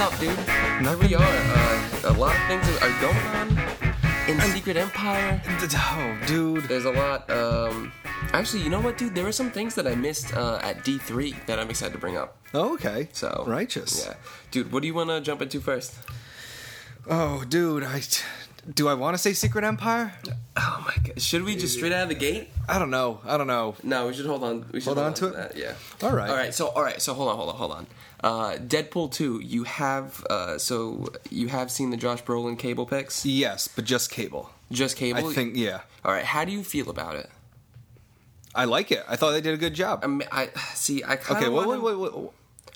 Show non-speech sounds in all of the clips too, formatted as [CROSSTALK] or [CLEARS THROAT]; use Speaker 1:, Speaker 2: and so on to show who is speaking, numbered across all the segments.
Speaker 1: up, dude. And there we are. Uh, a lot of things are going on in Secret Empire.
Speaker 2: [LAUGHS] Oh, dude.
Speaker 1: There's a lot. Um, actually, you know what, dude? There are some things that I missed uh, at D3 that I'm excited to bring up.
Speaker 2: Oh, okay.
Speaker 1: So
Speaker 2: righteous.
Speaker 1: Yeah, dude. What do you want to jump into first?
Speaker 2: Oh, dude. I do I want to say Secret Empire?
Speaker 1: Oh my god. Should we just straight out of the gate?
Speaker 2: I don't know. I don't know.
Speaker 1: No, we should hold on. We should
Speaker 2: Hold on to it?
Speaker 1: That. Yeah.
Speaker 2: All right.
Speaker 1: All right. So all right. So hold on. Hold on. Hold on. Uh, Deadpool two. You have uh, so you have seen the Josh Brolin cable pics.
Speaker 2: Yes, but just cable.
Speaker 1: Just cable.
Speaker 2: I think. Yeah,
Speaker 1: All right. How do you feel about it?
Speaker 2: I like it. I thought they did a good job.
Speaker 1: I, mean, I see. I kind
Speaker 2: okay.
Speaker 1: of
Speaker 2: Wait,
Speaker 1: want
Speaker 2: wait,
Speaker 1: him,
Speaker 2: wait, wait, wait.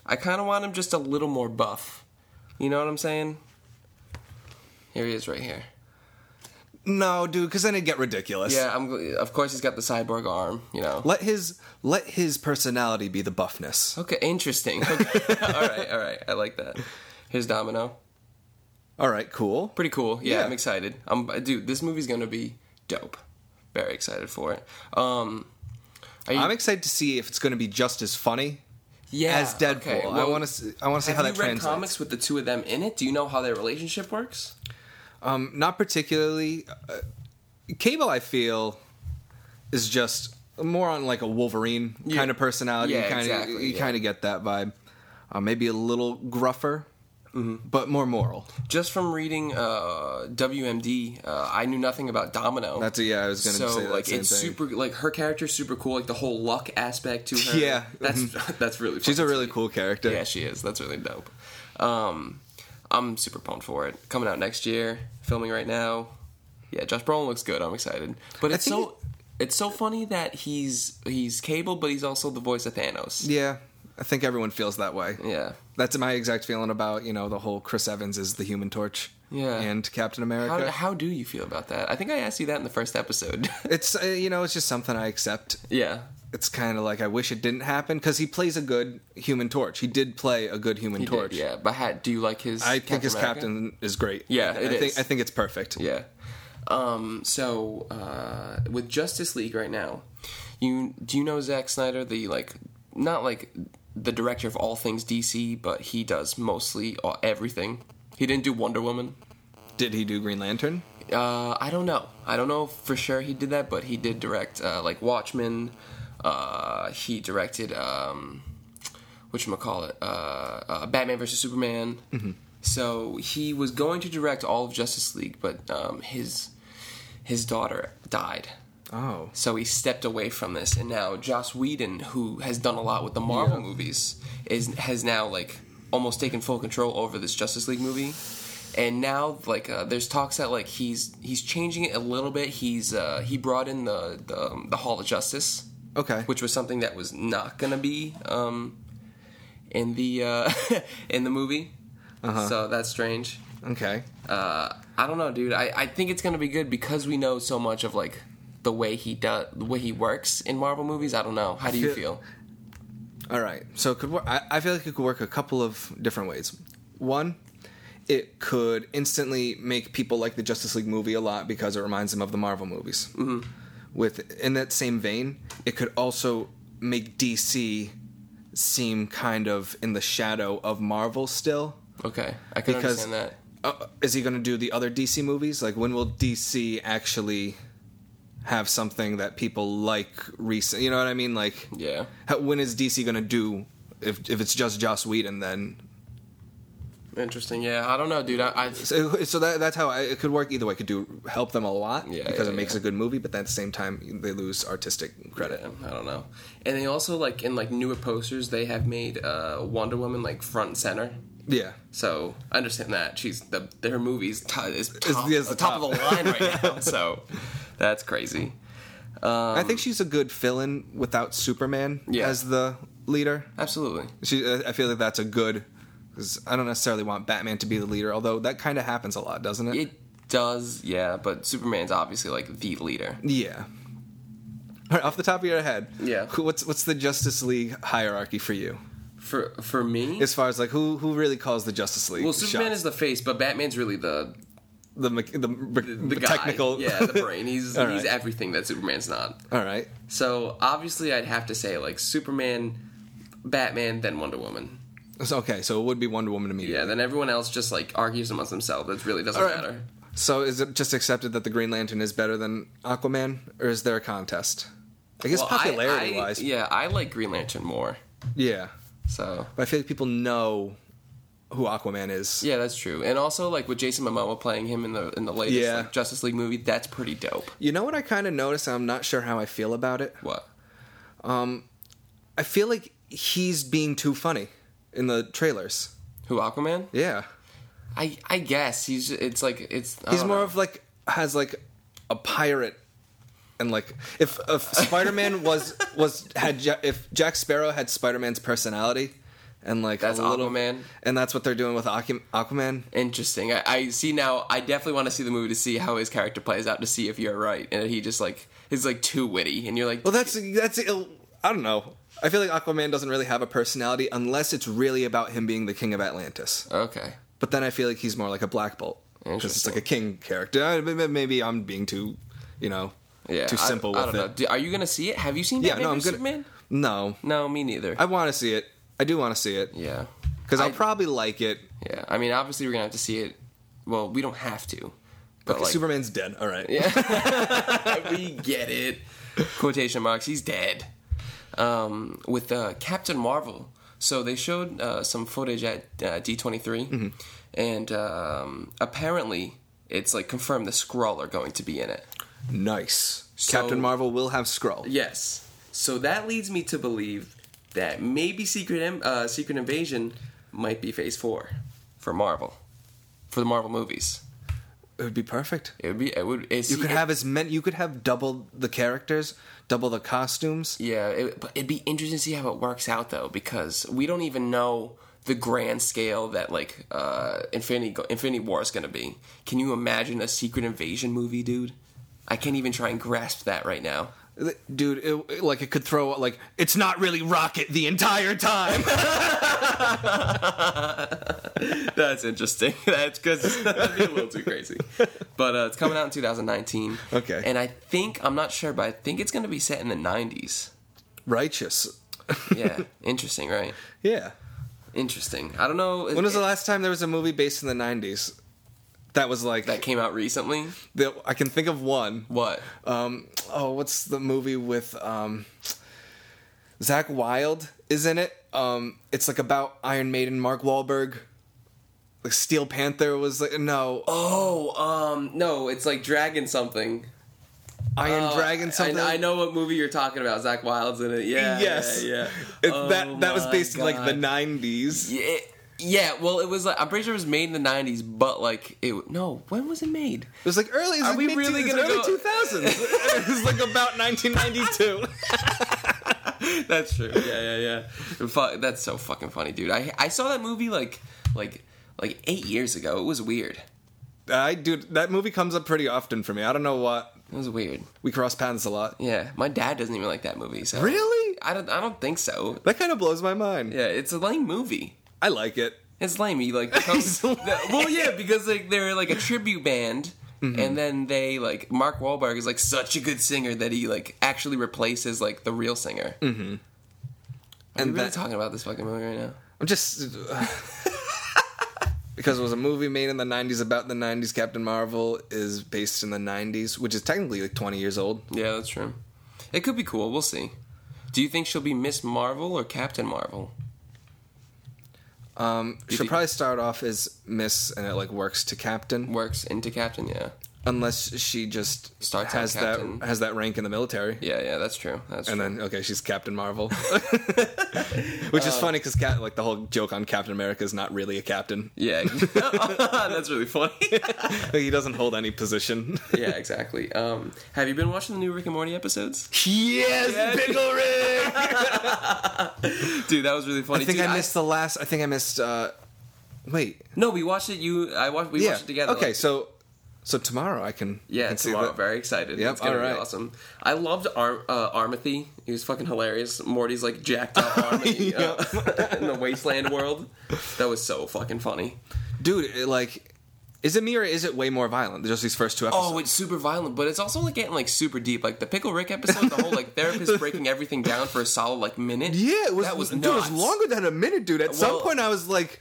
Speaker 1: I kind of want him just a little more buff. You know what I'm saying? Here he is, right here.
Speaker 2: No, dude. Because then it'd get ridiculous.
Speaker 1: Yeah. I'm. gl- Of course, he's got the cyborg arm. You know.
Speaker 2: Let his let his personality be the buffness.
Speaker 1: Okay. Interesting.
Speaker 2: [LAUGHS]
Speaker 1: Okay. all right. All right. I like that. Here's Domino.
Speaker 2: All right. Cool.
Speaker 1: pretty cool. Yeah,
Speaker 2: Yeah.
Speaker 1: I'm excited. I'm dude. This movie's gonna be dope. Very excited for it. Um, are you,
Speaker 2: I'm excited to see if it's going to be just as funny
Speaker 1: yeah,
Speaker 2: as Deadpool.
Speaker 1: okay,
Speaker 2: I
Speaker 1: well,
Speaker 2: want to see, I want to see how
Speaker 1: Have you
Speaker 2: that
Speaker 1: read
Speaker 2: translates.
Speaker 1: comics with the two of them in it? Do you know how their relationship works?
Speaker 2: Um, not particularly. Uh, Cable, I feel, is just more on like a Wolverine
Speaker 1: Yeah.
Speaker 2: kind of personality.
Speaker 1: Yeah,
Speaker 2: you kind of
Speaker 1: exactly,
Speaker 2: you
Speaker 1: yeah.
Speaker 2: kind of get that vibe. Uh, maybe a little gruffer,
Speaker 1: Mm-hmm.
Speaker 2: but more moral.
Speaker 1: Just from reading uh, WMD, uh, I knew nothing about Domino.
Speaker 2: That's a, yeah. I was going to
Speaker 1: so
Speaker 2: say that
Speaker 1: like
Speaker 2: same
Speaker 1: it's
Speaker 2: thing.
Speaker 1: super like her character's super cool like the whole luck aspect to her
Speaker 2: Yeah. Mm-hmm.
Speaker 1: that's [LAUGHS] that's really
Speaker 2: She's a
Speaker 1: fun to
Speaker 2: really
Speaker 1: see.
Speaker 2: cool character.
Speaker 1: Yeah, she is. That's really dope. Um, I'm super pumped for it. Coming out next year. Filming right now. Yeah, Josh Brolin looks good. I'm excited. But it's
Speaker 2: think
Speaker 1: so it's so funny that he's he's Cable, but he's also the voice of Thanos.
Speaker 2: Yeah, I think everyone feels that way.
Speaker 1: Yeah.
Speaker 2: That's my exact feeling about you know the whole Chris Evans is the Human Torch.
Speaker 1: Yeah.
Speaker 2: and Captain America.
Speaker 1: How, how do you feel about that? I think I asked you that in the first episode. [LAUGHS]
Speaker 2: it's uh, you know it's just something I accept.
Speaker 1: yeah.
Speaker 2: it's kind of like I wish it didn't happen because he plays a good Human Torch. He did play a good Human
Speaker 1: He did,
Speaker 2: Torch.
Speaker 1: yeah. But how, do you like his
Speaker 2: I think his
Speaker 1: America?
Speaker 2: captain is great.
Speaker 1: Yeah,
Speaker 2: I
Speaker 1: it
Speaker 2: think
Speaker 1: is.
Speaker 2: I think it's perfect.
Speaker 1: Yeah. Um, so uh, with Justice League right now, you do you know Zack Snyder, the like not like the director of all things DC, but he does mostly all, everything. He didn't do Wonder Woman.
Speaker 2: Did he do Green Lantern?
Speaker 1: Uh, I don't know. I don't know for sure he did that, but he did direct uh, like Watchmen. Uh, he directed um, which call it uh, uh, Batman vs Superman. So he was going to direct all of Justice League, but um, his his daughter died.
Speaker 2: Oh,
Speaker 1: So he stepped away from this, and now Joss Whedon, who has done a lot with the Marvel
Speaker 2: Yeah.
Speaker 1: movies, is has now like almost taken full control over this Justice League movie. And now, like, uh, there's talks that like he's he's changing it a little bit. He's uh, he brought in the the, um, the Hall of Justice,
Speaker 2: okay.
Speaker 1: which was something that was not gonna be um, in the uh, [LAUGHS] in the movie. So that's strange.
Speaker 2: okay.
Speaker 1: Uh, I don't know, dude. I, I think it's gonna be good because we know so much of like the way he does, the way he works in Marvel movies. I don't know. How do you feel?
Speaker 2: feel- All right. So it could work. I, I feel like it could work a couple of different ways. One, it could instantly make people like the Justice League movie a lot because it reminds them of the Marvel movies. Mm-hmm. With in that same vein, it could also make DC seem kind of in the shadow of Marvel still.
Speaker 1: Okay, I can
Speaker 2: Because-
Speaker 1: understand that.
Speaker 2: Uh, is he going to do the other DC movies? Like when will DC actually have something that people like recent? You know what I mean? Like
Speaker 1: Yeah,
Speaker 2: how, when is DC going to do if if it's just Joss Whedon then
Speaker 1: interesting. Yeah, I don't know, dude. I, I
Speaker 2: so, so that that's how I, it could work either way. It could do help them a lot
Speaker 1: Yeah,
Speaker 2: because
Speaker 1: yeah,
Speaker 2: it makes
Speaker 1: yeah.
Speaker 2: a good movie, but at the same time they lose artistic credit.
Speaker 1: I don't know. And they also like in like newer posters they have made uh, Wonder Woman like front and center.
Speaker 2: Yeah,
Speaker 1: So I understand that she's the her movies t- is top,
Speaker 2: is the
Speaker 1: top of
Speaker 2: top.
Speaker 1: the line
Speaker 2: [LAUGHS]
Speaker 1: right now. so that's crazy.
Speaker 2: I think she's a good fill-in without Superman
Speaker 1: Um, Yeah.
Speaker 2: as the leader.
Speaker 1: Absolutely.
Speaker 2: She, I I feel like that's a good. Because I don't necessarily want Batman to be the leader, although that kind of happens a lot, doesn't it?
Speaker 1: It does, yeah. But Superman's obviously like the leader.
Speaker 2: Yeah. All right, off the top of your head,
Speaker 1: Yeah.
Speaker 2: who- What's what's the Justice League hierarchy for you,
Speaker 1: For for me,
Speaker 2: as far as like who who really calls the Justice League?
Speaker 1: well, Superman
Speaker 2: shots?
Speaker 1: is the face, but Batman's really the
Speaker 2: the mech- the, the,
Speaker 1: the,
Speaker 2: the
Speaker 1: guy.
Speaker 2: technical.
Speaker 1: yeah,
Speaker 2: [LAUGHS]
Speaker 1: the brain. He's
Speaker 2: All
Speaker 1: he's
Speaker 2: right.
Speaker 1: everything that Superman's not.
Speaker 2: All right.
Speaker 1: So obviously, I'd have to say like Superman, Batman, then Wonder Woman.
Speaker 2: So, okay, so it would be Wonder Woman immediately.
Speaker 1: Yeah, then everyone else just like argues amongst themselves. It really doesn't
Speaker 2: All right.
Speaker 1: matter.
Speaker 2: So is it just accepted that the Green Lantern is better than Aquaman, or is there a contest? I guess
Speaker 1: Well, I-
Speaker 2: popularity
Speaker 1: I-
Speaker 2: wise, yeah.
Speaker 1: yeah, I like Green Lantern more. So
Speaker 2: But I feel like people know who Aquaman is.
Speaker 1: yeah, that's true. And also like with Jason Momoa playing him in the in the latest
Speaker 2: Yeah.
Speaker 1: like, Justice League movie, that's pretty dope.
Speaker 2: You know what I kind of noticed? and I'm not sure how I feel about it.
Speaker 1: What?
Speaker 2: I feel like he's being too funny in the trailers.
Speaker 1: Who Aquaman?
Speaker 2: Yeah,
Speaker 1: I I guess he's it's like it's I
Speaker 2: he's
Speaker 1: don't
Speaker 2: more
Speaker 1: know.
Speaker 2: of like has like a pirate. And like, if,
Speaker 1: [LAUGHS]
Speaker 2: if Spider Man was was had Ja- if Jack Sparrow had Spider Man's personality, and like
Speaker 1: That's
Speaker 2: a little
Speaker 1: Aquaman.
Speaker 2: and that's what they're doing with Aqu- Aquaman.
Speaker 1: interesting. I, I see now. I definitely want to see the movie to see how his character plays out to see if you're right and he just like is like too witty and you're like
Speaker 2: Well, that's that's I don't know. I feel like Aquaman doesn't really have a personality unless it's really about him being the king of Atlantis.
Speaker 1: okay.
Speaker 2: But then I feel like he's more like a Black Bolt because it's
Speaker 1: Interesting.
Speaker 2: like a king character. I- m- m- Maybe I'm being too, you know,
Speaker 1: Yeah,
Speaker 2: too
Speaker 1: I-
Speaker 2: simple
Speaker 1: I, don't
Speaker 2: with it.
Speaker 1: Know. Do- Are you gonna see it? Have you seen
Speaker 2: Yeah,
Speaker 1: Batman
Speaker 2: no, I'm
Speaker 1: vs
Speaker 2: good.
Speaker 1: Superman?
Speaker 2: No,
Speaker 1: No, me neither.
Speaker 2: I want to see it. I do want to see it
Speaker 1: yeah,
Speaker 2: because I'll
Speaker 1: I-
Speaker 2: probably like it.
Speaker 1: yeah. I mean, obviously we're gonna have to see it. Well, we don't have to, but
Speaker 2: Okay,
Speaker 1: like
Speaker 2: Superman's dead. All right.
Speaker 1: we get it. Quotation marks. He's dead. Um, with uh, Captain Marvel. So they showed uh, some footage at uh, D23, and um, apparently it's like confirmed the Skrull are going to be in it.
Speaker 2: Nice. Captain Marvel will have Skrull.
Speaker 1: Yes. So that leads me to believe that maybe Secret Im- uh, Secret Invasion might be Phase Four for Marvel, for the Marvel movies.
Speaker 2: It would be perfect.
Speaker 1: It would be. It would. It's,
Speaker 2: You could
Speaker 1: it-
Speaker 2: have as many. You could have double the characters, double the costumes.
Speaker 1: Yeah, it, but it'd be interesting to see how it works out though, because we don't even know the grand scale that like uh, Infinity Go- Infinity War is going to be. Can you imagine a Secret Invasion movie, dude? I can't even try and grasp that right now.
Speaker 2: dude it, like it could throw like it's not really rocket the entire time
Speaker 1: [LAUGHS]
Speaker 2: [LAUGHS]
Speaker 1: That's interesting. [LAUGHS] That's because that'd be a little too crazy. But uh, it's coming out in 2019.
Speaker 2: Okay.
Speaker 1: And I think I'm not sure, but I think it's going to be set in the 90s.
Speaker 2: righteous
Speaker 1: [LAUGHS] Yeah. interesting, right?
Speaker 2: yeah
Speaker 1: Interesting. I don't know.
Speaker 2: when was the last time there was a movie based in the 90s that was like
Speaker 1: that came out recently?
Speaker 2: the, i can think of one
Speaker 1: What?
Speaker 2: um oh what's the movie with um zach Wilde is in it um it's like about iron maiden mark Wahlberg. like steel panther was like no
Speaker 1: Oh, um, no, it's like Dragon something.
Speaker 2: iron
Speaker 1: Oh, I-
Speaker 2: dragon something
Speaker 1: I, know what movie you're talking about. Zach Wilde's in it. Yeah.
Speaker 2: yes
Speaker 1: Yeah. yeah.
Speaker 2: It's
Speaker 1: Oh
Speaker 2: that that was
Speaker 1: my
Speaker 2: based in like the
Speaker 1: God.
Speaker 2: 90s
Speaker 1: Yeah, yeah, well, it was like I'm pretty sure it was made in the '90s, but like it. No, when was it
Speaker 2: [LAUGHS]
Speaker 1: made?
Speaker 2: It was like early. It was
Speaker 1: Are
Speaker 2: like
Speaker 1: we
Speaker 2: mid-
Speaker 1: really
Speaker 2: it was
Speaker 1: gonna
Speaker 2: early
Speaker 1: go-
Speaker 2: two thousands? [LAUGHS] it was like about nineteen ninety two.
Speaker 1: That's true. Yeah, yeah, yeah. Fu- That's so fucking funny, dude. I I saw that movie like like like eight years ago. It was weird.
Speaker 2: I dude, that movie comes up pretty often for me. I don't know what
Speaker 1: It was weird.
Speaker 2: we cross paths a lot.
Speaker 1: Yeah, my dad doesn't even like that movie. So
Speaker 2: Really?
Speaker 1: I don't. I don't think so.
Speaker 2: That kind of blows my mind.
Speaker 1: Yeah, it's a lame movie.
Speaker 2: I like it.
Speaker 1: It's lame. He
Speaker 2: [LAUGHS]
Speaker 1: like becomes
Speaker 2: It's lame.
Speaker 1: the- well, yeah, because like they're like a tribute band,
Speaker 2: Mm-hmm.
Speaker 1: and then they like Mark Wahlberg is like such a good singer that he like actually replaces like the real singer. Mm-hmm. Are we really
Speaker 2: And that-
Speaker 1: talking about this fucking movie right now?
Speaker 2: I'm just [SIGHS] because it was a movie made in the nineties about the nineties. Captain Marvel is based in the nineties, which is technically like twenty years old.
Speaker 1: Yeah, that's true. It could be cool. We'll see. Do you think she'll be Miss Marvel or Captain Marvel?
Speaker 2: Um, she'll
Speaker 1: think-
Speaker 2: probably start off as Miss, and it like works to Captain,
Speaker 1: Works into Captain. Yeah,
Speaker 2: unless she just
Speaker 1: Starts out
Speaker 2: has that
Speaker 1: Captain.
Speaker 2: has that rank in the military.
Speaker 1: yeah, yeah. That's true. That's
Speaker 2: And
Speaker 1: true.
Speaker 2: then okay, she's Captain Marvel, [LAUGHS] which is funny because Cap- like the whole joke on Captain America is not really a captain.
Speaker 1: yeah,
Speaker 2: [LAUGHS]
Speaker 1: [LAUGHS] that's really funny.
Speaker 2: Like, [LAUGHS] he doesn't hold any position.
Speaker 1: yeah, exactly. Um, have you been watching the new Rick and Morty episodes?
Speaker 2: [LAUGHS] yes, Pickle Rick.
Speaker 1: Dude, that was really funny.
Speaker 2: I think
Speaker 1: Dude,
Speaker 2: I missed the last. I think I missed. uh Wait,
Speaker 1: No, we watched it. You, I watched. We
Speaker 2: yeah.
Speaker 1: watched it together.
Speaker 2: okay,
Speaker 1: like-
Speaker 2: so so tomorrow I can. I
Speaker 1: yeah,
Speaker 2: can see
Speaker 1: tomorrow.
Speaker 2: that.
Speaker 1: Very excited.
Speaker 2: Yep,
Speaker 1: it's gonna
Speaker 2: alright.
Speaker 1: be awesome. I loved Ar- uh, Armathy. He was fucking hilarious. Morty's like jacked [LAUGHS] up Armathy [LAUGHS] uh, in the wasteland world. That was so fucking funny.
Speaker 2: dude. It, like Is it me or is it way more violent? Just these first two episodes.
Speaker 1: Oh, it's super violent, but it's also like getting like super deep. Like the Pickle Rick episode, the whole [LAUGHS] like therapist breaking everything down for a solid like minute.
Speaker 2: Yeah, it was,
Speaker 1: that was
Speaker 2: dude, it was
Speaker 1: nuts.
Speaker 2: longer than a minute, dude. At some
Speaker 1: Well-
Speaker 2: point, I was like,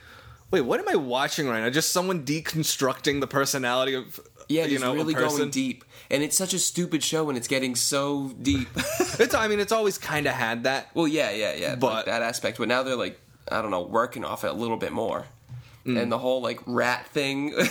Speaker 2: "Wait, what am I watching right now?" Just someone deconstructing the personality of
Speaker 1: Yeah,
Speaker 2: you
Speaker 1: just
Speaker 2: know, a
Speaker 1: really
Speaker 2: person.
Speaker 1: going deep, and it's such a stupid show, and it's getting so deep. [LAUGHS]
Speaker 2: It's, I mean, it's always kind of had that.
Speaker 1: well, yeah, yeah, yeah, like,
Speaker 2: But-
Speaker 1: that aspect. But now they're like, I don't know, working off it a little bit more,
Speaker 2: Mm.
Speaker 1: and the whole like rat thing. [LAUGHS]
Speaker 2: the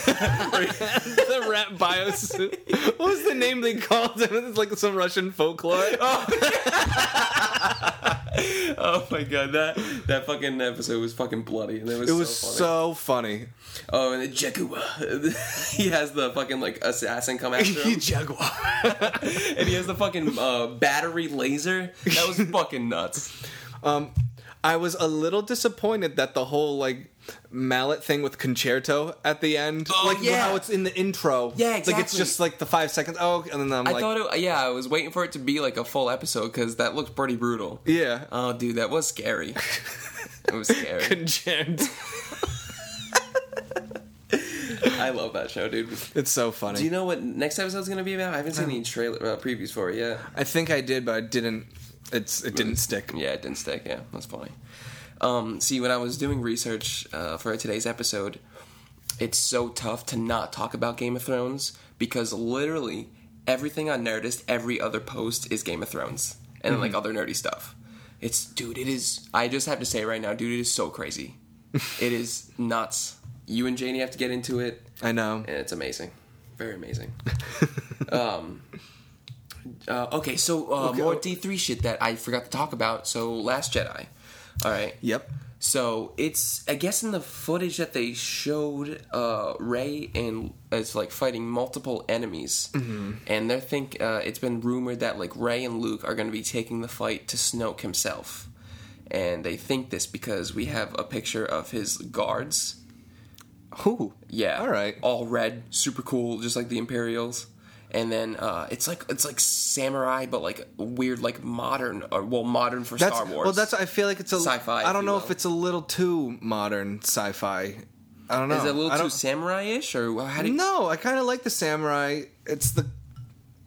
Speaker 2: rat biosuit. What was the name they called [LAUGHS] it? It's like some Russian folklore.
Speaker 1: oh my god, that that fucking episode was fucking bloody, and it was
Speaker 2: it was
Speaker 1: so funny.
Speaker 2: so funny.
Speaker 1: Oh, and the Jekua. [LAUGHS] he has the fucking like assassin come
Speaker 2: [LAUGHS]
Speaker 1: after him.
Speaker 2: Jaguar.
Speaker 1: and he has the fucking uh, battery laser. That was fucking
Speaker 2: [LAUGHS]
Speaker 1: nuts.
Speaker 2: Um, I was a little disappointed that the whole like mallet thing with concerto at the end,
Speaker 1: Oh,
Speaker 2: like
Speaker 1: yeah.
Speaker 2: how it's in the intro.
Speaker 1: Yeah,
Speaker 2: Like it's
Speaker 1: exactly.
Speaker 2: just like the five seconds. Oh, and then I'm
Speaker 1: I
Speaker 2: like,
Speaker 1: thought, it, yeah, I was waiting for it to be like a full episode because that looked pretty brutal.
Speaker 2: yeah, [LAUGHS]
Speaker 1: Oh, dude, that was scary. it was scary.
Speaker 2: concerto.
Speaker 1: I love that show, dude.
Speaker 2: It's so funny.
Speaker 1: Do you know what next episode's gonna be about? I haven't seen any trailer uh, previews for it yet.
Speaker 2: I think I did, but I didn't. It's it didn't stick.
Speaker 1: Yeah, it didn't stick. Yeah, that's funny. Um, see, when I was doing research uh, for today's episode, it's so tough to not talk about Game of Thrones because literally everything on Nerdist, every other post is Game of Thrones and like other nerdy stuff. It's dude, it is. I just have to say right now, dude, it is so [LAUGHS] crazy. it is nuts. You and Janie have to get into it,
Speaker 2: I know.
Speaker 1: and it's amazing, very [LAUGHS] amazing. um. Uh, okay, so uh,
Speaker 2: Okay,
Speaker 1: more
Speaker 2: oh.
Speaker 1: D three shit that I forgot to talk about. So Last Jedi. All right.
Speaker 2: Yep.
Speaker 1: So it's I guess in the footage that they showed, uh, Ray and is like fighting multiple enemies, mm-hmm. and they think uh, it's been rumored that like Ray and Luke are going to be taking the fight to Snoke himself, and they think this because we have a picture of his guards.
Speaker 2: Ooh.
Speaker 1: Yeah,
Speaker 2: All right.
Speaker 1: all red, super cool, just like the Imperials. And then uh, it's like it's like samurai, but like weird, like modern or well, modern for
Speaker 2: That's
Speaker 1: Star Wars.
Speaker 2: well. That's I feel like it's a
Speaker 1: Sci-fi,
Speaker 2: I
Speaker 1: if
Speaker 2: don't
Speaker 1: you
Speaker 2: know
Speaker 1: will.
Speaker 2: if it's a little too modern sci-fi. I don't know.
Speaker 1: Is it a little
Speaker 2: I
Speaker 1: too
Speaker 2: don't- Mm.
Speaker 1: samurai-ish, or how do you?
Speaker 2: No, I kind of like the samurai. It's the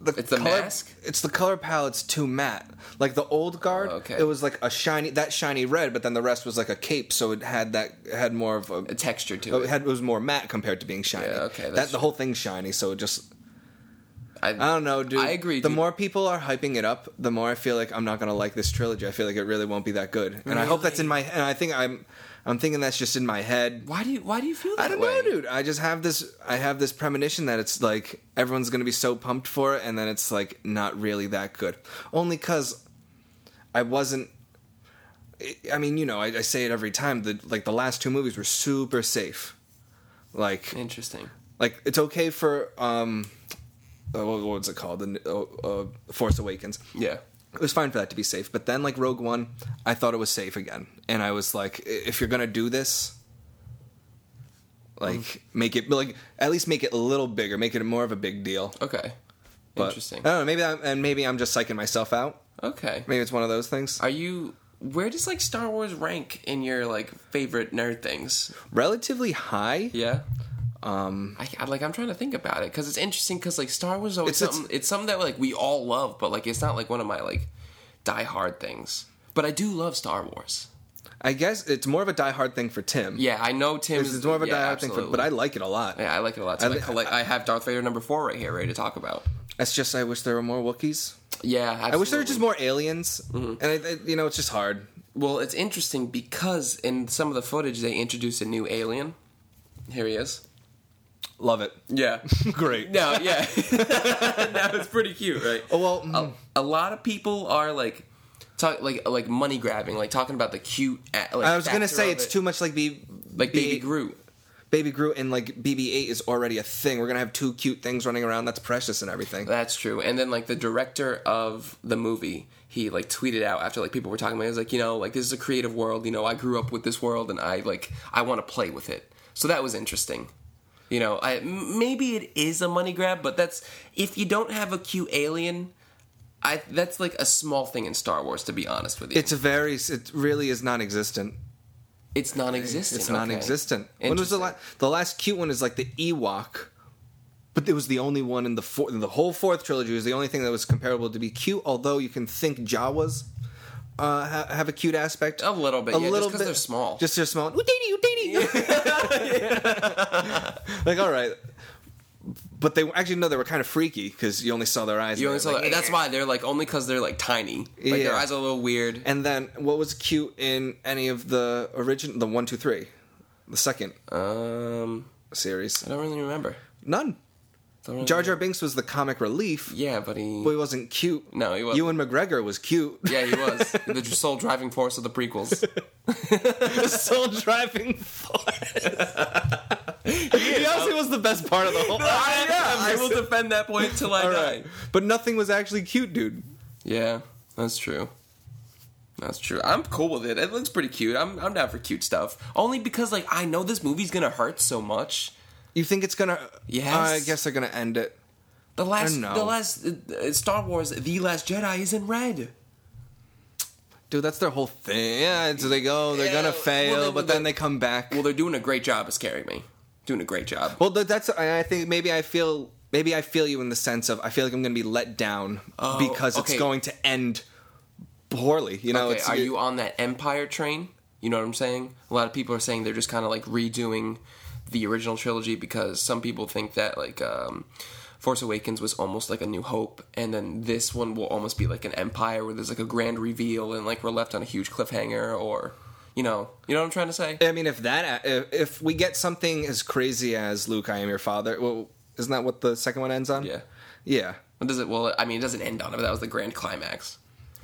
Speaker 2: the
Speaker 1: It's the mask?
Speaker 2: It's the color palette's too matte. Like the old guard,
Speaker 1: Oh, okay.
Speaker 2: it was like a shiny that shiny red, but then the rest was like a cape, so it had that it had more of a oh,
Speaker 1: A texture to
Speaker 2: it
Speaker 1: it.
Speaker 2: had it was more matte compared to being shiny.
Speaker 1: Yeah, okay,
Speaker 2: that
Speaker 1: that's
Speaker 2: the whole thing's shiny, so it just
Speaker 1: I,
Speaker 2: I don't know, dude.
Speaker 1: I agree.
Speaker 2: The
Speaker 1: dude.
Speaker 2: more people are hyping it up, the more I feel like I'm not gonna like this trilogy. I feel like it really won't be that good, and I hope that's in my. And I think I'm, I'm thinking that's just in my head.
Speaker 1: why do you why do you feel that
Speaker 2: I don't
Speaker 1: way?
Speaker 2: know, dude. I just have this. I have this premonition that it's like everyone's gonna be so pumped for it, and then it's like not really that good. Only because I wasn't. I mean, you know, I, I say it every time. The like the last two movies were super safe. Like
Speaker 1: Interesting.
Speaker 2: like it's okay for um uh, what what was it called the uh, uh, force awakens
Speaker 1: Yeah.
Speaker 2: it was fine for that to be safe but then like rogue one i thought it was safe again and i was like i- if you're gonna do this like
Speaker 1: Mm.
Speaker 2: make it like at least make it a little bigger make it more of a big deal
Speaker 1: Okay.
Speaker 2: but uh,
Speaker 1: Interesting.
Speaker 2: i don't know maybe I'm, and maybe i'm just psyching myself out
Speaker 1: Okay.
Speaker 2: maybe it's one of those things
Speaker 1: Are you? Where does like Star Wars rank in your like favorite nerd things?
Speaker 2: relatively high
Speaker 1: Yeah.
Speaker 2: um
Speaker 1: I, I like I'm trying to think about it because it's interesting because like Star Wars is always
Speaker 2: It's- it's-
Speaker 1: something it's, something that like we all love but like it's not like one of my like die hard things but I do love Star Wars
Speaker 2: i guess it's more of a diehard thing for tim
Speaker 1: yeah I know Tim's
Speaker 2: it's more of a
Speaker 1: yeah,
Speaker 2: diehard thing for but i like it a lot
Speaker 1: yeah I like it a lot so I,
Speaker 2: I li-
Speaker 1: collect, I have Darth Vader number four right here ready to talk about
Speaker 2: that's just i wish there were more wookiees
Speaker 1: yeah absolutely. Mm-hmm.
Speaker 2: I wish there were just more aliens, and I, I, you know it's just hard.
Speaker 1: well it's interesting because in some of the footage they introduced a new alien here he is [LAUGHS]
Speaker 2: Love it.
Speaker 1: yeah
Speaker 2: Great.
Speaker 1: no yeah [LAUGHS] no it's pretty cute
Speaker 2: [LAUGHS]
Speaker 1: right
Speaker 2: Oh well, mm,
Speaker 1: a lot of people are like talk like like money grabbing like talking about the cute a- like,
Speaker 2: I was
Speaker 1: factor
Speaker 2: gonna say
Speaker 1: of
Speaker 2: it's
Speaker 1: it.
Speaker 2: too much like B,
Speaker 1: like baby groot
Speaker 2: Baby Groot, and like BB-8 is already a thing. We're gonna have two cute things running around. That's precious and everything.
Speaker 1: that's true and then like the director of the movie he like tweeted out after like people were talking about it he was like you know like this is a creative world you know i grew up with this world and i like i want to play with it so that was interesting you know i m- maybe it is a money grab but that's if you don't have a cute alien i that's like a small thing in star wars to be honest with you
Speaker 2: It's a very, it really is non-existent.
Speaker 1: It's non-existent.
Speaker 2: It's
Speaker 1: okay.
Speaker 2: non-existent. When was the last? The last cute one is like the Ewok, but it was the only one in the four- in the whole fourth trilogy was the only thing that was comparable to be cute. Although you can think Jawas uh, ha- have a cute aspect,
Speaker 1: A little bit, yeah, just 'cause they're small.
Speaker 2: Just they're small. Ooh, daddy, ooh, daddy. [LAUGHS] like all right. But they actually no, they were kind of freaky because you only saw their eyes.
Speaker 1: You
Speaker 2: and
Speaker 1: only
Speaker 2: they
Speaker 1: saw
Speaker 2: were
Speaker 1: that.
Speaker 2: like, eh.
Speaker 1: That's why they're like only because they're like tiny. Like their
Speaker 2: Yeah.
Speaker 1: eyes are a little weird.
Speaker 2: And then what was cute in any of the origin, the one, two, three, the second
Speaker 1: Um,
Speaker 2: series?
Speaker 1: I don't really remember.
Speaker 2: None.
Speaker 1: Don't really
Speaker 2: Jar Jar Binks was the comic relief,
Speaker 1: Yeah, but he.
Speaker 2: but he wasn't cute.
Speaker 1: No, he wasn't.
Speaker 2: Ewan McGregor was cute. [LAUGHS]
Speaker 1: yeah, he was the sole driving force of the prequels.
Speaker 2: the sole
Speaker 1: [LAUGHS]
Speaker 2: driving force. he also was the best part of the whole.
Speaker 1: I, [LAUGHS] will defend that point till I
Speaker 2: All
Speaker 1: die.
Speaker 2: right, but nothing was actually cute, dude.
Speaker 1: Yeah, that's true. That's true. I'm cool with it. It looks pretty cute. I'm I'm down for cute stuff. Only because like I know this movie's gonna hurt so much.
Speaker 2: You think it's gonna?
Speaker 1: Yes.
Speaker 2: I guess they're gonna end it.
Speaker 1: The last,
Speaker 2: know.
Speaker 1: the last uh, uh, Star Wars, the Last Jedi is in red.
Speaker 2: Dude, that's their whole thing. Yeah, so they go, they're
Speaker 1: Yeah,
Speaker 2: gonna
Speaker 1: well,
Speaker 2: fail,
Speaker 1: they-
Speaker 2: but
Speaker 1: they-
Speaker 2: then they come back.
Speaker 1: Well, they're doing a great job of scaring me. Doing a great job.
Speaker 2: Well, th- that's I I think maybe I feel maybe I feel you in the sense of I feel like I'm going to be let down
Speaker 1: Oh,
Speaker 2: because
Speaker 1: okay.
Speaker 2: it's going to end poorly. You know,
Speaker 1: Okay,
Speaker 2: it's,
Speaker 1: are you on that Empire train? You know what I'm saying? A lot of people are saying they're just kind of like redoing the original trilogy because some people think that like um, Force Awakens was almost like a New Hope, and then this one will almost be like an Empire where there's like a grand reveal and like we're left on a huge cliffhanger, or you know, you know what I'm trying to say?
Speaker 2: I mean, if that if, if we get something as crazy as Luke, I am your father. Well, isn't that what the second one ends on?
Speaker 1: Yeah.
Speaker 2: yeah.
Speaker 1: What does it? Well, I mean, it doesn't end on it. But that was the grand climax.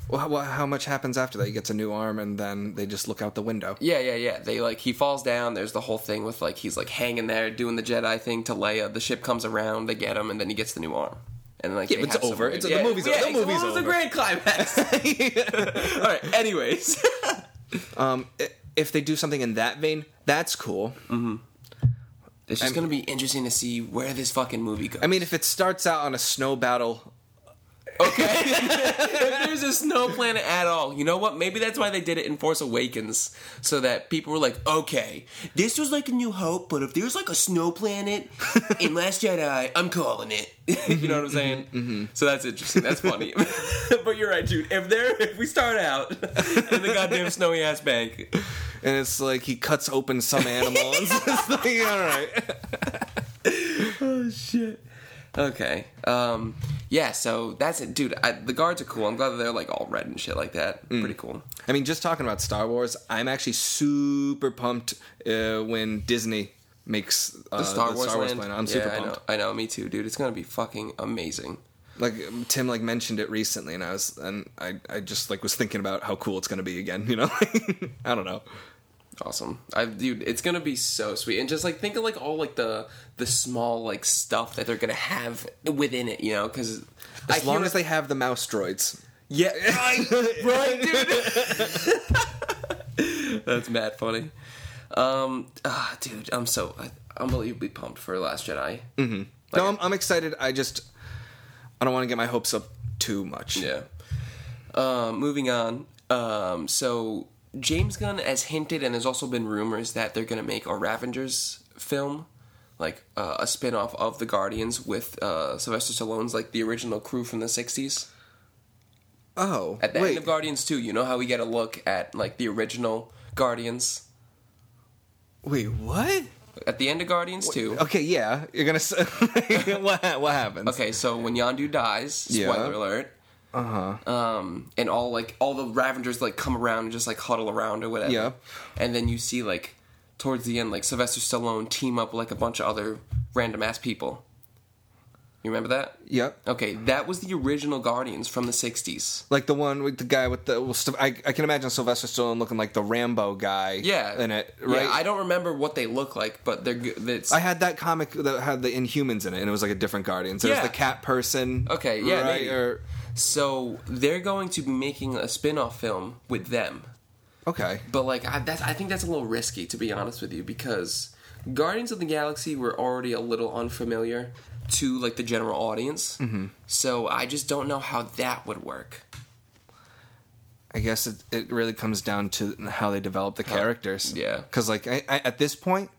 Speaker 2: Well, how, well, how much happens after that? He gets a new arm, and then they just look out the window.
Speaker 1: Yeah, yeah, yeah. They like he falls down. There's the whole thing with like he's like hanging there doing the Jedi thing to Leia. The ship comes around. They get him, and then he gets the new arm. And like
Speaker 2: Yeah,
Speaker 1: they
Speaker 2: but it's
Speaker 1: have some
Speaker 2: over.
Speaker 1: weird-
Speaker 2: It's- the movie's over. The
Speaker 1: it's-
Speaker 2: movie's
Speaker 1: well, It was a
Speaker 2: over.
Speaker 1: grand climax. [LAUGHS]
Speaker 2: [LAUGHS]
Speaker 1: All right. Anyways,
Speaker 2: Um, i- if they do something in that vein, that's cool.
Speaker 1: it's just gonna be interesting to see where this fucking movie goes.
Speaker 2: I mean, if it starts out on a snow battle,
Speaker 1: if there's a snow planet at all, you know what? Maybe that's why they did it in Force Awakens, so that people were like, okay, this was like a New Hope, but if there's like a snow planet in Last Jedi, I'm calling it. [LAUGHS] you know what I'm saying? So that's interesting. That's funny. [LAUGHS] but you're right, dude. If there, if we start out [LAUGHS] in the goddamn snowy ass bank,
Speaker 2: and it's like he cuts open some animal, [LAUGHS] and it's just like, all right.
Speaker 1: oh shit. Okay. Um. Yeah. So that's it, dude. I, the guards are cool. I'm glad that they're like all red and shit like that. Pretty cool.
Speaker 2: I mean, just talking about Star Wars, I'm actually super pumped uh, when Disney makes uh, the
Speaker 1: Star Wars, land.
Speaker 2: plan. I'm
Speaker 1: Yeah,
Speaker 2: super
Speaker 1: I know.
Speaker 2: pumped.
Speaker 1: I know. Me too, dude. It's gonna be fucking amazing.
Speaker 2: Like um, Tim, like mentioned it recently, and I was, and I, I just like was thinking about how cool it's gonna be again. [LAUGHS] You know, I don't know.
Speaker 1: Awesome, I dude. It's gonna be so sweet. And just like think of like all like the the small like stuff that they're gonna have within it, you know? Because
Speaker 2: As long as they have the mouse droids,
Speaker 1: yeah, [LAUGHS] right, right, dude. [LAUGHS] That's mad funny. Um, ah, dude, I'm so unbelievably pumped for Last Jedi. Mm-hmm.
Speaker 2: no, I'm, I'm excited. I just, I don't want to get my hopes up too much.
Speaker 1: Yeah. Um, moving on. Um, so James Gunn has hinted, and there's also been rumors that they're going to make a Ravengers film, like uh, a spin off of the Guardians with uh, Sylvester Stallone's like the original crew from the '60s.
Speaker 2: Oh,
Speaker 1: At the
Speaker 2: wait,
Speaker 1: end of Guardians 2, you know how we get a look at like the original Guardians.
Speaker 2: wait, what?
Speaker 1: At the end of Guardians 2.
Speaker 2: Okay, yeah, you're gonna. s- [LAUGHS] what ha- what happens?
Speaker 1: Okay, so when Yondu dies,
Speaker 2: Yeah. Uh-huh.
Speaker 1: spoiler alert. Um, and all like all the Ravengers like come around and just like huddle around or whatever.
Speaker 2: Yeah.
Speaker 1: And then you see like towards the end like Sylvester Stallone team up with like a bunch of other random ass people. You remember that?
Speaker 2: Yep.
Speaker 1: Okay, that was the original Guardians from the '60s.
Speaker 2: like the one with the guy with the. Well, St- I, I can imagine Sylvester Stallone looking like the Rambo guy.
Speaker 1: Yeah.
Speaker 2: in it, right?
Speaker 1: Yeah, I don't remember what they look like, but they're good. That's
Speaker 2: I had that comic that had the Inhumans in it, and it was like a different Guardian. So it
Speaker 1: Yeah.
Speaker 2: was the cat person.
Speaker 1: Okay, yeah,
Speaker 2: right.
Speaker 1: maybe.
Speaker 2: Or
Speaker 1: so they're going to be making a spin-off film with them.
Speaker 2: okay,
Speaker 1: But like I, that's, I think that's a little risky to be honest with you because Guardians of the Galaxy were already a little unfamiliar to like the general audience. Mm-hmm. So I just don't know how that would work.
Speaker 2: I guess it, it really comes down to how they develop the characters.
Speaker 1: yeah.
Speaker 2: Because like I, I, at this point,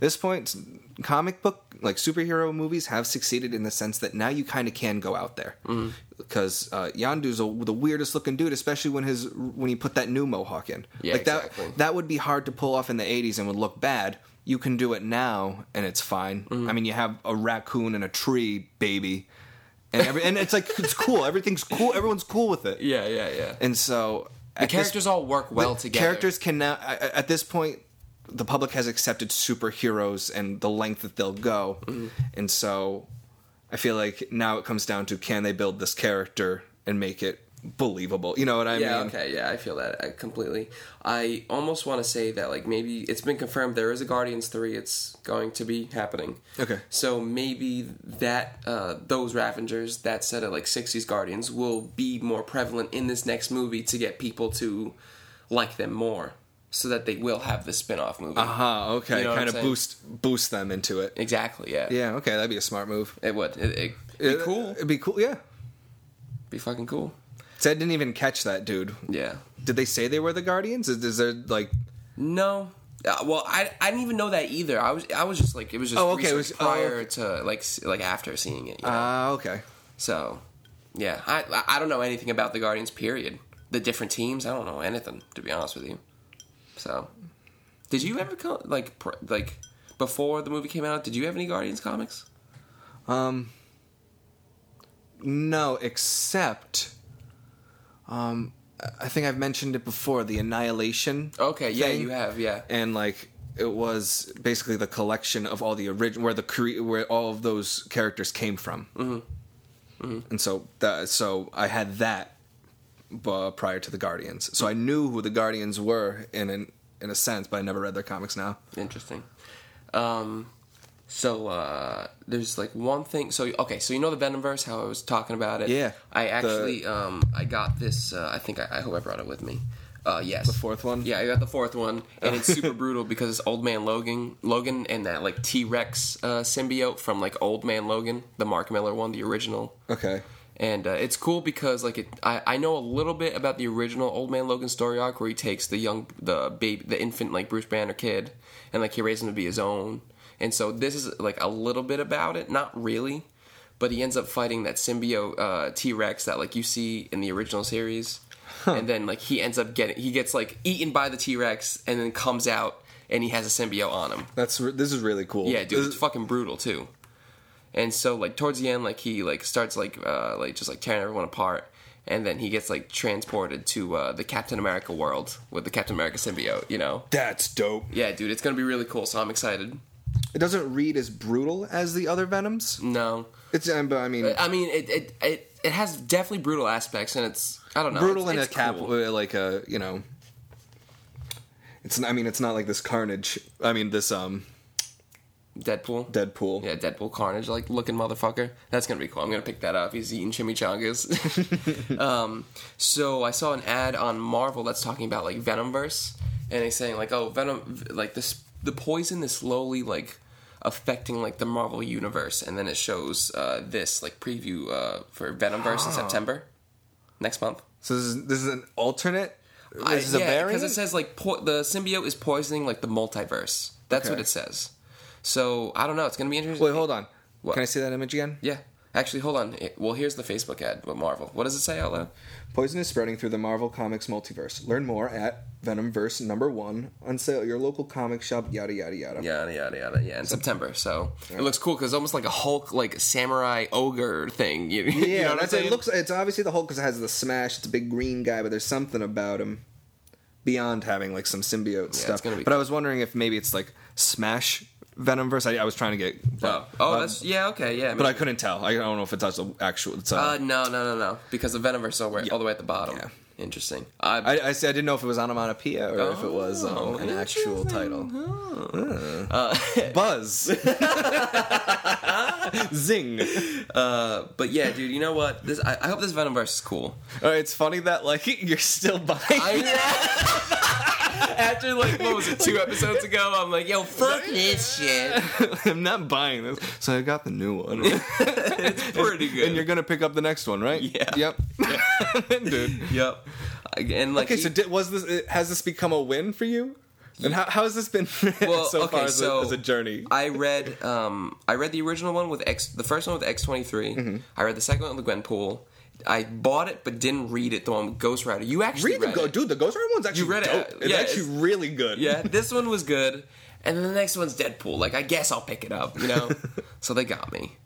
Speaker 2: this point, comic book like superhero movies have succeeded in the sense that now you kind of can go out there.
Speaker 1: Mm-hmm.
Speaker 2: Because uh, Yandu's a, the weirdest looking dude, especially when his when he put that new mohawk in.
Speaker 1: Yeah,
Speaker 2: like that
Speaker 1: exactly.
Speaker 2: that would be hard to pull off in the '80s and would look bad. You can do it now, and it's fine.
Speaker 1: Mm-hmm.
Speaker 2: I mean, you have a raccoon and a tree, baby, and every, and it's like it's cool. Everything's cool. Everyone's cool with it.
Speaker 1: Yeah, yeah, yeah.
Speaker 2: And so
Speaker 1: the characters all work well together.
Speaker 2: Characters can now I- I- at this point the public has accepted superheroes and the length that they'll go.
Speaker 1: Mm-hmm.
Speaker 2: And so I feel like now it comes down to can they build this character and make it believable. You know what I
Speaker 1: Yeah,
Speaker 2: mean?
Speaker 1: okay, yeah, I feel that I completely. I almost want to say that like maybe it's been confirmed there is a Guardians 3. It's going to be happening.
Speaker 2: Okay.
Speaker 1: So maybe that uh those Ravengers, that set of like 60s Guardians will be more prevalent in this next movie to get people to like them more so that they will have the spin-off movie.
Speaker 2: Aha, Uh-huh, okay.
Speaker 1: You know what
Speaker 2: kind
Speaker 1: I'm
Speaker 2: of
Speaker 1: saying?
Speaker 2: boost boost them into it.
Speaker 1: Exactly, yeah.
Speaker 2: Yeah, okay, that'd be a smart move.
Speaker 1: It would. It, it'd be
Speaker 2: It'd
Speaker 1: cool.
Speaker 2: It'd be cool, yeah.
Speaker 1: Be fucking cool.
Speaker 2: So I didn't even catch that dude.
Speaker 1: Yeah.
Speaker 2: Did they say they were the Guardians? Is, is there like
Speaker 1: No. Uh, well, I, I didn't even know that either. I was I was just like it was just
Speaker 2: Oh, okay, it
Speaker 1: research
Speaker 2: was- oh,
Speaker 1: prior
Speaker 2: okay.
Speaker 1: to like s- like after seeing it. You know?
Speaker 2: Ah, okay.
Speaker 1: so yeah, I I- I don't know anything about the Guardians. Period. The different teams, I don't know anything to be honest with you. So, did you ever co- like pr- like before the movie came out? Did you have any Guardians comics?
Speaker 2: Um, no, except, um, I- I think I've mentioned it before. The Annihilation.
Speaker 1: Okay, yeah,
Speaker 2: thing.
Speaker 1: you have, yeah.
Speaker 2: And like, it was basically the collection of all the original, where the cre- where all of those characters came from. Mm-hmm. And so that, so I had that uh, prior to the Guardians. So I knew who the Guardians were in an, in a sense, but I never read their comics. Now,
Speaker 1: Interesting. Um, so uh, there's like one thing. So okay, so you know the Venomverse, how I was talking about it.
Speaker 2: Yeah.
Speaker 1: I
Speaker 2: The-
Speaker 1: actually, um, I got this. Uh, I think I, I hope I brought it with me. Uh, yes.
Speaker 2: the fourth one.
Speaker 1: Yeah, I got the fourth one, and
Speaker 2: [LAUGHS]
Speaker 1: it's super brutal because it's Old Man Logan, Logan, and that like T Rex uh, symbiote from like Old Man Logan, the Mark Miller one, the original
Speaker 2: Okay.
Speaker 1: and uh, it's cool because like it, I, I know a little bit about the original Old Man Logan story arc where he takes the young the baby the infant like Bruce Banner kid and like he raised him to be his own and so this is like a little bit about it not really but he ends up fighting that symbiote uh, T Rex that like you see in the original series and then like he ends up getting he gets like eaten by the T Rex and then comes out and he has a symbiote on him
Speaker 2: That's re- this is really cool.
Speaker 1: yeah, dude,
Speaker 2: This-
Speaker 1: it's fucking brutal too. And so like towards the end, like he like starts like uh like just like tearing everyone apart, and then he gets like transported to uh the Captain America world with the Captain America symbiote. You know?
Speaker 2: that's dope.
Speaker 1: Yeah, dude, it's gonna be really cool. So I'm excited.
Speaker 2: It doesn't read as brutal as the other Venoms.
Speaker 1: No,
Speaker 2: It's um, but I mean
Speaker 1: I mean it it it, it has definitely brutal aspects, and it's I don't know
Speaker 2: brutal
Speaker 1: it's,
Speaker 2: in a
Speaker 1: it's
Speaker 2: cap
Speaker 1: cool.
Speaker 2: uh, like a you know. It's n- I mean it's not like this Carnage. I mean this um
Speaker 1: Deadpool.
Speaker 2: Deadpool.
Speaker 1: yeah, Deadpool Carnage, like looking motherfucker. That's gonna be cool. I'm gonna pick that up. He's eating chimichangas. [LAUGHS] um, so I saw an ad on Marvel that's talking about like Venomverse, and they're saying like, oh, Venom, like this, the poison is slowly like affecting like the Marvel universe, and then it shows uh, this like preview uh, for Venomverse
Speaker 2: Oh.
Speaker 1: in September next month.
Speaker 2: So this is this is an alternate. This
Speaker 1: I-
Speaker 2: is a variant.
Speaker 1: Because it says like po- the symbiote is poisoning like the multiverse. That's
Speaker 2: Okay.
Speaker 1: what it says. So I don't know. It's gonna be interesting.
Speaker 2: Wait, hold on.
Speaker 1: What?
Speaker 2: Can I see that image again?
Speaker 1: Yeah. Actually, hold on. It- Well, here's the Facebook ad with Marvel. What does it say out loud?
Speaker 2: Poison is spreading through the Marvel Comics multiverse. Learn more at Venomverse number one on sale at your local comic shop. Yada yada yada.
Speaker 1: Yada yada yada. Yeah, in September. So it looks cool because almost like a Hulk, like samurai ogre thing. You, [LAUGHS] you know
Speaker 2: Yeah,
Speaker 1: what I'm
Speaker 2: that's it.
Speaker 1: saying?
Speaker 2: Looks it's obviously the Hulk because it has the smash. It's a big green guy, but there's something about him beyond having like some symbiote stuff.
Speaker 1: gonna be-
Speaker 2: But I was wondering if maybe it's like Smash Venomverse. I, I was trying to get,
Speaker 1: Oh, oh, that's yeah. Okay, yeah.
Speaker 2: but I couldn't tell. I don't know if it's actual. actual it's, uh,
Speaker 1: uh, no, no, no, no. Because the Venomverse all, way all the way at the bottom.
Speaker 2: Yeah.
Speaker 1: Interesting. I,
Speaker 2: I, I, see- I didn't know if it was onomatopoeia or if it was um,
Speaker 1: Oh,
Speaker 2: an actual
Speaker 1: interesting.
Speaker 2: title. Uh, Buzz, [LAUGHS] zing.
Speaker 1: Uh, but yeah, dude. You know what? This I, I hope this Venomverse is cool.
Speaker 2: [LAUGHS] Uh, it's funny that like you're still buying.
Speaker 1: I, [LAUGHS] After like what was it, two episodes ago, I'm like, yo, fuck this shit.
Speaker 2: [LAUGHS] I'm not buying this. So I got the new one.
Speaker 1: [LAUGHS] It's pretty good.
Speaker 2: and you're gonna pick up the next one, right?
Speaker 1: Yeah.
Speaker 2: Yep. [LAUGHS] Dude.
Speaker 1: yep. And [LAUGHS] like
Speaker 2: Okay, so did, was this has this become a win for you? And how, how has this been [LAUGHS]
Speaker 1: Well,
Speaker 2: so
Speaker 1: okay,
Speaker 2: far as,
Speaker 1: so
Speaker 2: a, as a journey?
Speaker 1: I read um I read the original one with X the first one with X twenty
Speaker 2: Mm-hmm.
Speaker 1: three. I read the second one with Gwenpool. I bought it but didn't read it. The one with Ghost Rider. You actually
Speaker 2: Read the
Speaker 1: read
Speaker 2: go,
Speaker 1: it.
Speaker 2: dude. The Ghost Rider one's actually
Speaker 1: read it,
Speaker 2: dope.
Speaker 1: uh,
Speaker 2: It's
Speaker 1: yeah,
Speaker 2: actually
Speaker 1: it's-
Speaker 2: really good.
Speaker 1: yeah, this one was good, and then the next one's Deadpool. Like, I guess I'll pick it up, you
Speaker 2: [LAUGHS]
Speaker 1: know. so they got me.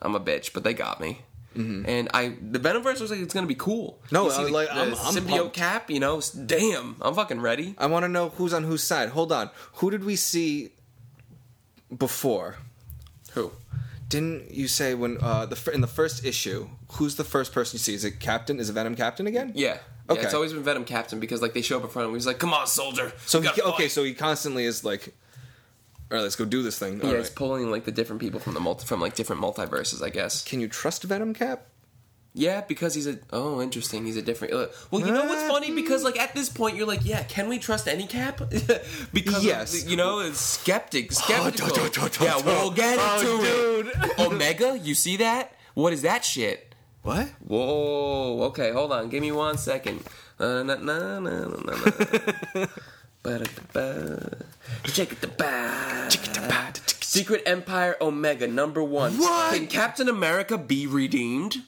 Speaker 1: I'm a bitch, but they got me. And I, the Venomverse looks like it's gonna be cool.
Speaker 2: Mm-hmm. No,
Speaker 1: You
Speaker 2: I- like, I'm- I'm
Speaker 1: symbiote
Speaker 2: pumped.
Speaker 1: cap. You know, s- damn, I'm fucking ready.
Speaker 2: I want to know who's on whose side. Hold on. Who did we see before?
Speaker 1: Who?
Speaker 2: Didn't you say when uh, the fir- in the first issue? Who's the first person you see? Is it Captain? Is it Venom Captain again?
Speaker 1: Yeah.
Speaker 2: Okay.
Speaker 1: Yeah, it's always been Venom Captain because like they show up in front of him. He's like, "Come on, soldier."
Speaker 2: So
Speaker 1: we
Speaker 2: he,
Speaker 1: gotta
Speaker 2: okay,
Speaker 1: fight."
Speaker 2: so he constantly is like, all right, let's go do this thing. All
Speaker 1: yeah,
Speaker 2: right.
Speaker 1: it's pulling like the different people from the multi from like different multiverses, I guess.
Speaker 2: Can you trust Venom Cap?
Speaker 1: Yeah, because he's a oh, interesting. He's a different. uh, well, you know what's funny? Because like at this point, you're like, yeah, can we trust any cap? [LAUGHS] because yes,
Speaker 2: Yes. Oh,
Speaker 1: you know, it's skeptic, skeptical.
Speaker 2: duh, duh, duh,
Speaker 1: yeah,
Speaker 2: duh.
Speaker 1: we'll get
Speaker 2: Oh,
Speaker 1: into it. Omega, you see that? What is that shit?
Speaker 2: What?
Speaker 1: Whoa. Okay, hold on. Give me one second. Uh, na, na, na, na, na, na.
Speaker 2: [LAUGHS]
Speaker 1: Ba-da-ba-ba. Chick-a-da-ba. Secret Empire Omega number one.
Speaker 2: What?
Speaker 1: Can Captain America be redeemed?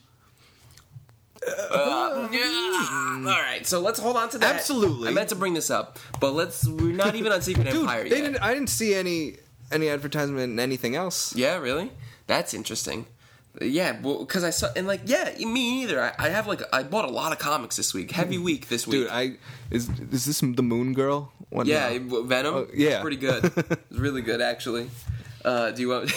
Speaker 1: Uh, yeah. All right, so let's hold on to that.
Speaker 2: Absolutely.
Speaker 1: I meant to bring this up, but let's. We're not even on Secret
Speaker 2: Dude,
Speaker 1: Empire
Speaker 2: they
Speaker 1: yet.
Speaker 2: didn't. I didn't see any any advertisement and anything else.
Speaker 1: Yeah, really? That's interesting. Yeah, because I saw and like yeah, me either. I, I have like I bought a lot of comics this week. Heavy week this week.
Speaker 2: Hmm. Dude, I is is this the Moon Girl? What
Speaker 1: yeah,
Speaker 2: now?
Speaker 1: it- Venom.
Speaker 2: Oh, yeah.
Speaker 1: pretty
Speaker 2: [LAUGHS]
Speaker 1: good. it's really good actually. Uh, do you want?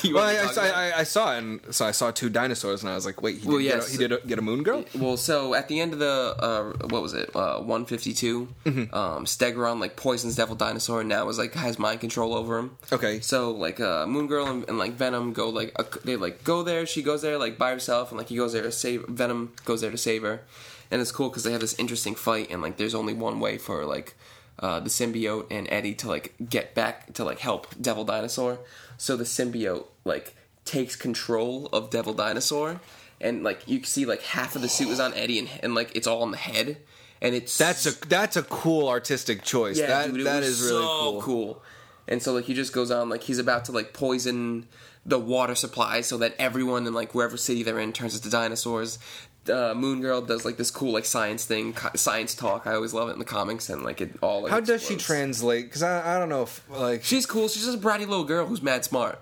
Speaker 1: [LAUGHS] you
Speaker 2: Well,
Speaker 1: want me to
Speaker 2: I, I,
Speaker 1: talk
Speaker 2: saw-
Speaker 1: about it?
Speaker 2: I, I saw it, and so I saw two dinosaurs, and I was like, "Wait, he,
Speaker 1: Well,
Speaker 2: did,
Speaker 1: yes.
Speaker 2: get a, he did a, get a moon girl."
Speaker 1: Well, so at the end of the uh, what was it, uh, one
Speaker 2: Mm-hmm.
Speaker 1: Um, Stegoron like poisons Devil Dinosaur, and now is like has mind control over him.
Speaker 2: Okay.
Speaker 1: So like uh, Moon Girl and, and like Venom go like a, they like go there. She goes there like by herself, and like he goes there to save Venom goes there to save her, and it's cool because they have this interesting fight, and like there's only one way for like uh, the symbiote and Eddie to like get back to like help Devil Dinosaur. So the symbiote like takes control of Devil Dinosaur, and like you can see like half of the suit is on Eddie, and, and like it's all on the head, and it's
Speaker 2: That's a that's a cool artistic choice.
Speaker 1: yeah,
Speaker 2: that
Speaker 1: dude, it
Speaker 2: that
Speaker 1: was
Speaker 2: is really
Speaker 1: so
Speaker 2: cool.
Speaker 1: And so like he just goes on like he's about to like poison the water supply so that everyone in like wherever city they're in turns into dinosaurs. Uh, Moon Girl does like this cool like science thing, co- science talk. I always love it in the comics and like it all. Like,
Speaker 2: How does she
Speaker 1: explodes.
Speaker 2: translate? Because I, I don't know if like
Speaker 1: She's cool. She's just a bratty little girl who's mad smart.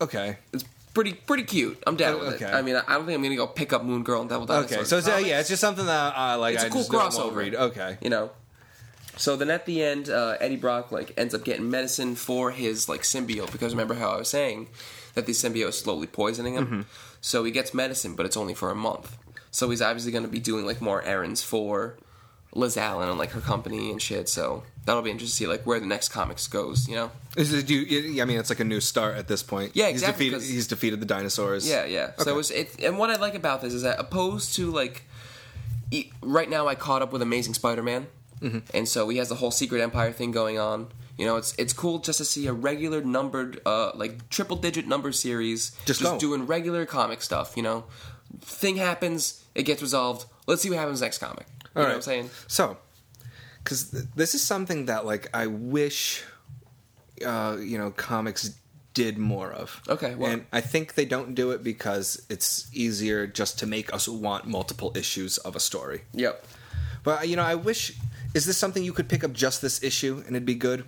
Speaker 2: okay
Speaker 1: It's pretty pretty cute. I'm down
Speaker 2: Oh,
Speaker 1: with it.
Speaker 2: okay.
Speaker 1: I mean, I I don't think I'm gonna go pick up Moon Girl and Devil Dinosaur.
Speaker 2: okay. So it's, uh,
Speaker 1: comics.
Speaker 2: yeah, it's just something that uh, like
Speaker 1: it's
Speaker 2: I
Speaker 1: a cool
Speaker 2: just don't wanna
Speaker 1: crossover.
Speaker 2: read. Okay,
Speaker 1: you know. So then at the end, uh, Eddie Brock like ends up getting medicine for his like symbiote because remember how I was saying that the symbiote is slowly poisoning him. So he gets medicine, but it's only for a month. So he's obviously going to be doing like more errands for Liz Allen and like her company and shit. So that'll be interesting to see like where the next comics goes. You know?
Speaker 2: Is it, you, you- I mean, it's like a new start at this point.
Speaker 1: Yeah,
Speaker 2: He's
Speaker 1: exactly,
Speaker 2: defeated,
Speaker 1: 'cause-
Speaker 2: he's defeated the dinosaurs.
Speaker 1: Yeah, yeah. So
Speaker 2: Okay.
Speaker 1: it was it, and what I like about this is that opposed to like e- right now, I caught up with Amazing Spider-Man,
Speaker 2: Mm-hmm.
Speaker 1: and so he has the whole Secret Empire thing going on. You know, it's it's cool just to see a regular numbered, uh, like triple digit number series,
Speaker 2: Just go.
Speaker 1: doing regular comic stuff. You know, thing happens, it gets resolved. Let's see what happens next comic. You know what I'm saying?
Speaker 2: So, because th- this is something that like I wish, uh, you know, comics did more of.
Speaker 1: Okay, well-
Speaker 2: and I think they don't do it because it's easier just to make us want multiple issues of a story.
Speaker 1: Yep.
Speaker 2: But uh, you know, I wish. Is this something you could pick up just this issue and it'd be good?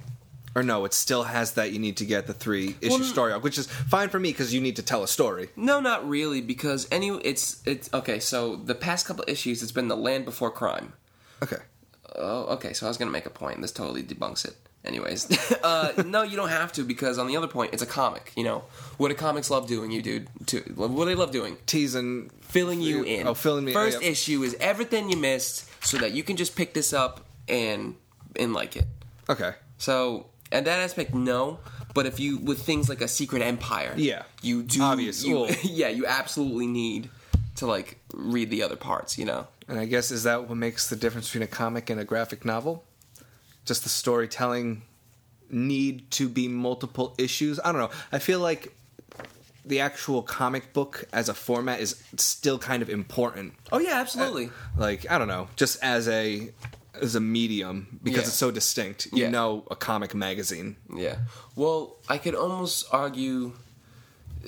Speaker 2: Or no, it still has that you need to get the three
Speaker 1: n-
Speaker 2: issue story arc, which is fine for me because you need to tell a story.
Speaker 1: No, not really, because any it's it's okay. So the past couple issues, it's been the Land Before Crime.
Speaker 2: Okay.
Speaker 1: Oh, okay. So I was gonna make a point. This totally debunks it. Anyways, [LAUGHS] uh, no, you don't have to because on the other point, it's a comic. You know what do comics love doing? You dude, to, what do they love doing?
Speaker 2: teasing.
Speaker 1: Filling you in.
Speaker 2: Oh, filling me-
Speaker 1: First
Speaker 2: yeah.
Speaker 1: issue is everything you missed, so that you can just pick this up and and like it.
Speaker 2: Okay.
Speaker 1: So at that aspect, no. But if you with things like a secret empire,
Speaker 2: Yeah.
Speaker 1: you do
Speaker 2: Obvious.
Speaker 1: you-
Speaker 2: Well-
Speaker 1: [LAUGHS] yeah, you absolutely need to like read the other parts. You know.
Speaker 2: And I guess is that what makes the difference between a comic and a graphic novel? just the storytelling need to be multiple issues. I don't know. I feel like the actual comic book as a format is still kind of important.
Speaker 1: Oh yeah, absolutely.
Speaker 2: Like I don't know, just as a as a medium because
Speaker 1: Yeah.
Speaker 2: it's so distinct. You
Speaker 1: Yeah.
Speaker 2: know, a comic magazine.
Speaker 1: Yeah. Well, I could almost argue.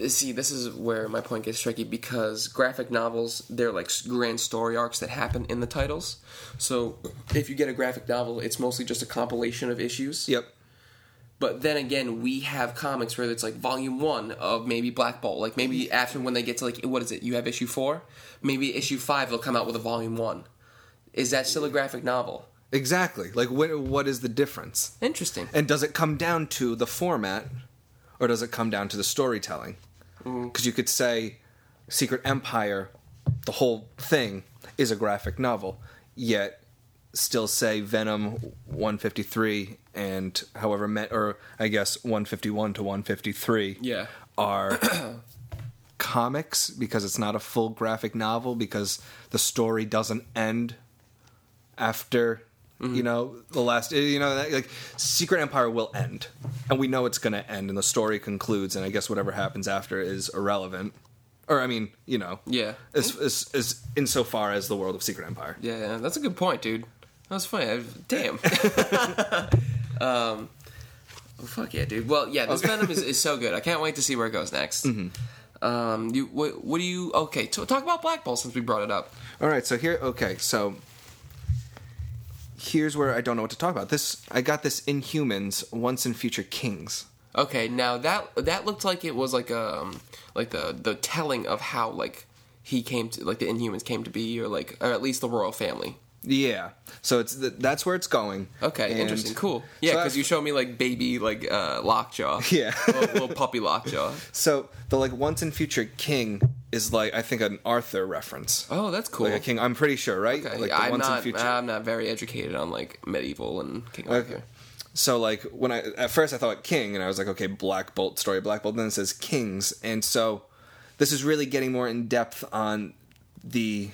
Speaker 1: uh, See, this is where my point gets tricky because graphic novels, they're like s- grand story arcs that happen in the titles. So if you get a graphic novel, it's mostly just a compilation of issues.
Speaker 2: Yep.
Speaker 1: But then again, we have comics where it's like volume one of maybe Black Bolt. Like maybe after when they get to like, what is it? You have issue four? Maybe issue five, they'll come out with a volume one. Is that still a graphic novel?
Speaker 2: Exactly. Like what what is the difference?
Speaker 1: Interesting.
Speaker 2: And does it come down to the format or does it come down to the storytelling?
Speaker 1: Mm.
Speaker 2: Cuz you could say Secret Empire the whole thing is a graphic novel, yet still say Venom 153 and however met or I guess 151 to 153
Speaker 1: Yeah. [CLEARS THROAT]
Speaker 2: are comics because it's not a full graphic novel because the story doesn't end after you know the last eh, you know that, like secret empire will end and we know it's going to end and the story concludes and i guess whatever happens after is irrelevant or i mean you know
Speaker 1: Yeah.
Speaker 2: as, as, as insofar as the world of secret empire
Speaker 1: Yeah, yeah, that's a good point, dude. That was funny. I,
Speaker 2: [LAUGHS]
Speaker 1: damn. [LAUGHS] um, well, fuck yeah, dude. Well, yeah, this Venom is, is so good. I can't wait to see where it goes next.
Speaker 2: Mm-hmm.
Speaker 1: Um, you what, what do you? Okay, so talk about Black Ball since we brought it up.
Speaker 2: All right, so here, okay, so here's where I don't know what to talk about. This I got this Inhumans once in Future Kings.
Speaker 1: Okay, now that that looked like it was like um like the the telling of how like he came to like the Inhumans came to be or like or at least the royal family.
Speaker 2: Yeah, so it's th- that's where it's going.
Speaker 1: Okay,
Speaker 2: And-
Speaker 1: interesting, cool. Yeah,
Speaker 2: so
Speaker 1: because
Speaker 2: I-
Speaker 1: you showed me like baby like uh Lockjaw.
Speaker 2: [LAUGHS] Yeah.
Speaker 1: little, little puppy Lockjaw.
Speaker 2: So the like once in Future King is like I think an Arthur reference.
Speaker 1: Oh, that's cool.
Speaker 2: Like a king, I'm pretty sure, right?
Speaker 1: Okay,
Speaker 2: Like
Speaker 1: yeah, I'm not. I'm not very educated on like medieval and King Arthur.
Speaker 2: Okay. So like when I at first I thought King and I was like, okay, Black Bolt story, Black Bolt. Then it says Kings, and so this is really getting more in depth on the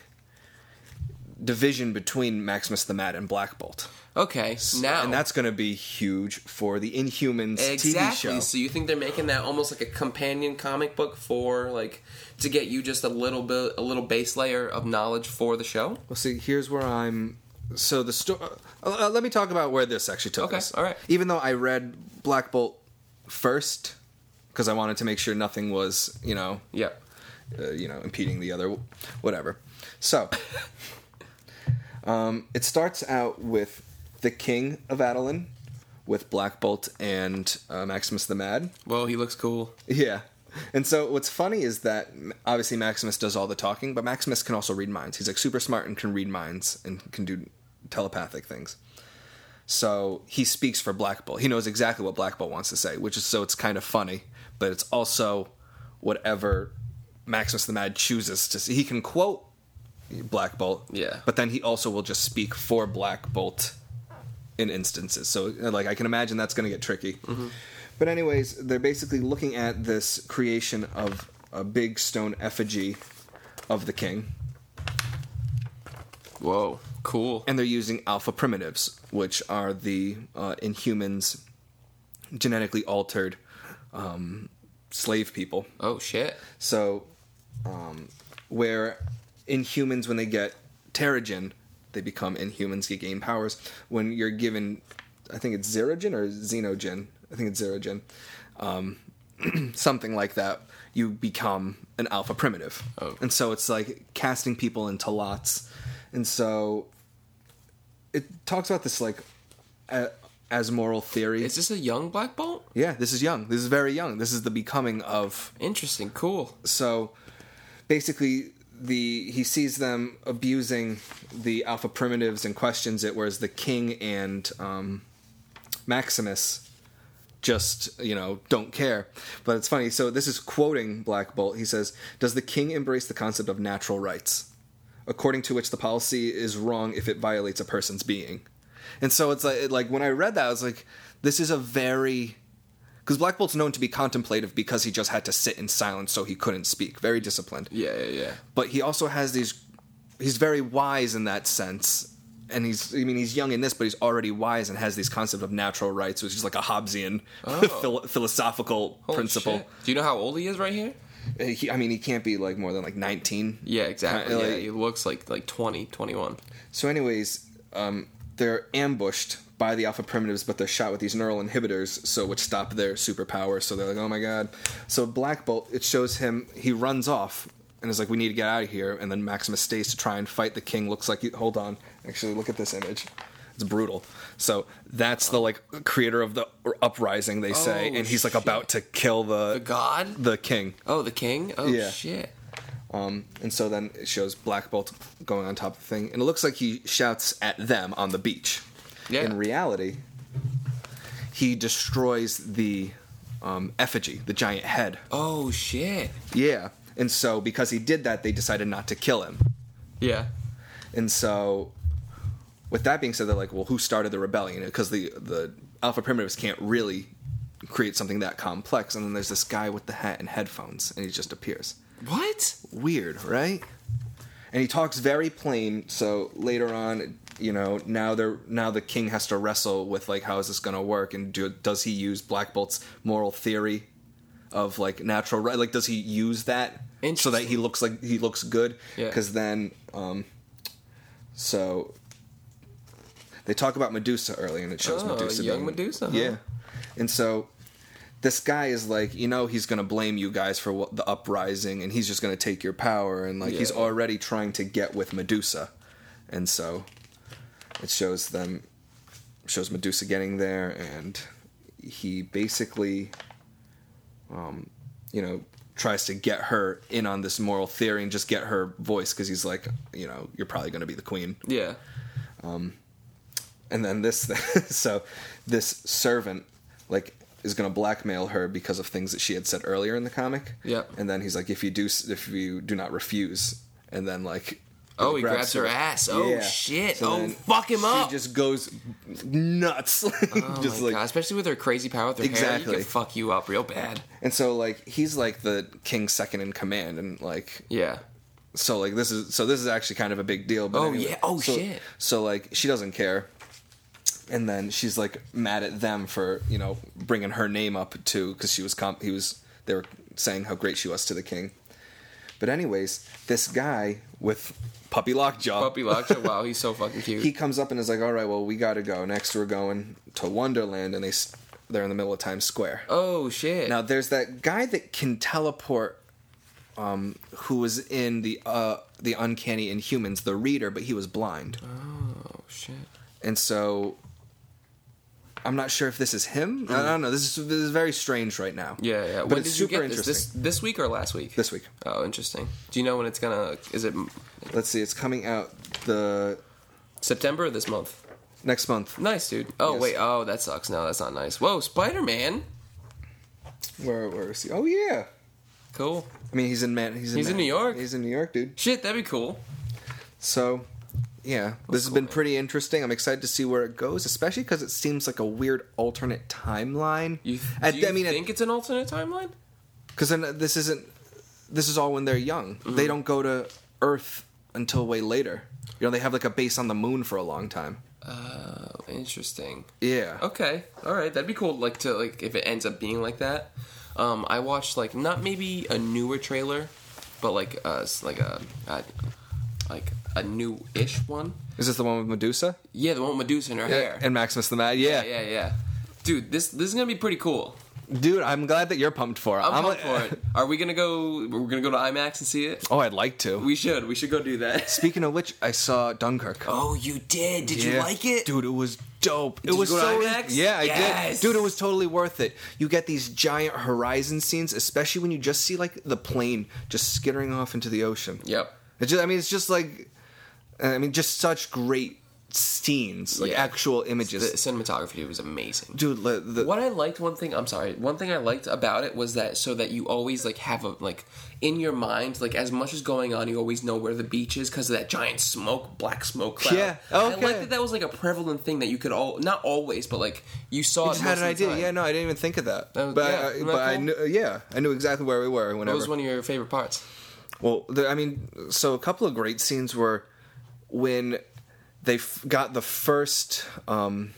Speaker 2: division between Maximus the Mad and Black Bolt.
Speaker 1: Okay, now
Speaker 2: and that's going to be huge for the Inhumans TV
Speaker 1: exactly.
Speaker 2: show.
Speaker 1: So you think they're making that almost like a companion comic book for like to get you just a little bit, a little base layer of knowledge for the show?
Speaker 2: Well, see, here's where I'm. So the story. Uh, uh, let me talk about where this actually took
Speaker 1: Okay,
Speaker 2: us.
Speaker 1: all right.
Speaker 2: Even though I read Black Bolt first, because I wanted to make sure nothing was, you know,
Speaker 1: Yeah.
Speaker 2: uh, you know, impeding the other, whatever.
Speaker 1: [LAUGHS]
Speaker 2: So, um, it starts out with the King of Adelan, with Black Bolt and uh, Maximus the Mad.
Speaker 1: Well, he looks cool.
Speaker 2: Yeah. And so what's funny is that m- obviously Maximus does all the talking, but Maximus can also read minds. He's like super smart and can read minds and can do telepathic things. So he speaks for Black Bolt. He knows exactly what Black Bolt wants to say, which is so it's kind of funny, but it's also whatever Maximus the Mad chooses to see. He can quote Black Bolt,
Speaker 1: Yeah.
Speaker 2: but then he also will just speak for Black Bolt in instances. So like I can imagine that's going to get tricky. But anyways, they're basically looking at this creation of a big stone effigy of the king,
Speaker 1: Whoa, cool.
Speaker 2: and they're using alpha primitives, which are the uh, Inhumans genetically altered um, slave people.
Speaker 1: Oh shit.
Speaker 2: So, um, where Inhumans, when they get Terrigen, they become Inhumans, get gain powers. When you're given, I think it's Zerogen or Xenogen, I think it's Zerogen, um, [CLEARS THROAT] something like that, you become an alpha primitive.
Speaker 1: Oh.
Speaker 2: And so it's like casting people into lots. And so it talks about this like a, as moral theory.
Speaker 1: Is this a young Black Bolt?
Speaker 2: yeah, this is young. This is very young. This is the becoming of
Speaker 1: Interesting. Cool.
Speaker 2: so basically the he sees them abusing the alpha primitives and questions it whereas the king and um, maximus just you know don't care but it's funny so this is quoting black bolt he says does the king embrace the concept of natural rights according to which the policy is wrong if it violates a person's being and so it's like, it- like when i read that i was like this is a very because black bolt's known to be contemplative because he just had to sit in silence so he couldn't speak very disciplined
Speaker 1: Yeah, yeah, yeah.
Speaker 2: but he also has these he's very wise in that sense and he's I mean he's young in this, but he's already wise and has these concept of natural rights, which is like a Hobbesian [LAUGHS] phil- philosophical
Speaker 1: Holy
Speaker 2: principle.
Speaker 1: shit. Do you know how old he is right here?
Speaker 2: Uh, He, I mean, he can't be like more than like nineteen.
Speaker 1: Yeah, exactly.
Speaker 2: Uh,
Speaker 1: yeah,
Speaker 2: like-
Speaker 1: he looks like like 20, 21.
Speaker 2: So, anyways, um, they're ambushed by the alpha primitives, but they're shot with these neural inhibitors, so which stop their superpower. So they're like, oh my god. So Black Bolt, it shows him he runs off and is like, we need to get out of here. And then Maximus stays to try and fight the king. Looks like he, hold on, actually look at this image. It's brutal. So that's the like creator of the uprising, they say,
Speaker 1: Oh,
Speaker 2: and he's like
Speaker 1: shit.
Speaker 2: about to kill
Speaker 1: The
Speaker 2: the
Speaker 1: god?
Speaker 2: the king.
Speaker 1: Oh, the king? Oh
Speaker 2: Yeah.
Speaker 1: shit.
Speaker 2: Um, and so then it shows Black Bolt going on top of the thing, and it looks like he shouts at them on the beach.
Speaker 1: Yeah.
Speaker 2: In reality, he destroys the um, effigy, the giant head.
Speaker 1: Oh shit.
Speaker 2: Yeah. And so because he did that, they decided not to kill him.
Speaker 1: Yeah.
Speaker 2: And so, with that being said, they're like, well, who started the rebellion? Because the the alpha primitives can't really create something that complex. And then there's this guy with the hat and headphones, and he just appears.
Speaker 1: What?
Speaker 2: weird, right? And he talks very plain. So later on, you know, now they're now the king has to wrestle with like how is this going to work, and do, does he use Black Bolt's moral theory of like natural right? Like, does he use that so that he
Speaker 1: Interesting.
Speaker 2: looks like he looks good?
Speaker 1: Yeah.
Speaker 2: Because then, um, so they talk about Medusa early, and it shows
Speaker 1: Oh,
Speaker 2: Medusa,
Speaker 1: young
Speaker 2: being-
Speaker 1: Medusa, huh?
Speaker 2: yeah. And so this guy is like, you know, he's going to blame you guys for what, the uprising, and he's just going to take your power, and like he's
Speaker 1: Yeah.
Speaker 2: already trying to get with Medusa, and so it shows them, shows Medusa getting there, and he basically, um, you know, tries to get her in on this moral theory and just get her voice because he's like, you know, you're probably going to be the queen
Speaker 1: Yeah.
Speaker 2: and then this [LAUGHS] so this servant like is going to blackmail her because of things that she had said earlier in the comic
Speaker 1: Yeah.
Speaker 2: and then he's like if you do if you do not refuse and then like
Speaker 1: Oh, he grabs her ass. Oh, shit. Oh,
Speaker 2: then
Speaker 1: fuck him
Speaker 2: she
Speaker 1: up.
Speaker 2: just goes nuts [LAUGHS]
Speaker 1: Oh
Speaker 2: just
Speaker 1: my
Speaker 2: like
Speaker 1: god, especially with her crazy power with her hair,
Speaker 2: Exactly.
Speaker 1: you can fuck you up real
Speaker 2: [LAUGHS]
Speaker 1: bad.
Speaker 2: and so like he's like the king's second in command and like
Speaker 1: Yeah.
Speaker 2: so like this is so this is actually kind of a big deal. But
Speaker 1: Oh, yeah. Oh,
Speaker 2: so,
Speaker 1: shit.
Speaker 2: So like she doesn't care, and then she's like mad at them for you know bringing her name up too because she was comp- he was they were saying how great she was to the king. But anyways, this guy with puppy lockjaw,
Speaker 1: Puppy Lakshya, wow, he's so fucking cute.
Speaker 2: he comes up and is like, "All right, well we got to go. Next we're going to Wonderland," and they s- they're in the middle of Times Square.
Speaker 1: oh shit.
Speaker 2: Now there's that guy that can teleport, um, who was in the uh, the Uncanny Inhumans, the Reader, but he was blind,
Speaker 1: oh shit.
Speaker 2: and so I'm not sure if this is him. I don't know. This is this is very strange right now.
Speaker 1: Mm. Yeah, yeah.
Speaker 2: but
Speaker 1: when
Speaker 2: it's
Speaker 1: did
Speaker 2: super
Speaker 1: you get this?
Speaker 2: interesting.
Speaker 1: this? This week or last week?
Speaker 2: This week.
Speaker 1: Oh, interesting. Do you know when it's gonna? Is it m-
Speaker 2: Let's see. It's coming out the
Speaker 1: September or this month?
Speaker 2: next month.
Speaker 1: Nice, dude. Oh
Speaker 2: Yes.
Speaker 1: wait. Oh, that sucks. No, that's not nice. Whoa, Spider Man.
Speaker 2: Where where is he? Oh yeah.
Speaker 1: Cool.
Speaker 2: I mean, he's in man. He's in,
Speaker 1: He's in
Speaker 2: Man-
Speaker 1: New York?
Speaker 2: He's in New York, dude.
Speaker 1: Shit, that'd be cool.
Speaker 2: So, yeah, this has
Speaker 1: cool,
Speaker 2: been
Speaker 1: man.
Speaker 2: pretty interesting. I'm excited to see where it goes, especially because it seems like a weird alternate timeline.
Speaker 1: You, do
Speaker 2: At-
Speaker 1: you
Speaker 2: I mean,
Speaker 1: think it's an alternate timeline?
Speaker 2: because then this isn't. This is all when they're young.
Speaker 1: Mm-hmm.
Speaker 2: They don't go to Earth until way later. You know, they have like a base on the moon for a long time.
Speaker 1: Oh, interesting.
Speaker 2: Yeah.
Speaker 1: Okay, all right, that'd be cool. Like to like if it ends up being like that. Um, I watched like not maybe a newer trailer, but like uh s- like a, a like a new-ish one.
Speaker 2: Is this the one with Medusa?
Speaker 1: Yeah, the one with Medusa in her hair.
Speaker 2: And Maximus the Mad? Yeah.
Speaker 1: yeah, yeah. Dude, this this is gonna be pretty cool.
Speaker 2: Dude, I'm glad that you're pumped for it.
Speaker 1: I'm,
Speaker 2: like-
Speaker 1: pumped for it. Are we gonna go? We're gonna go to IMAX and see it.
Speaker 2: [LAUGHS] Oh, I'd like to.
Speaker 1: We should. We should go do that.
Speaker 2: [LAUGHS] Speaking of which, I saw Dunkirk.
Speaker 1: Oh, you did. Did you
Speaker 2: Yeah.
Speaker 1: like it?
Speaker 2: Dude, it was dope. it
Speaker 1: you
Speaker 2: was
Speaker 1: go to
Speaker 2: so
Speaker 1: IMAX?
Speaker 2: Yeah, I
Speaker 1: Yes.
Speaker 2: did. Dude, it was totally worth it. You get these giant horizon scenes, especially when you just see like the plane just skittering off into the ocean.
Speaker 1: Yep.
Speaker 2: It just, I mean, it's just like I mean, just such great scenes, like
Speaker 1: Yeah.
Speaker 2: actual
Speaker 1: The
Speaker 2: images.
Speaker 1: cinematography was amazing.
Speaker 2: Dude, le- the,
Speaker 1: What I liked one thing, I'm sorry, one thing I liked about it was that so that you always like have a like in your mind like as much as going on, you always know where the beach is because of that giant smoke, black smoke cloud.
Speaker 2: Yeah,
Speaker 1: I
Speaker 2: okay.
Speaker 1: liked that that was like a prevalent thing that you could all not always, but like you saw.
Speaker 2: I just
Speaker 1: it most
Speaker 2: had an
Speaker 1: of the
Speaker 2: idea.
Speaker 1: time.
Speaker 2: Yeah, no, I didn't even think of that.
Speaker 1: That was-
Speaker 2: but
Speaker 1: yeah,
Speaker 2: I-
Speaker 1: isn't that
Speaker 2: but I
Speaker 1: cool?
Speaker 2: knew, yeah, I knew exactly where we were. Whenever
Speaker 1: What was one of your favorite parts?
Speaker 2: Well, there, I mean, so a couple of great scenes were when they f- got the first um,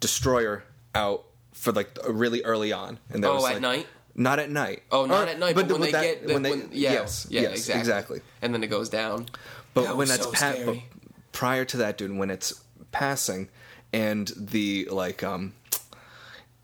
Speaker 2: destroyer out for like really early on, and that
Speaker 1: Oh,
Speaker 2: was
Speaker 1: at
Speaker 2: like-
Speaker 1: night?
Speaker 2: Not at night.
Speaker 1: Oh, not at night, but, when
Speaker 2: with
Speaker 1: they
Speaker 2: that-
Speaker 1: get the,
Speaker 2: when they-
Speaker 1: yeah,
Speaker 2: yes,
Speaker 1: yeah,
Speaker 2: yes,
Speaker 1: exactly.
Speaker 2: exactly.
Speaker 1: And then it goes down.
Speaker 2: But
Speaker 1: That
Speaker 2: when
Speaker 1: was
Speaker 2: that's
Speaker 1: so
Speaker 2: pa- but
Speaker 1: scary.
Speaker 2: prior to that, dude, when it's passing and the like, um,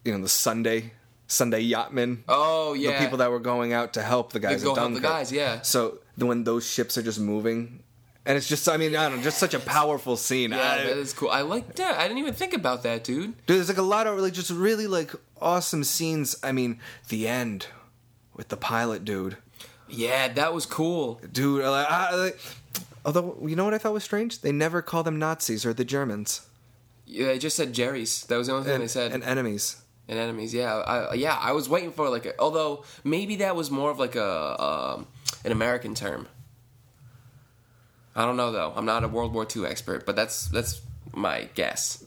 Speaker 2: you know, the Sunday Sunday yachtmen,
Speaker 1: Oh
Speaker 2: the
Speaker 1: yeah,
Speaker 2: people that were going out to help the guys,
Speaker 1: They go
Speaker 2: at
Speaker 1: help the
Speaker 2: Dunkirk.
Speaker 1: guys, yeah.
Speaker 2: So the- when those ships are just moving, and it's just, I mean, I don't know, just such a powerful scene.
Speaker 1: yeah,
Speaker 2: I-
Speaker 1: that is cool. I like that. I didn't even think about that, dude.
Speaker 2: Dude, there's like a lot of like just really like awesome scenes. I mean, the end with the pilot dude.
Speaker 1: Yeah, that was cool.
Speaker 2: Dude, I, I, I- although you know what I thought was strange? They never call them Nazis or the Germans
Speaker 1: Yeah, they just said Jerry's. That was the only thing
Speaker 2: and,
Speaker 1: they said.
Speaker 2: and
Speaker 1: And,
Speaker 2: enemies.
Speaker 1: enemies. Yeah, I, yeah. I was waiting for like, a, although maybe that was more of like a um, an American term. I don't know though. I'm not a World War II expert, but that's that's my guess.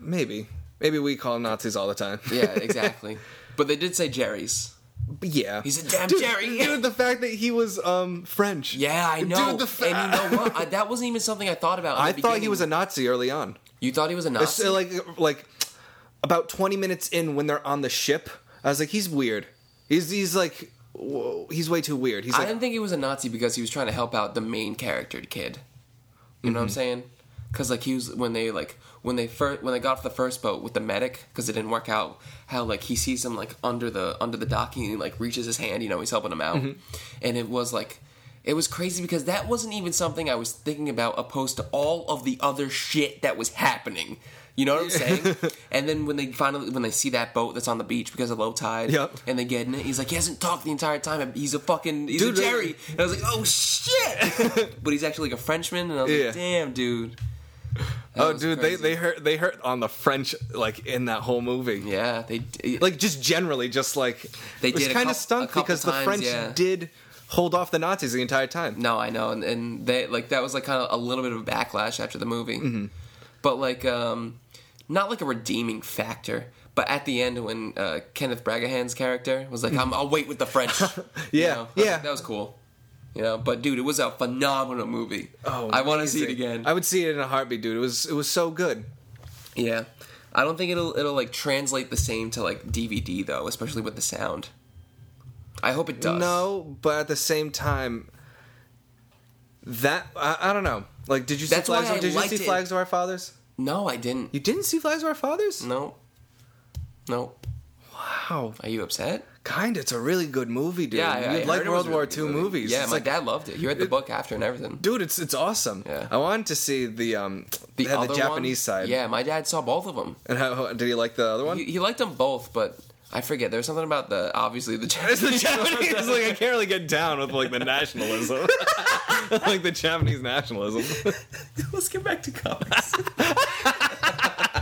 Speaker 2: Maybe, maybe we call Nazis all the time. [LAUGHS]
Speaker 1: Yeah, exactly. but they did say Jerry's.
Speaker 2: But yeah.
Speaker 1: He's a damn
Speaker 2: dude,
Speaker 1: Jerry.
Speaker 2: Dude, the fact that he was um French.
Speaker 1: Yeah, I know.
Speaker 2: Dude, the fa-
Speaker 1: and you know what? I, that wasn't even something I thought about. in
Speaker 2: [LAUGHS] I
Speaker 1: the
Speaker 2: thought he
Speaker 1: beginning.
Speaker 2: was a Nazi early on.
Speaker 1: You thought he was a
Speaker 2: It's,
Speaker 1: Nazi?
Speaker 2: uh, like like about 20 minutes in when they're on the ship i was like he's weird he's he's like whoa, he's way too weird he's
Speaker 1: I
Speaker 2: like
Speaker 1: didn't think he was a Nazi because he was trying to help out the main character kid. You know what I'm
Speaker 2: Mm-hmm.
Speaker 1: saying? Because like he was when they like when they first when they got off the first boat with the medic because it didn't work out how like he sees him like under the under the docking and he, like reaches his hand you know he's helping him out
Speaker 2: Mm-hmm.
Speaker 1: and it was like it was crazy because that wasn't even something I was thinking about opposed to all of the other shit that was happening. You know what I'm
Speaker 2: [LAUGHS]
Speaker 1: saying? and then when they finally when they see that boat that's on the beach because of low tide
Speaker 2: Yep.
Speaker 1: and they get in it, he's like he hasn't talked the entire time. He's a fucking he's
Speaker 2: Dude,
Speaker 1: a Jerry. And I was like, oh shit! [LAUGHS] but he's actually like a Frenchman, and I was
Speaker 2: Yeah.
Speaker 1: like, damn, dude. That
Speaker 2: oh
Speaker 1: was
Speaker 2: dude
Speaker 1: crazy.
Speaker 2: they they hurt they hurt on the french like in that whole movie
Speaker 1: yeah they like
Speaker 2: like just generally just like
Speaker 1: They
Speaker 2: it was
Speaker 1: did a
Speaker 2: kind
Speaker 1: coup-
Speaker 2: of
Speaker 1: a
Speaker 2: stunk
Speaker 1: couple
Speaker 2: because the
Speaker 1: times,
Speaker 2: french
Speaker 1: yeah.
Speaker 2: did hold off the nazis the entire time
Speaker 1: no, I know, and, and they like that was like kind of a little bit of a backlash after the movie, but like um, not like a redeeming factor. But at the end, when uh, Kenneth Bragahan's character was like, I'm, "I'll wait with the [LAUGHS] French," you
Speaker 2: Yeah,
Speaker 1: know? I was
Speaker 2: yeah.
Speaker 1: like, that was cool. You know, but dude, it was a phenomenal movie.
Speaker 2: Oh,
Speaker 1: I want to see it
Speaker 2: amazing.
Speaker 1: again.
Speaker 2: I would see it in a heartbeat, dude. It was it was so good.
Speaker 1: Yeah. I don't think it'll it'll like translate the same to like DVD though, especially with the sound. I hope it does.
Speaker 2: No, but at the same time, that I, I don't know. Like, did you see
Speaker 1: That's
Speaker 2: flags?
Speaker 1: why I
Speaker 2: Did you
Speaker 1: liked
Speaker 2: see
Speaker 1: it.
Speaker 2: flags to our fathers?
Speaker 1: No, I didn't.
Speaker 2: You didn't see flags to our fathers?
Speaker 1: No. No.
Speaker 2: Wow,
Speaker 1: Are you upset?
Speaker 2: kind. It's a really good movie, dude.
Speaker 1: Yeah, yeah.
Speaker 2: you
Speaker 1: I
Speaker 2: like
Speaker 1: heard it
Speaker 2: World
Speaker 1: was a
Speaker 2: War
Speaker 1: really
Speaker 2: II
Speaker 1: good movie.
Speaker 2: movies?
Speaker 1: Yeah,
Speaker 2: it's
Speaker 1: my
Speaker 2: like,
Speaker 1: dad loved it. You read the book after and everything.
Speaker 2: dude, it's it's awesome.
Speaker 1: Yeah.
Speaker 2: I wanted to see the um
Speaker 1: The
Speaker 2: they had
Speaker 1: other
Speaker 2: the Japanese
Speaker 1: one,
Speaker 2: side.
Speaker 1: Yeah, my dad saw both of them.
Speaker 2: and how, how- did he like the other one? [LAUGHS]
Speaker 1: He, he liked them both, but I forget. There's something about the obviously [LAUGHS] the Japanese.
Speaker 2: [LAUGHS] the
Speaker 1: [LAUGHS]
Speaker 2: Japanese like I can't really get down with [LAUGHS] like the nationalism, like the Japanese [LAUGHS] nationalism.
Speaker 1: let's get back to [LAUGHS] comics. All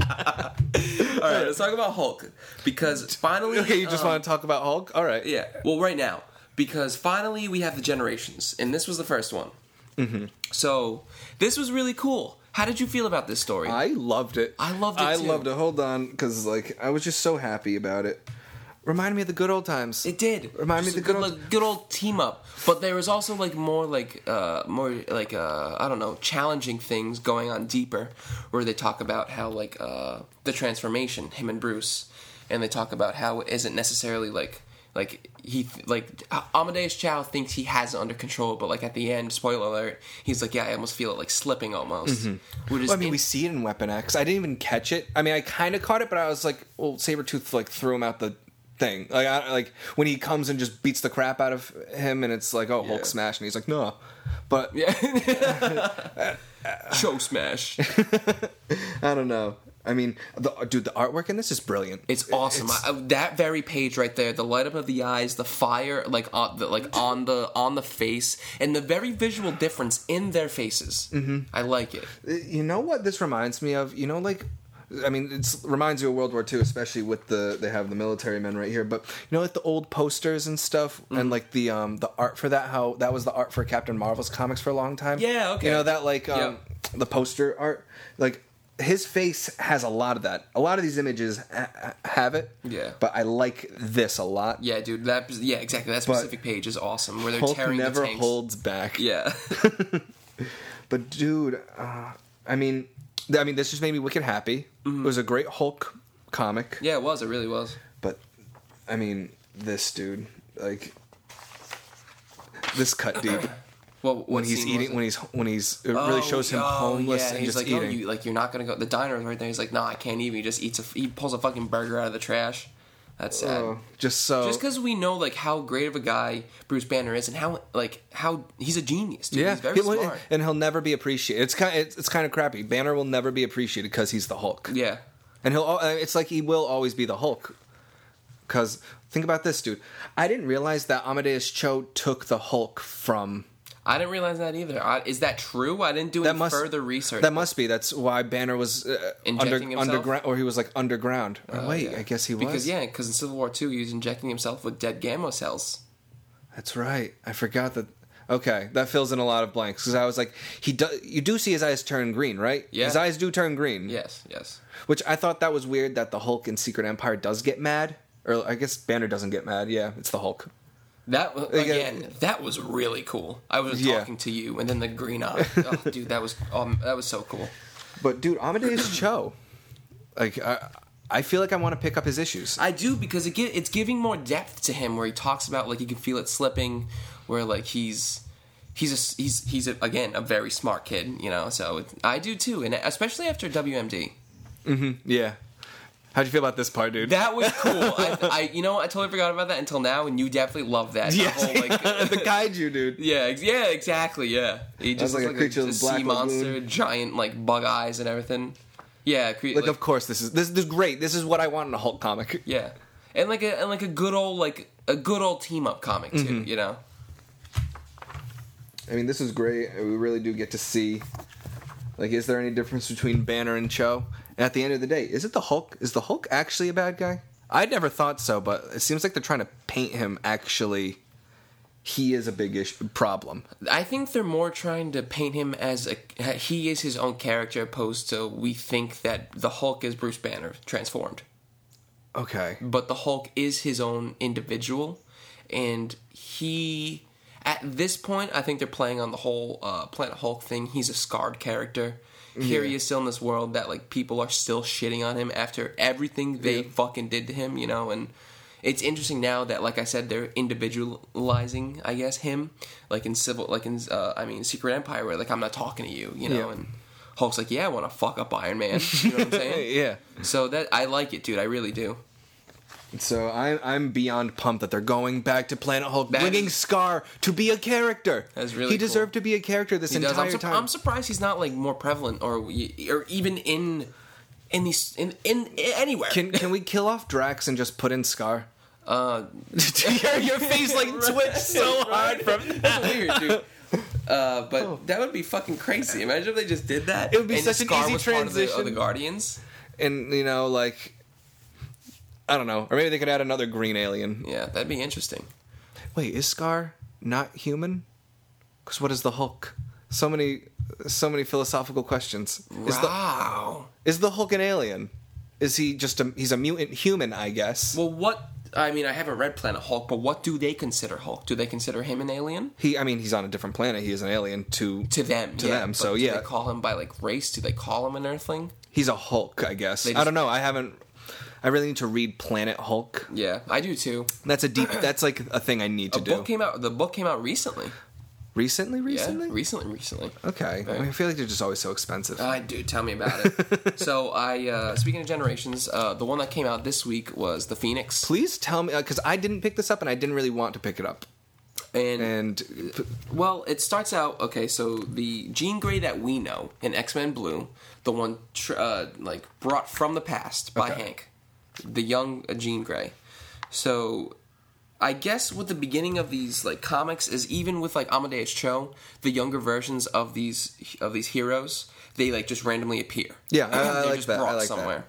Speaker 1: right, let's talk about Hulk because finally,
Speaker 2: okay, you just
Speaker 1: um,
Speaker 2: want to talk about Hulk? All right.
Speaker 1: Yeah. Well, right now, because finally we have the generations, and this was the first one. Mm-hmm. So this was really cool. How did you feel about this story?
Speaker 2: I loved it.
Speaker 1: I loved it,
Speaker 2: I
Speaker 1: too.
Speaker 2: loved it. Hold on, because like I was just so happy about it. Reminded me of the good old times.
Speaker 1: it did
Speaker 2: Remind me
Speaker 1: Just
Speaker 2: of
Speaker 1: a
Speaker 2: the good
Speaker 1: good, good old team up, but there was also like more like uh more like uh I don't know challenging things going on deeper, where they talk about how like uh the transformation him and Bruce, and they talk about how it isn't necessarily like like he like Amadeus Chow thinks he has it under control, but like at the end, spoiler alert, he's like, yeah, I almost feel it like slipping almost. Which is
Speaker 2: Mm-hmm. Well, I mean, we see it in Weapon X. I didn't even catch it. I mean, I kind of caught it, but I was like, well, Sabretooth like threw him out the thing. Like, I, like when he comes and just beats the crap out of him, and it's like, oh,
Speaker 1: Yeah.
Speaker 2: Hulk smash, and he's like, no. But
Speaker 1: [LAUGHS]
Speaker 2: [LAUGHS]
Speaker 1: show smash.
Speaker 2: I don't know. I mean, the, dude, the artwork in this is brilliant.
Speaker 1: It's awesome. I, I- that very page right there, the light up of the eyes, the fire, like on the, like on the on the face, and the very visual difference in their faces. Mm-hmm. I like it.
Speaker 2: you know what this reminds me of you know like i mean it reminds you of world war ii especially with the they have the military men right here but you know like the old posters and stuff
Speaker 1: Mm-hmm.
Speaker 2: and like the um the art for that how that was the art for captain marvel's comics for a long time
Speaker 1: Yeah, okay.
Speaker 2: you know that like um the poster art like his face has a lot of that a lot of these images ha- have it
Speaker 1: Yeah.
Speaker 2: but i like this a lot
Speaker 1: Yeah, dude. That yeah, exactly. That specific page is awesome. Where they're
Speaker 2: hulk
Speaker 1: tearing [LAUGHS]
Speaker 2: never
Speaker 1: the tanks.
Speaker 2: holds back
Speaker 1: yeah,
Speaker 2: But dude, uh, I mean, I mean, this just made me wicked happy. It was a great Hulk comic,
Speaker 1: Mm-hmm. Yeah, it was. It really was.
Speaker 2: but I mean, this dude, like, this cut
Speaker 1: [CLEARS THROAT]
Speaker 2: deep
Speaker 1: Well, what
Speaker 2: when he's
Speaker 1: scene was
Speaker 2: eating,
Speaker 1: it?
Speaker 2: when he's when he's it really
Speaker 1: Oh,
Speaker 2: shows him
Speaker 1: oh,
Speaker 2: homeless
Speaker 1: yeah,
Speaker 2: and
Speaker 1: he's
Speaker 2: just
Speaker 1: like,
Speaker 2: eating.
Speaker 1: Oh, you, like you're not gonna go. The diner is right there. He's like, no, I can't even. He just eats a. He pulls a fucking burger out of the trash. That's sad.
Speaker 2: Oh, just so
Speaker 1: Just because we know like how great of a guy Bruce Banner is, and how like how he's a genius. Dude.
Speaker 2: Yeah,
Speaker 1: he's very
Speaker 2: he- [LAUGHS] well,
Speaker 1: smart.
Speaker 2: and he'll never be appreciated. It's kind, it's, it's kind of crappy. Banner will never be appreciated because he's the Hulk,
Speaker 1: yeah,
Speaker 2: and he'll. al- It's like he will always be the Hulk. Because think about this, dude. I didn't realize that Amadeus Cho took the Hulk from.
Speaker 1: I didn't realize that either. I, is that true? I didn't do
Speaker 2: That
Speaker 1: any
Speaker 2: must
Speaker 1: further research.
Speaker 2: That must be. That's why Banner was uh, under,
Speaker 1: Injecting himself? Oh,
Speaker 2: underground, or he was like underground. Or wait,
Speaker 1: Yeah.
Speaker 2: I guess he was.
Speaker 1: because yeah, because in Civil War Two, he was injecting himself with dead gamma cells.
Speaker 2: That's right. I forgot that. Okay, that fills in a lot of blanks because I was like, he do, you do see his eyes turn green, right?
Speaker 1: Yeah.
Speaker 2: his eyes do turn green.
Speaker 1: Yes, yes.
Speaker 2: Which I thought that was weird that the Hulk in Secret Empire does get mad. Or I guess Banner doesn't get mad. Yeah, it's the Hulk.
Speaker 1: That wa-
Speaker 2: Like, uh,
Speaker 1: again, that was really cool. I was
Speaker 2: Yeah.
Speaker 1: talking to you, and then the green eye, oh, dude, that was um, that was so cool.
Speaker 2: But dude, [CLEARS THROAT] Amadeus Cho, like I, I feel like I want to pick up his issues.
Speaker 1: I do because it gi- it's giving more depth to him, where he talks about like he can feel it slipping, where like he's he's a, s- he's he's a, again a very smart kid, you know. So it, I do too, and especially after WMD,
Speaker 2: yeah. How'd you feel about this part, dude?
Speaker 1: that was cool. I, I you know I totally forgot about that until now, and you definitely love that. the
Speaker 2: [LAUGHS] yeah,
Speaker 1: whole, like,
Speaker 2: the kaiju dude.
Speaker 1: Yeah, ex- yeah, exactly. Yeah, he just
Speaker 2: was like
Speaker 1: looks
Speaker 2: a creature with
Speaker 1: sea
Speaker 2: black
Speaker 1: monster, giant like bug eyes and everything. Yeah, cre-
Speaker 2: Like, of course, this is this, this is great. This is what I want in a Hulk comic.
Speaker 1: yeah, and like a and like a good old like a good old team up comic too.
Speaker 2: Mm-hmm.
Speaker 1: You know,
Speaker 2: I mean, this is great. We really do get to see. Like, is there any difference between Banner and Cho? And at the end of the day, is it the Hulk? Is the Hulk actually a bad guy? I never thought so, but it seems like they're trying to paint him actually. He is a big issue, problem.
Speaker 1: I think they're more trying to paint him as a he is his own character, opposed to we think that the Hulk is Bruce Banner transformed,
Speaker 2: Okay.
Speaker 1: but the Hulk is his own individual, and he. At this point, I think they're playing on the whole uh, Planet Hulk thing. He's a scarred character. Here he is still in this world that like people are still shitting on him after everything they fucking did to him, you know. And it's interesting now that, like I said, they're individualizing, I guess, him. Like in civil, like in uh, I mean, Secret Empire, where like I'm not talking to you, you know.
Speaker 2: Yeah.
Speaker 1: And Hulk's like, yeah, I want to fuck up Iron Man. You know what I'm saying?
Speaker 2: [LAUGHS] Yeah.
Speaker 1: So that I like it, dude. I really do.
Speaker 2: So I'm I'm beyond pumped that they're going back to Planet Hulk,
Speaker 1: That
Speaker 2: bringing
Speaker 1: is-
Speaker 2: Scar to be a character.
Speaker 1: That's really
Speaker 2: he
Speaker 1: cool.
Speaker 2: deserved to be a character this
Speaker 1: He does.
Speaker 2: entire
Speaker 1: I'm, sur-
Speaker 2: time.
Speaker 1: I'm surprised he's not like more prevalent or or even in in these in in, anywhere. [LAUGHS]
Speaker 2: Can can we kill off Drax and just put in Scar?
Speaker 1: uh, [LAUGHS]
Speaker 2: your, your face [LAUGHS] like twitched so hard from
Speaker 1: that's weird, [LAUGHS] dude. Uh, but that would be fucking crazy. Imagine if they just did that.
Speaker 2: It would be
Speaker 1: and
Speaker 2: such an easy
Speaker 1: was part of the- Of the,
Speaker 2: transition.
Speaker 1: Guardians.
Speaker 2: and you know like i don't know or maybe they could add another green alien
Speaker 1: Yeah, that'd be interesting.
Speaker 2: wait is scar not human because what is the hulk so many so many philosophical questions is the,
Speaker 1: Wow.
Speaker 2: is the hulk an alien is he just a he's a mutant human i guess
Speaker 1: well, what? I mean, I haven't read Planet Hulk, but what do they consider Hulk? Do they consider him an alien?
Speaker 2: he i mean he's on a different planet he is an alien to,
Speaker 1: To them,
Speaker 2: To
Speaker 1: yeah,
Speaker 2: them,
Speaker 1: but
Speaker 2: so,
Speaker 1: do
Speaker 2: yeah.
Speaker 1: they call him by like race? Do they call him an Earthling?
Speaker 2: he's a hulk i guess
Speaker 1: They
Speaker 2: i
Speaker 1: just-
Speaker 2: don't know i haven't i really need to read planet hulk
Speaker 1: Yeah, I do too.
Speaker 2: that's a deep
Speaker 1: [CLEARS THROAT]
Speaker 2: that's like a thing i need to
Speaker 1: The
Speaker 2: do
Speaker 1: book came out. The book came out recently.
Speaker 2: recently recently
Speaker 1: Yeah, recently, recently.
Speaker 2: okay I, mean, I feel like they're just always so expensive
Speaker 1: Uh, dude, tell me about [LAUGHS] it. so I, uh, speaking of generations, uh, the one that came out this week was the Phoenix,
Speaker 2: please tell me because I didn't pick this up and I didn't really want to pick it up.
Speaker 1: and, uh,
Speaker 2: And p-
Speaker 1: well, it starts out okay. So the Jean Grey that we know in X Men Blue, the one tr- uh, like brought from the past by
Speaker 2: Okay.
Speaker 1: Hank, the young uh, Jean Grey. So I guess with the beginning of these like comics is even with like Amadeus Cho, the younger versions of these of these heroes, they like just randomly appear.
Speaker 2: Yeah, I- I
Speaker 1: They're
Speaker 2: like that. I like that.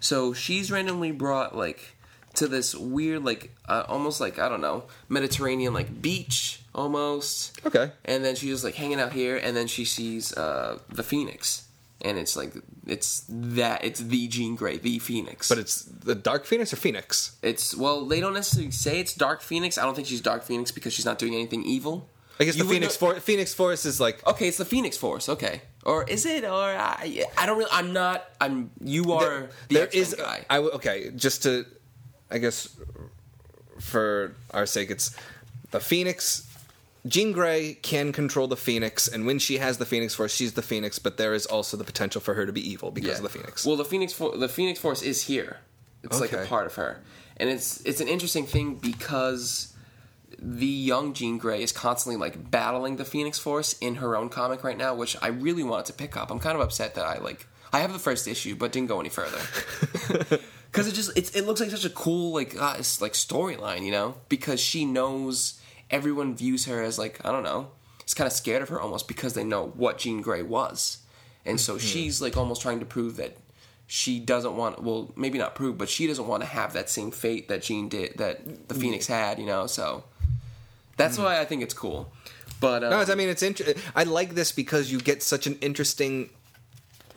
Speaker 1: So she's randomly brought like to this weird like uh, almost like I don't know Mediterranean like beach almost.
Speaker 2: Okay.
Speaker 1: And then she's just like hanging out here, and then she sees uh, the phoenix, and it's like it's that it's the Jean Grey, the phoenix.
Speaker 2: but it's the Dark Phoenix or Phoenix.
Speaker 1: It's well, they don't necessarily say it's Dark Phoenix. I don't think she's Dark Phoenix because she's not doing anything evil.
Speaker 2: I guess
Speaker 1: You
Speaker 2: the
Speaker 1: would
Speaker 2: Phoenix
Speaker 1: know-
Speaker 2: For- Phoenix Force is like
Speaker 1: okay, it's the Phoenix Force. Okay, Or is it? Or I, I don't really. I'm not. I'm. You are the
Speaker 2: there
Speaker 1: X-Men
Speaker 2: is
Speaker 1: guy.
Speaker 2: I w- okay just to i guess for our sake it's the phoenix jean gray can control the phoenix and when she has the phoenix force she's the phoenix but there is also the potential for her to be evil because
Speaker 1: Yeah.
Speaker 2: of the phoenix
Speaker 1: Well, the Phoenix Fo- the Phoenix Force is here. It's like a
Speaker 2: Okay.
Speaker 1: part of her, and it's it's an interesting thing because the young Jean Grey is constantly like battling the Phoenix Force in her own comic right now, which I really wanted to pick up. I'm kind of upset that I like I have the first issue but didn't go any further. Because it just it's, it looks like such a cool like uh, it's like storyline, you know? Because she knows everyone views her as like I don't know, it's kind of scared of her almost because they know what Jean Grey was, and
Speaker 2: Mm-hmm.
Speaker 1: so she's like almost trying to prove that she doesn't want well maybe not prove but she doesn't want to have that same fate that Jean did that
Speaker 2: Mm-hmm.
Speaker 1: the Phoenix had, you know? So that's why I think it's cool. But um,
Speaker 2: no it's, i mean it's interesting i like this because you get such an interesting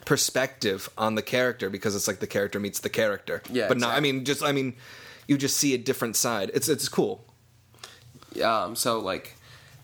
Speaker 2: perspective on the character because it's like the character meets the character
Speaker 1: Yeah,
Speaker 2: but not i
Speaker 1: exactly.
Speaker 2: mean just i mean you just see a different side it's it's
Speaker 1: Uh,
Speaker 2: cool
Speaker 1: Um, so like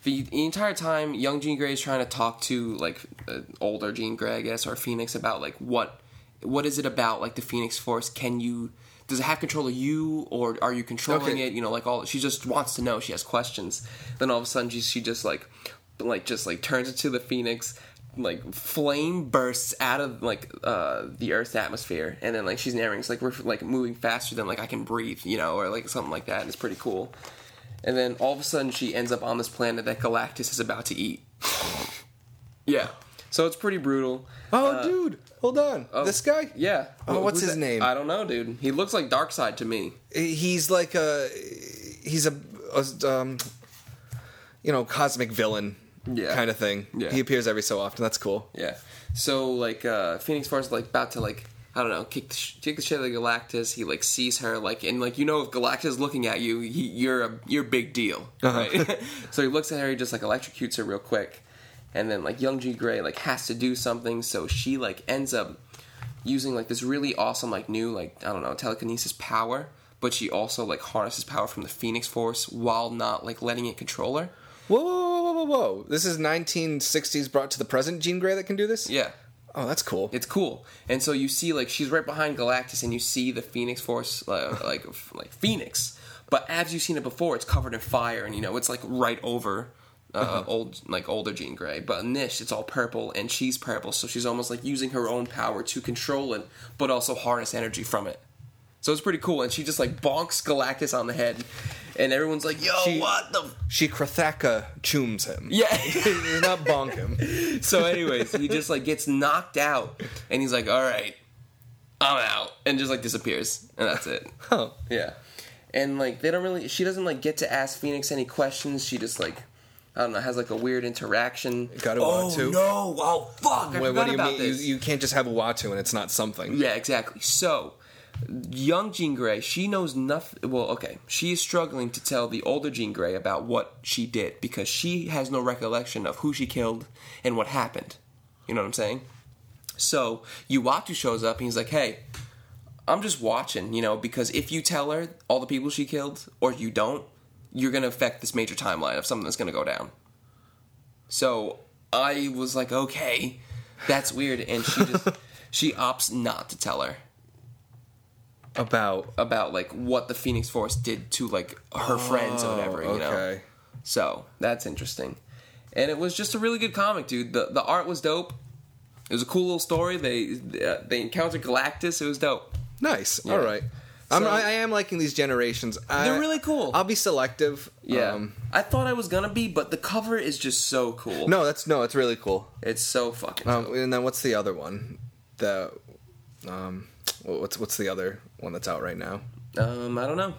Speaker 1: the, the entire time, young Jean Grey is trying to talk to like uh, older Jean Grey, I guess, or Phoenix about like what what is it about like the Phoenix Force? Can you does it have control of you, or are you controlling
Speaker 2: Okay.
Speaker 1: it? You know, like all she just wants to know. She has questions. Then all of a sudden, she she just like like just like turns into the Phoenix. Like flame bursts out of like uh the Earth's atmosphere, and then like she's narrating, it's like we're like moving faster than like I can breathe, you know, or like something like that, and it's pretty cool. And then all of a sudden, she ends up on this planet that Galactus is about to eat. yeah. So it's pretty brutal.
Speaker 2: oh dude hold on this guy
Speaker 1: Yeah.
Speaker 2: Oh,
Speaker 1: Wh-
Speaker 2: what's
Speaker 1: who's
Speaker 2: his
Speaker 1: that?
Speaker 2: name?
Speaker 1: I don't know, dude. He looks like Darkseid to me.
Speaker 2: he's like a he's a, a, um, you know cosmic villain
Speaker 1: Yeah.
Speaker 2: kind of thing
Speaker 1: Yeah.
Speaker 2: he appears every so often that's cool
Speaker 1: Yeah. So like uh Phoenix Force is like about to like I don't know kick the sh- kick the shit out of Galactus. He like sees her like and like you know if Galactus is looking at you, he, you're a you're a big deal. Right? [LAUGHS] so he looks at her. He just like electrocutes her real quick, and then like Young G Gray like has to do something. So she like ends up using like this really awesome like new like I don't know telekinesis power. But she also like harnesses power from the Phoenix Force while not like letting it control her.
Speaker 2: whoa whoa whoa whoa whoa whoa this is 1960s brought to the present jean gray that can do this
Speaker 1: Yeah.
Speaker 2: oh that's cool
Speaker 1: it's cool. And so you see, like, she's right behind Galactus, and you see the Phoenix Force, uh, like, f- like Phoenix. But as you've seen it before, it's covered in fire, and you know it's like right over uh, old, like older Jean Grey. But in this, it's all purple, and she's purple, so she's almost like using her own power to control it, but also harness energy from it. So it's pretty cool. And she just like bonks Galactus on the head, and everyone's like, "Yo,
Speaker 2: She-
Speaker 1: what the?" F-?
Speaker 2: she krathaka chooms him
Speaker 1: [LAUGHS] Yeah.
Speaker 2: Does not bonk
Speaker 1: [LAUGHS]
Speaker 2: him
Speaker 1: So, anyways, he just like gets knocked out, and he's like, "All right, I'm out," and just like disappears, and that's it.
Speaker 2: oh
Speaker 1: Yeah, and like they don't really. She doesn't like get to ask Phoenix any questions. She just like. I don't know. Has like a weird interaction.
Speaker 2: Gotta
Speaker 1: oh
Speaker 2: want to.
Speaker 1: no! Oh fuck! I
Speaker 2: Wait,
Speaker 1: forgot
Speaker 2: what do you
Speaker 1: about
Speaker 2: mean you,
Speaker 1: this.
Speaker 2: you can't just have a watu and it's not something
Speaker 1: Yeah, exactly. So, young Jean Grey, she knows nothing. Well, okay, she is struggling to tell the older Jean Grey about what she did because she has no recollection of who she killed and what happened. You know what I'm saying? So, Uatu shows up and he's like, "Hey, I'm just watching, you know, because if you tell her all the people she killed or you don't, you're going to affect this major timeline of something that's going to go down." So I was like, okay, that's weird. And she just she opts not to tell her
Speaker 2: about
Speaker 1: about like what the Phoenix Force did to like her friends or whatever, you
Speaker 2: okay
Speaker 1: know. So that's interesting. And it was just a really good comic, dude. The the art was dope. It was a cool little story. They uh, they encountered Galactus. It was dope.
Speaker 2: Nice. All right. I'm,
Speaker 1: So-
Speaker 2: I, I am liking these generations. I,
Speaker 1: They're really cool.
Speaker 2: I'll be selective.
Speaker 1: Yeah,
Speaker 2: Um,
Speaker 1: I thought I was gonna be, but the cover is just so cool.
Speaker 2: no, that's no. It's really cool.
Speaker 1: it's so fucking.
Speaker 2: Um, and then what's the other one? The um, wh- what's what's the other one that's out right now?
Speaker 1: Um, I don't know.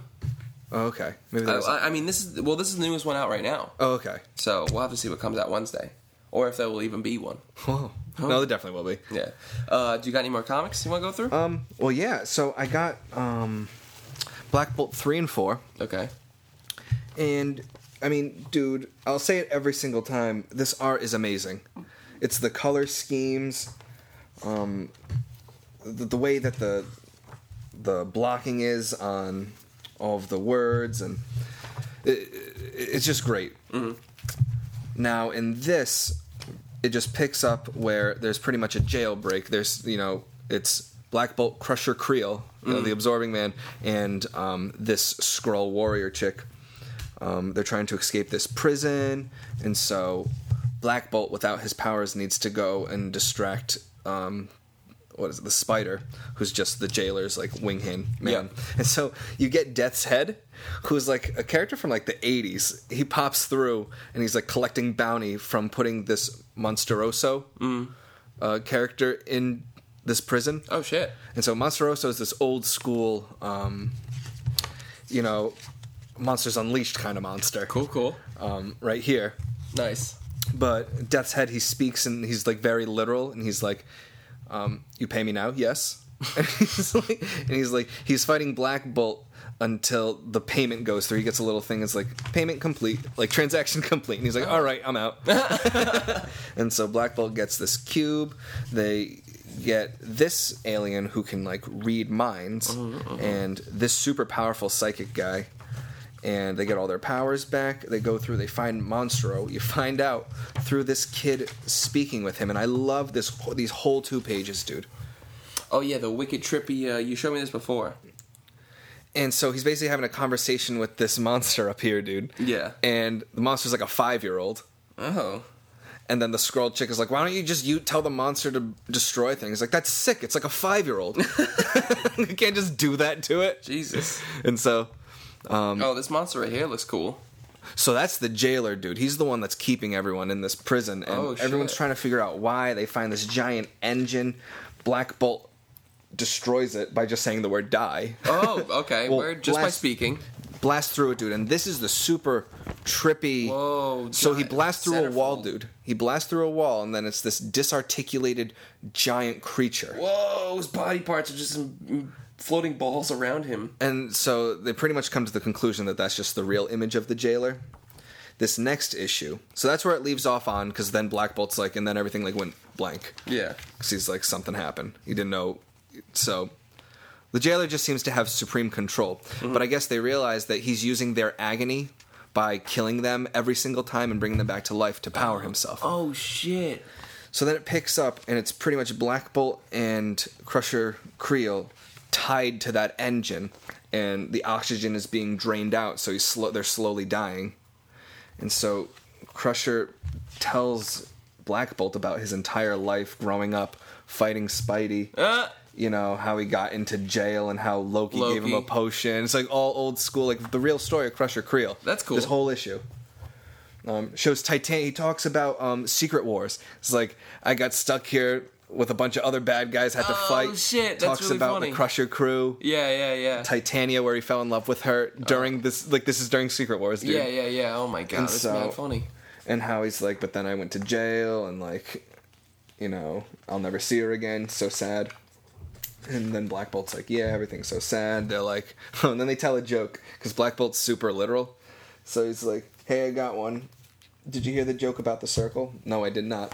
Speaker 2: Oh, okay. Maybe
Speaker 1: I,
Speaker 2: there's.
Speaker 1: I I mean, this is well, this is the newest one out right now.
Speaker 2: oh, okay.
Speaker 1: So we'll have to see what comes out Wednesday, or if there will even be one. [LAUGHS]
Speaker 2: Whoa. No, there definitely will be.
Speaker 1: Yeah. Uh, do you got any more comics you want to go through?
Speaker 2: Um. Well, yeah. So I got um, Black Bolt three and four.
Speaker 1: okay.
Speaker 2: And I mean, dude, I'll say it every single time. This art is amazing. It's the color schemes, um, the, the way that the the blocking is on all of the words, and it, it, it's just great. Now in this, it just picks up where there's pretty much a jailbreak. There's you know it's Black Bolt Crusher Creel, you know, the Absorbing Man, and um, this Scroll Warrior chick. Um, they're trying to escape this prison, and so Black Bolt, without his powers, needs to go and distract. Um, what is it? The spider, who's just the jailer's like wing hand man, and so you get Death's Head, who's like a character from like the '80s. He pops through and he's like collecting bounty from putting this Monsteroso uh, character in this prison.
Speaker 1: Oh shit.
Speaker 2: And so Monsteroso is this old school, um, you know, Monsters Unleashed kind of monster.
Speaker 1: Cool, cool.
Speaker 2: Um, right here.
Speaker 1: Nice.
Speaker 2: But Death's Head, he speaks and he's like very literal and he's like, um, You pay me now? Yes. [LAUGHS] and, he's like, and he's like, he's fighting Black Bolt until the payment goes through. He gets a little thing. It's like, payment complete, like transaction complete. And he's like, All right, I'm out. And so Black Bolt gets this cube. They get this alien who can like read minds, and this super powerful psychic guy. And they get all their powers back. They go through. They find Monstro. You find out through this kid speaking with him, and I love this. These whole two pages, dude.
Speaker 1: Oh yeah, the wicked trippy. Uh, you showed me this before.
Speaker 2: And so he's basically having a conversation with this monster up here, dude.
Speaker 1: Yeah.
Speaker 2: And the monster's like a five year old.
Speaker 1: Oh.
Speaker 2: And then the scroll chick is like, "Why don't you just you tell the monster to destroy things?" Like that's sick. It's like a five year old. [LAUGHS] you can't just do that to it.
Speaker 1: Jesus.
Speaker 2: And so, Um,
Speaker 1: oh, this monster right here looks
Speaker 2: [LAUGHS]
Speaker 1: cool.
Speaker 2: so that's the jailer dude. He's the one that's keeping everyone in this prison, and
Speaker 1: Oh, shit.
Speaker 2: everyone's trying to figure out why. They find this giant engine. Black Bolt destroys it by just saying the word "die."
Speaker 1: Oh, okay.
Speaker 2: Well,
Speaker 1: We're just by
Speaker 2: last-
Speaker 1: speaking.
Speaker 2: blast through it, dude. And this is the super trippy.
Speaker 1: Whoa,
Speaker 2: So he
Speaker 1: giant
Speaker 2: blasts through a wall,
Speaker 1: centerfold.
Speaker 2: dude. He blasts through a wall, and then it's this disarticulated giant creature.
Speaker 1: Whoa, his body parts are just mm, floating balls around him.
Speaker 2: And so they pretty much come to the conclusion that that's just the real image of the jailer. This next issue, so that's where it leaves off on, because then Black Bolt's like, and then everything like went blank.
Speaker 1: Yeah.
Speaker 2: because he's like something happened. He didn't know. So the jailer just seems to have supreme control. But I guess they realize that he's using their agony by killing them every single time and bringing them back to life to power himself.
Speaker 1: Oh shit.
Speaker 2: So then it picks up, and it's pretty much Black Bolt and Crusher Creel tied to that engine, and the oxygen is being drained out, so he's slow, they're slowly dying. And so Crusher tells Black Bolt about his entire life growing up, fighting Spidey.
Speaker 1: Ah.
Speaker 2: You know, how he got into jail and how Loki, gave him
Speaker 1: Loki.
Speaker 2: a potion. It's like all old school, like the real story of Crusher Creel.
Speaker 1: That's cool.
Speaker 2: This whole issue um, shows Titan. He talks about um, Secret Wars. It's like I got stuck here with a bunch of other bad guys, had to
Speaker 1: Oh,
Speaker 2: fight.
Speaker 1: shit, that's
Speaker 2: talks
Speaker 1: really
Speaker 2: about
Speaker 1: funny.
Speaker 2: the Crusher crew,
Speaker 1: Yeah, yeah, yeah.
Speaker 2: Titania, where he fell in love with her during this. Like this is during Secret Wars, dude.
Speaker 1: Oh. Yeah, yeah, yeah. Oh my god,
Speaker 2: And
Speaker 1: that's
Speaker 2: so-
Speaker 1: mad funny.
Speaker 2: And how he's like, but then I went to jail, and like, you know, I'll never see her again. So sad. And then Black Bolt's like, yeah, everything's so sad. They're like, [LAUGHS] and then they tell a joke because Black Bolt's super literal. So he's like, hey, I got one. Did you hear the joke about the circle? No, I did not.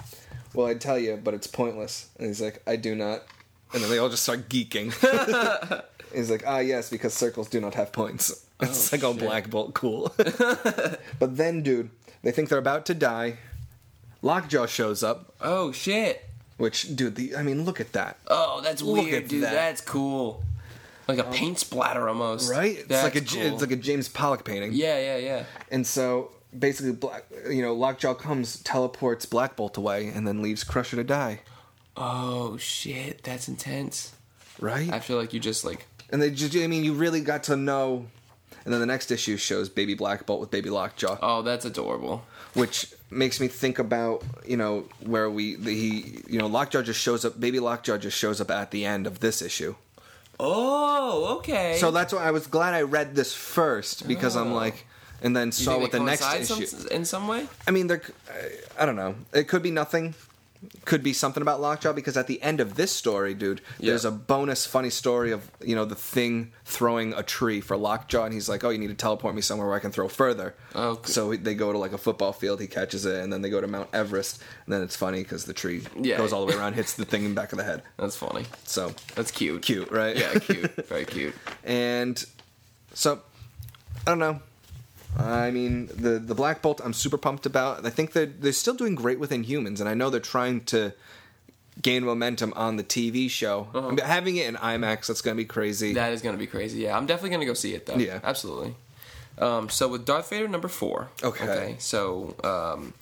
Speaker 2: Well, I'd tell you, but it's pointless. And he's like, I do not. And then they all just start geeking. he's like, ah, yes, because circles do not have points. It's like, oh, Black Bolt, cool. but then, dude, they think they're about to die. Lockjaw shows up,
Speaker 1: Oh shit.
Speaker 2: which, dude, the I mean, look at that.
Speaker 1: Oh, that's
Speaker 2: Look
Speaker 1: weird,
Speaker 2: at
Speaker 1: dude.
Speaker 2: that. Um,
Speaker 1: That's cool. Like a paint splatter almost.
Speaker 2: right? It's
Speaker 1: That's
Speaker 2: like a
Speaker 1: cool.
Speaker 2: it's like a James Pollock painting.
Speaker 1: Yeah, yeah, yeah.
Speaker 2: And so basically, Black, you know, Lockjaw comes, teleports Black Bolt away, and then leaves Crusher to die.
Speaker 1: Oh shit, that's intense.
Speaker 2: Right?
Speaker 1: I feel like you just like
Speaker 2: and they just, I mean, you really got to know. And then the next issue shows Baby Black Bolt with Baby Lockjaw,
Speaker 1: oh, that's adorable.
Speaker 2: which makes me think about you know where we the, he you know Lockjaw just shows up. Baby Lockjaw just shows up at the end of this issue.
Speaker 1: Oh, okay.
Speaker 2: So that's why I was glad I read this first because I'm
Speaker 1: Oh.
Speaker 2: like, and then
Speaker 1: You
Speaker 2: saw
Speaker 1: think
Speaker 2: what
Speaker 1: they
Speaker 2: the next
Speaker 1: coincide
Speaker 2: issue.
Speaker 1: some, in some way.
Speaker 2: I mean, there. c- I I don't know. It could be nothing. Could be something about Lockjaw because at the end of this story, dude, there's
Speaker 1: Yeah.
Speaker 2: a bonus funny story of you know the thing throwing a tree for Lockjaw, and he's like, "Oh, you need to teleport me somewhere where I can throw further."
Speaker 1: Oh, c-
Speaker 2: So they go to like a football field. He catches it, and then they go to Mount Everest, and then it's funny because the tree
Speaker 1: Yeah.
Speaker 2: goes all the way around, hits the thing in the back of the head.
Speaker 1: That's funny.
Speaker 2: So
Speaker 1: That's cute.
Speaker 2: cute, right? [LAUGHS]
Speaker 1: Yeah, cute. Very cute.
Speaker 2: and so I don't know. I mean, the the Black Bolt, I'm super pumped about. I think they're they're still doing great with Inhumans, and I know they're trying to gain momentum on the TV show.
Speaker 1: Uh-huh.
Speaker 2: I mean, having it in IMAX, that's going to be crazy.
Speaker 1: That is gonna be crazy. Yeah, I'm definitely gonna go see it though.
Speaker 2: Yeah.
Speaker 1: absolutely. Um, so with Darth Vader number four.
Speaker 2: Okay.
Speaker 1: so um,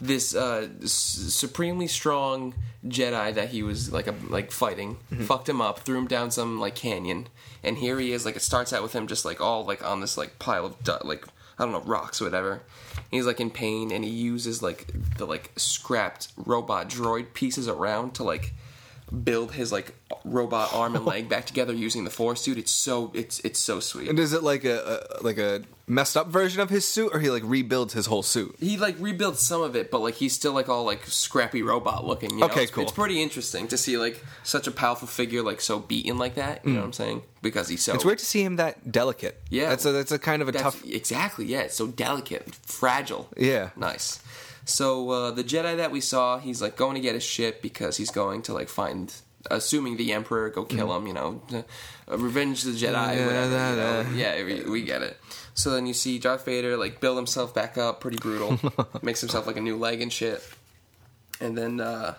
Speaker 1: this uh, s- supremely strong Jedi that he was like a, like fighting
Speaker 2: Mm-hmm.
Speaker 1: fucked him up, threw him down some like canyon, and here he is. Like it starts out with him just like all like on this like pile of du- like I don't know rocks or whatever. And He's like in pain, and he uses like the like scrapped robot droid pieces around to like build his like robot arm and leg back together using the force, dude. It's so it's it's so sweet.
Speaker 2: And is it like a, a like a messed up version of his suit, or he like rebuilds his whole suit?
Speaker 1: He like rebuilds some of it, but like he's still like all like scrappy robot looking. You know?
Speaker 2: Okay,
Speaker 1: It's-
Speaker 2: cool.
Speaker 1: It's pretty interesting to see like such a powerful figure like so beaten like that. You know what I'm saying? Because he's so
Speaker 2: Hmm. It's weird to see him that delicate.
Speaker 1: Oh. Yeah.
Speaker 2: that's a, that's a kind of a
Speaker 1: That's
Speaker 2: tough.
Speaker 1: exactly yeah. It's so delicate, fragile.
Speaker 2: Yeah.
Speaker 1: nice. So uh, the Jedi that we saw, he's like going to get his ship because he's going to like find, assuming the Emperor, go kill him. You know, uh, revenge the Jedi.
Speaker 2: Mm-hmm. Yeah, uh,
Speaker 1: whatever,
Speaker 2: da,
Speaker 1: you know.
Speaker 2: da.
Speaker 1: yeah we, we get it. So then you see Darth Vader like build himself back up, pretty
Speaker 2: [LAUGHS]
Speaker 1: brutal, makes himself like a new leg and shit, and then uh,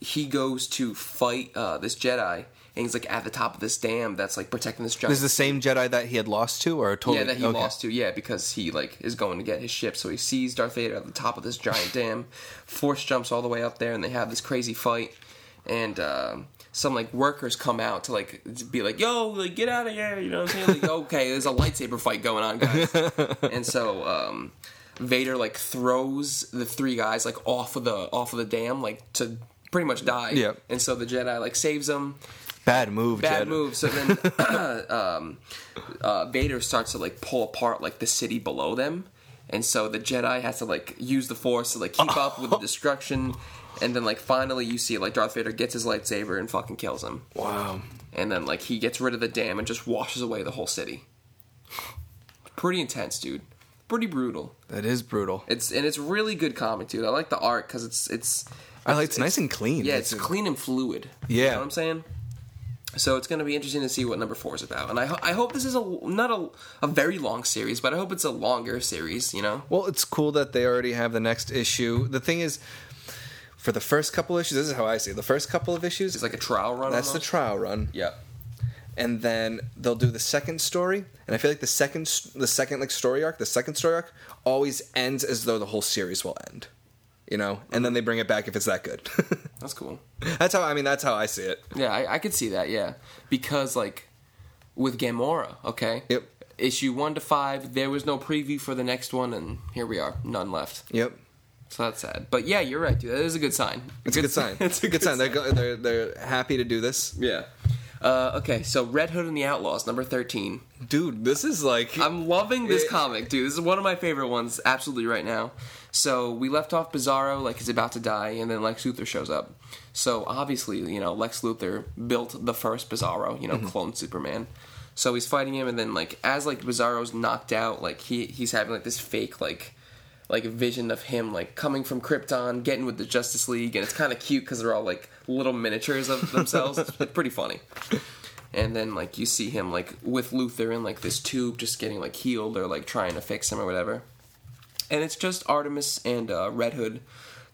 Speaker 1: he goes to fight uh, this Jedi. And he's like at the top of this dam that's like protecting this giant
Speaker 2: Is the same Jedi that he had lost to, or a totally?
Speaker 1: yeah, that he
Speaker 2: okay.
Speaker 1: lost to. Yeah, because he like is going to get his ship, so he sees Darth Vader at the top of this giant dam. Force jumps all the way up there, and they have this crazy fight. And um, some like workers come out to like to be like, "Yo, like get out of here!" You know what I'm saying?
Speaker 2: [LAUGHS]
Speaker 1: Like, okay, there's a lightsaber fight going on, guys. and so um, Vader like throws the three guys like off of the off of the dam, like to pretty much die.
Speaker 2: Yeah.
Speaker 1: And so the Jedi like saves them
Speaker 2: Bad move.
Speaker 1: bad
Speaker 2: Jedi.
Speaker 1: move. So then [COUGHS] um, uh, Vader starts to like pull apart like the city below them, and so the Jedi has to like use the Force to like keep up with the destruction, and then like finally you see like Darth Vader gets his lightsaber and fucking kills him,
Speaker 2: Wow.
Speaker 1: and then like he gets rid of the dam and just washes away the whole city. Pretty intense, dude. Pretty brutal.
Speaker 2: That is brutal.
Speaker 1: It's and it's really good comic, dude. I like the art because it's it's
Speaker 2: I like it's, nice and clean.
Speaker 1: yeah, it's clean and fluid.
Speaker 2: Yeah.
Speaker 1: you know what I'm saying. So it's going to be interesting to see what number four is about, and I ho- I hope this is a not a a very long series, but I hope it's a longer series. You know,
Speaker 2: Well, it's cool that they already have the next issue. The thing is, for the first couple issues, this is how I see it. The first couple of issues,
Speaker 1: it's like a trial run.
Speaker 2: that's the
Speaker 1: almost.
Speaker 2: trial run,
Speaker 1: yeah.
Speaker 2: and then they'll do the second story. And I feel like the second, s- the second like story arc, the second story arc always ends as though the whole series will end, you know. And then they bring it back if it's that good. [LAUGHS]
Speaker 1: That's cool.
Speaker 2: that's how I mean. That's how I see it.
Speaker 1: Yeah, I, I could see that. Yeah, because like with Gamora, okay.
Speaker 2: Yep.
Speaker 1: Issue one to five, there was no preview for the next one, and here we are, none left.
Speaker 2: Yep.
Speaker 1: So that's sad. But yeah, you're right, dude. That is a good sign.
Speaker 2: It's a good sign.
Speaker 1: [LAUGHS] it's a good,
Speaker 2: sign. They're, go- they're they're happy to do this,
Speaker 1: Yeah. Uh, okay, so Red Hood and the Outlaws, number thirteen.
Speaker 2: dude. This is like
Speaker 1: I'm loving this
Speaker 2: It-
Speaker 1: comic, dude. This is one of my favorite ones, absolutely, right now. So we left off Bizarro, like he's about to die, and then Lex Luthor shows up. So obviously, you know, Lex Luthor built the first Bizarro, you know, clone Superman. So he's fighting him, and then like as like Bizarro's knocked out, like he he's having like this fake like like vision of him like coming from Krypton, getting with the Justice League, and it's kind of cute because they're all like little miniatures of themselves. it's pretty funny and then like you see him like with Luther in like this tube just getting like healed or like trying to fix him or whatever. And it's just Artemis and uh, Red Hood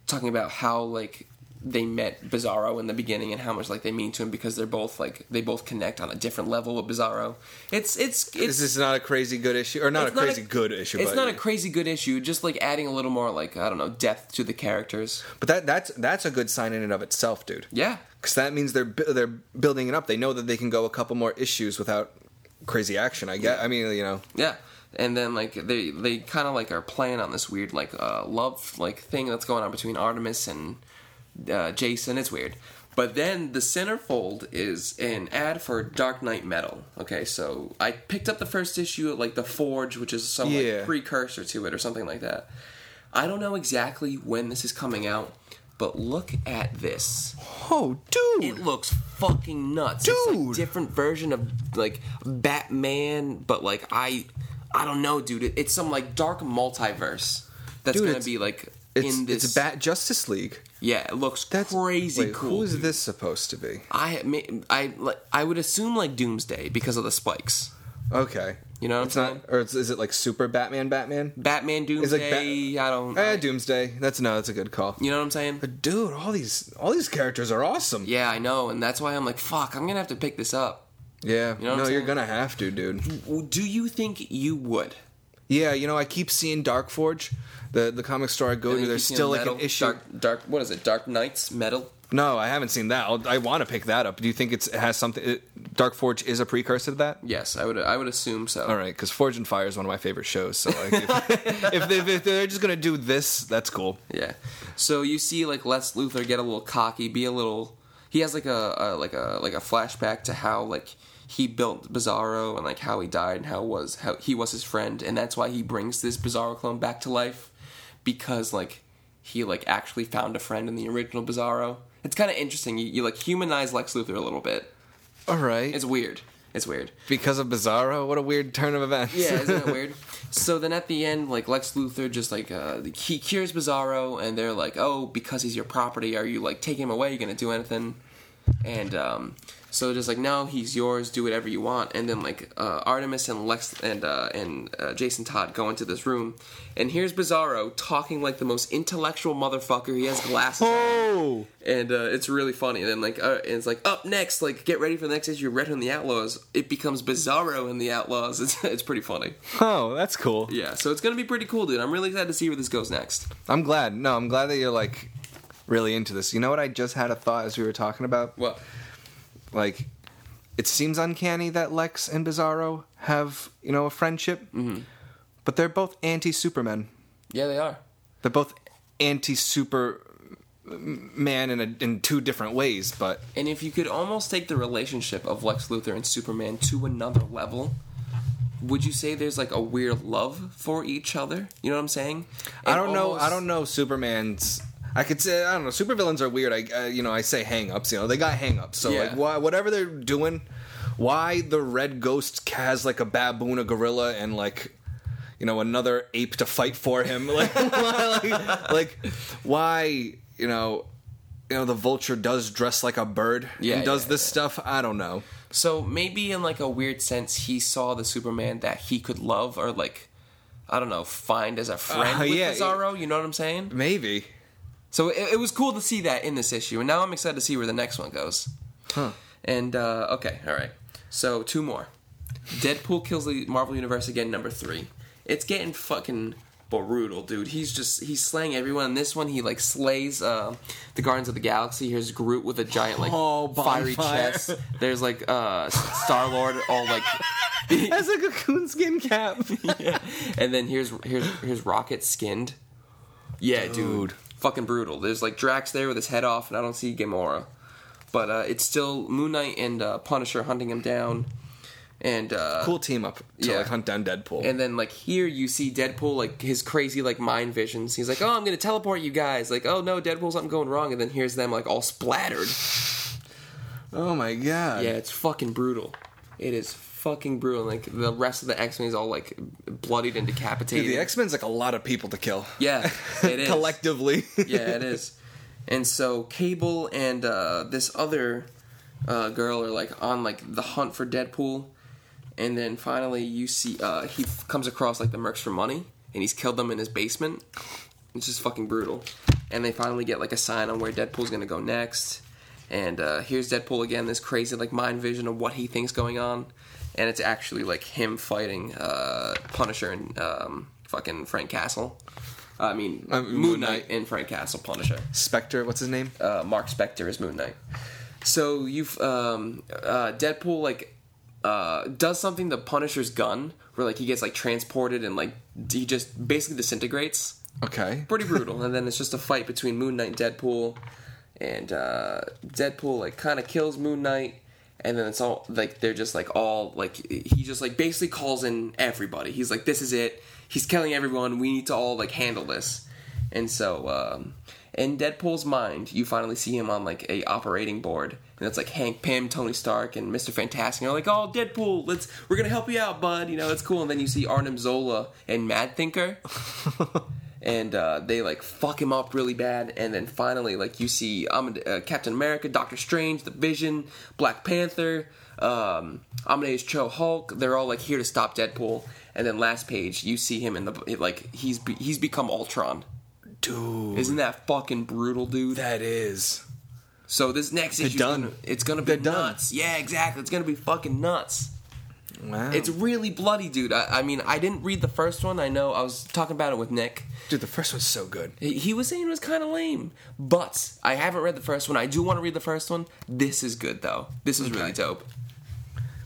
Speaker 1: talking about how like they met Bizarro in the beginning and how much like they mean to him because they're both like they both connect on a different level with Bizarro. It's it's it's
Speaker 2: this is not a crazy good issue, or not a
Speaker 1: it's not
Speaker 2: crazy good issue.
Speaker 1: It's
Speaker 2: but
Speaker 1: not a crazy good issue. Just like adding a little more like I don't know depth to the characters.
Speaker 2: But that that's that's a good sign in and of itself, dude.
Speaker 1: Yeah,
Speaker 2: Because that means they're bu- they're building it up. They know that they can go a couple more issues without crazy action. I guess. I mean, you know,
Speaker 1: Yeah, and then like they they kind of like are playing on this weird like uh, love like thing that's going on between Artemis and uh, Jason. It's weird. But then the centerfold is an ad for Dark Knight Metal. Okay, so I picked up the first issue at like the Forge, which is some
Speaker 2: Yeah.
Speaker 1: like precursor to it or something like that. I don't know exactly when this is coming out, but look at this.
Speaker 2: oh, dude,
Speaker 1: It looks fucking nuts. It's like
Speaker 2: Dude.
Speaker 1: different version of like Batman, but like I, I don't know, dude. It, it's some like dark multiverse that's
Speaker 2: Dude,
Speaker 1: gonna
Speaker 2: it's-
Speaker 1: be like
Speaker 2: it's
Speaker 1: in this.
Speaker 2: it's Bat Justice League.
Speaker 1: yeah, it looks
Speaker 2: That's
Speaker 1: crazy
Speaker 2: wait,
Speaker 1: cool.
Speaker 2: Who is
Speaker 1: dude.
Speaker 2: this supposed to be?
Speaker 1: I ma- I like I would assume like Doomsday because of the spikes.
Speaker 2: Okay.
Speaker 1: You know what
Speaker 2: It's
Speaker 1: I'm saying?
Speaker 2: not, or is, is it like Super Batman? Batman?
Speaker 1: Batman
Speaker 2: like
Speaker 1: Doomsday. I don't.
Speaker 2: Eh, Doomsday. That's no. That's a good call.
Speaker 1: you know what I'm saying?
Speaker 2: But dude, all these all these characters are awesome.
Speaker 1: Yeah, I know, and that's why I'm like, fuck, I'm gonna have to pick this up.
Speaker 2: Yeah.
Speaker 1: what
Speaker 2: no,
Speaker 1: I'm
Speaker 2: you're
Speaker 1: saying?
Speaker 2: gonna have to, dude.
Speaker 1: Well, Do you think you would?
Speaker 2: Yeah. You know, I keep seeing Dark Forge, the the comic store I go to.
Speaker 1: You
Speaker 2: There's
Speaker 1: see
Speaker 2: still like
Speaker 1: metal,
Speaker 2: an issue.
Speaker 1: Dark, dark. What is it? Dark Knights metal.
Speaker 2: No, I haven't seen that. I'll, I want to pick that up. Do you think it's, it has something? It, Dark Forge is a precursor to that.
Speaker 1: Yes, I would. I would assume so.
Speaker 2: All right, because Forge and Fire is one of my favorite shows. So like, [LAUGHS] if, if, they, if they're just gonna do this, that's cool.
Speaker 1: Yeah. So you see, like Lex Luthor get a little cocky, be a little. He has like a, a like a like a flashback to how like he built Bizarro and like how he died and how was how he was his friend, and that's why he brings this Bizarro clone back to life because like he like actually found a friend in the original Bizarro. It's kind of interesting. You, you like humanize Lex Luthor a little bit.
Speaker 2: All right,
Speaker 1: It's weird. It's weird.
Speaker 2: because of Bizarro. What a weird turn of events.
Speaker 1: Yeah, isn't it weird? So then at the end, like Lex Luthor just like uh, he cures Bizarro, and they're like, "Oh, because he's your property, are you like taking him away? you gonna do anything?" And um, so just like, "No, he's yours. Do whatever you want." And then like uh, Artemis and Lex and uh, and uh, Jason Todd go into this room, and here's Bizarro talking like the most intellectual motherfucker. He has glasses. on
Speaker 2: [LAUGHS] oh,
Speaker 1: and uh, it's really funny. And then like uh, and it's like up next, like get ready for the next issue. of Red Hood and the Outlaws. It becomes Bizarro and the Outlaws. [LAUGHS] It's it's pretty funny.
Speaker 2: oh, that's cool.
Speaker 1: Yeah, so it's gonna be pretty cool, dude. I'm really excited to see where this goes next.
Speaker 2: I'm glad. No, I'm glad that you're like really into this. You know what? I just had a thought as we were talking about.
Speaker 1: Well,
Speaker 2: Like, it seems uncanny that Lex and Bizarro have you know a friendship, but they're both anti Superman.
Speaker 1: yeah, they are.
Speaker 2: They're both anti Superman in a, in two different ways, but.
Speaker 1: And if you could almost take the relationship of Lex Luthor and Superman to another level, would you say there's like a weird love for each other? You know what I'm saying?
Speaker 2: I don't know. I don't know Superman's. I could say I don't know. Supervillains are weird. I uh, you know I say hangups. You know they got hangups. So
Speaker 1: Yeah.
Speaker 2: like why whatever they're doing, why the red ghost has like a baboon, a gorilla, and like you know another ape to fight for him. [LAUGHS] Like why, like, like, why you know you know the vulture does dress like a bird
Speaker 1: Yeah,
Speaker 2: and does
Speaker 1: yeah,
Speaker 2: this stuff. I don't know.
Speaker 1: So maybe in like a weird sense, he saw the Superman that he could love or like, I don't know, find as a friend
Speaker 2: Uh,
Speaker 1: with
Speaker 2: yeah,
Speaker 1: Bizarro. You know what I'm saying?
Speaker 2: Maybe.
Speaker 1: So it, it was cool to see that in this issue, and now I'm excited to see where the next one goes.
Speaker 2: Huh.
Speaker 1: And uh, okay, all right. So two more. Deadpool kills the Marvel Universe again, number three. It's getting fucking brutal, dude. He's just he's slaying everyone. In this one, he like slays uh, the Guardians of the Galaxy. Here's Groot with a giant like
Speaker 2: Oh,
Speaker 1: fiery
Speaker 2: bonfire.
Speaker 1: chest. There's like uh, Star Lord all like.
Speaker 2: [LAUGHS] Has like a coonskin cap.
Speaker 1: [LAUGHS] And then here's here's here's Rocket skinned. Yeah, dude.
Speaker 2: Dude.
Speaker 1: Fucking brutal. There's like Drax there with his head off, and I don't see Gamora. But uh, it's still Moon Knight and uh, Punisher hunting him down. And uh,
Speaker 2: cool team up to
Speaker 1: Yeah.
Speaker 2: like hunt down Deadpool.
Speaker 1: and then like here you see Deadpool like his crazy like mind visions. He's like, "Oh, I'm gonna teleport you guys." Like, "Oh no, Deadpool, something going wrong." And then here's them like all splattered.
Speaker 2: oh my god.
Speaker 1: Yeah, it's fucking brutal. It is fucking brutal. Like the rest of the X Men is all like bloodied and decapitated.
Speaker 2: Dude, the X Men's like a lot of people to kill.
Speaker 1: yeah,
Speaker 2: [LAUGHS]
Speaker 1: it is.
Speaker 2: Collectively.
Speaker 1: yeah,
Speaker 2: [LAUGHS]
Speaker 1: it is. And so Cable and uh, this other uh, girl are like on like the hunt for Deadpool, and then finally you see uh, he f- comes across like the Mercs for money, and he's killed them in his basement. It's just fucking brutal. And they finally get like a sign on where Deadpool's gonna go next. And uh, here's Deadpool again, this crazy like mind vision of what he thinks going on, and it's actually like him fighting uh, Punisher and um, fucking Frank Castle. I mean,
Speaker 2: Um,
Speaker 1: Moon
Speaker 2: Moon
Speaker 1: Knight
Speaker 2: Knight.
Speaker 1: and Frank Castle Punisher.
Speaker 2: Spectre, what's his name?
Speaker 1: Uh, Mark Spector is Moon Knight. So you've um, uh, Deadpool like uh, does something to Punisher's gun, where like he gets like transported and like he just basically disintegrates.
Speaker 2: Okay.
Speaker 1: Pretty brutal. and then it's just a fight between Moon Knight and Deadpool, and uh, Deadpool like kind of kills Moon Knight. And then it's all like they're just like all like he just like basically calls in everybody. He's like, "This is it. He's killing everyone. We need to all like handle this." And so, um, in Deadpool's mind, you finally see him on like a operating board, and it's like Hank Pym, Tony Stark, and Mister Fantastic. And they're like, "Oh, Deadpool, let's we're gonna help you out, bud. You know, it's cool." And then you see Arnim Zola and Mad Thinker, and uh, they like fuck him up really bad. And then finally, like you see um, uh, Captain America, Doctor Strange, The Vision, Black Panther. um, Amadeus Cho, Hulk. They're all like here to stop Deadpool. And then last page, you see him in the it, like he's be, he's become Ultron.
Speaker 2: Dude,
Speaker 1: Isn't that fucking brutal, dude?
Speaker 2: that is.
Speaker 1: so this next issue,
Speaker 2: done.
Speaker 1: it's gonna be
Speaker 2: They're done.
Speaker 1: nuts. Yeah, exactly. It's gonna be fucking nuts.
Speaker 2: Wow.
Speaker 1: It's really bloody, dude. I, I mean, I didn't read the first one. I know I was talking about it with Nick.
Speaker 2: Dude, the first one's so good.
Speaker 1: He he was saying it was kind of lame, but I haven't read the first one. I do want to read the first one. This is good though. This is really dope.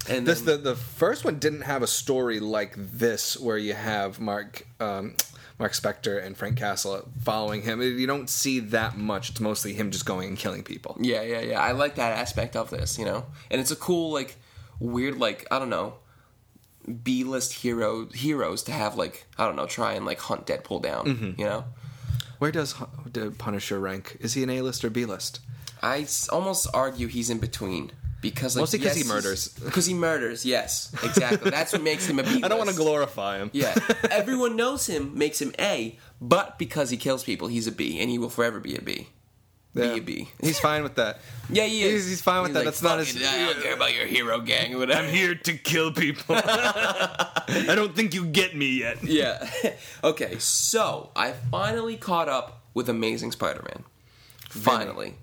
Speaker 1: And
Speaker 2: This
Speaker 1: then,
Speaker 2: the, the first one didn't have a story like this where you have Mark um, Mark Spector and Frank Castle following him. You don't see that much. It's mostly him just going and killing people.
Speaker 1: yeah, yeah, yeah. I like that aspect of this, you know. And it's a cool, like, weird, like I don't know, B list hero heroes to have like I don't know, try and like hunt Deadpool down,
Speaker 2: Mm-hmm.
Speaker 1: you know.
Speaker 2: Where does Hu- the Punisher rank? Is he an A list or B list?
Speaker 1: I s- almost argue he's in between because like,
Speaker 2: Mostly 'cause
Speaker 1: [LAUGHS]
Speaker 2: he murders.
Speaker 1: Because he murders, yes, exactly. That's what makes him a B.
Speaker 2: [LAUGHS] I don't want to
Speaker 1: list.
Speaker 2: glorify him. [LAUGHS]
Speaker 1: Yeah, everyone knows him, makes him A, but because he kills people, he's a B, and he will forever be a B.
Speaker 2: Yeah.
Speaker 1: Be a B.
Speaker 2: He's fine with that.
Speaker 1: Yeah, he is.
Speaker 2: He's- he's fine with that. That's not
Speaker 1: "Fuck
Speaker 2: his-
Speaker 1: it, I don't care about your hero gang or whatever.
Speaker 2: here to kill people. [LAUGHS] I don't think you get me
Speaker 1: [LAUGHS]
Speaker 2: yet.
Speaker 1: yeah. [LAUGHS] okay, so I finally caught up with Amazing Spider-Man. Finally.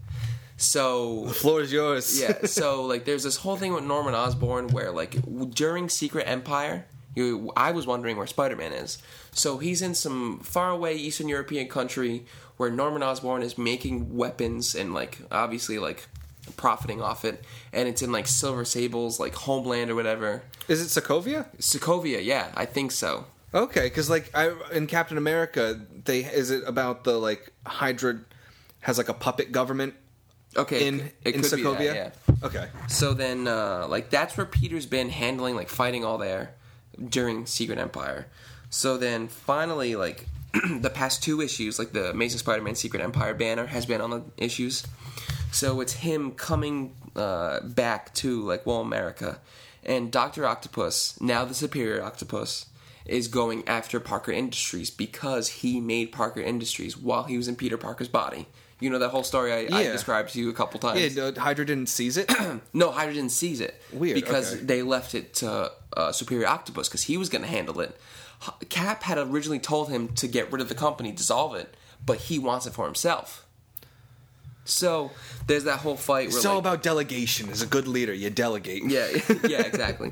Speaker 1: So
Speaker 2: Floor is yours.
Speaker 1: yeah, so like there's this whole thing with Norman Osborn where like w- during Secret Empire, you, I was wondering where Spider-Man is. So he's in some faraway Eastern European country where Norman Osborn is making weapons and like obviously like profiting off it, and it's in like Silver Sable's like homeland or whatever.
Speaker 2: Is it Sokovia?
Speaker 1: Sokovia, yeah, I think so.
Speaker 2: Okay, because like I in Captain America, they is it about the like Hydra has like a puppet government
Speaker 1: Okay,
Speaker 2: in
Speaker 1: it, it
Speaker 2: in
Speaker 1: could
Speaker 2: Sokovia.
Speaker 1: be that, yeah.
Speaker 2: Okay,
Speaker 1: So then, uh, like, that's where Peter's been handling, like, fighting all there during Secret Empire. So then, finally, like, [CLEARS THROAT] the past two issues, like, the Amazing Spider Man Secret Empire banner has been on the issues. So it's him coming uh, back to, like, well, America. And Dr. Octopus, now the Superior Octopus, is going after Parker Industries because he made Parker Industries while he was in Peter Parker's body. You know that whole story I, I
Speaker 2: Yeah.
Speaker 1: described to you a couple times.
Speaker 2: yeah, no, Hydra didn't seize [CLEARS THROAT] it.
Speaker 1: No, Hydrogen sees it.
Speaker 2: Weird,
Speaker 1: Because
Speaker 2: okay.
Speaker 1: they left it to uh, Superior Octopus because he was going to handle it. H- Cap had originally told him to get rid of the company, dissolve it, but he wants it for himself. So there's that whole fight. Where,
Speaker 2: it's all
Speaker 1: like-
Speaker 2: about delegation. As a good leader, you delegate.
Speaker 1: yeah,
Speaker 2: [LAUGHS]
Speaker 1: yeah, exactly.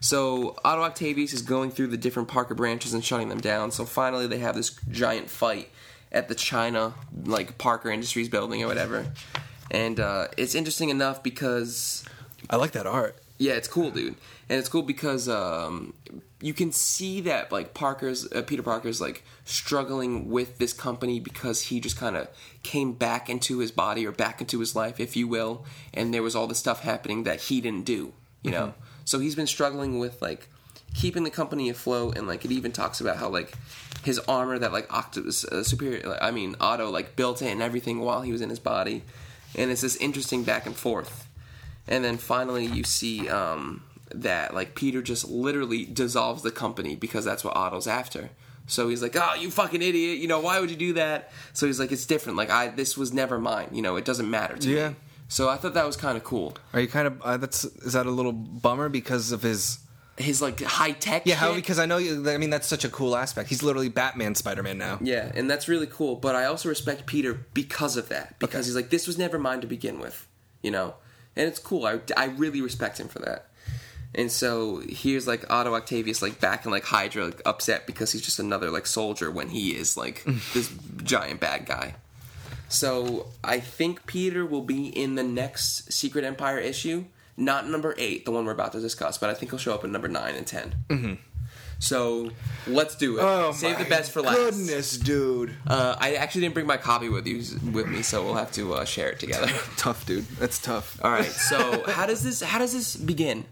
Speaker 1: So Otto Octavius is going through the different Parker branches and shutting them down. So finally, they have this giant fight at the China like Parker Industries building or whatever. And uh, it's interesting enough because
Speaker 2: I like that art.
Speaker 1: Yeah, it's cool, dude, and it's cool because um, you can see that like Parker's uh, Peter Parker's like struggling with this company because he just kind of came back into his body or back into his life, if you will, and there was all this stuff happening that he didn't do, you know. So he's been struggling with like keeping the company afloat, and like it even talks about how like his armor that like Octopus uh, Superior, I mean Otto, like built it and everything while he was in his body, and it's this interesting back and forth. And then finally, you see um, that like Peter just literally dissolves the company because that's what Otto's after. So he's like, "Oh, you fucking idiot! You know why would you do that?" So he's like, "It's different. Like I, this was never mine. You know, it doesn't matter to
Speaker 2: Yeah.
Speaker 1: me." So I thought that was kind of cool.
Speaker 2: Are you kind of uh, that's is that a little bummer because of his
Speaker 1: His like high tech.
Speaker 2: yeah? How because I know you, I mean that's such a cool aspect. He's literally Batman, Spider Man now.
Speaker 1: yeah, and that's really cool. But I also respect Peter because of that because
Speaker 2: Okay.
Speaker 1: he's like, "This was never mine to begin with," you know, and it's cool. I I really respect him for that. And so here's like Otto Octavius like back in like Hydra like, upset because he's just another like soldier when he is
Speaker 2: [LAUGHS]
Speaker 1: like this giant bad guy. So I think Peter will be in the next Secret Empire issue, not number eight, the one we're about to discuss, but I think he'll show up in number nine and 10 Mm-hmm. So let's do it. Save the best for last.
Speaker 2: Oh Goodness, dude.
Speaker 1: Uh, I actually didn't bring my copy with you with me, so we'll have to uh, share it together. [LAUGHS]
Speaker 2: Tough, dude. That's tough.
Speaker 1: All right. So how does this how does this begin?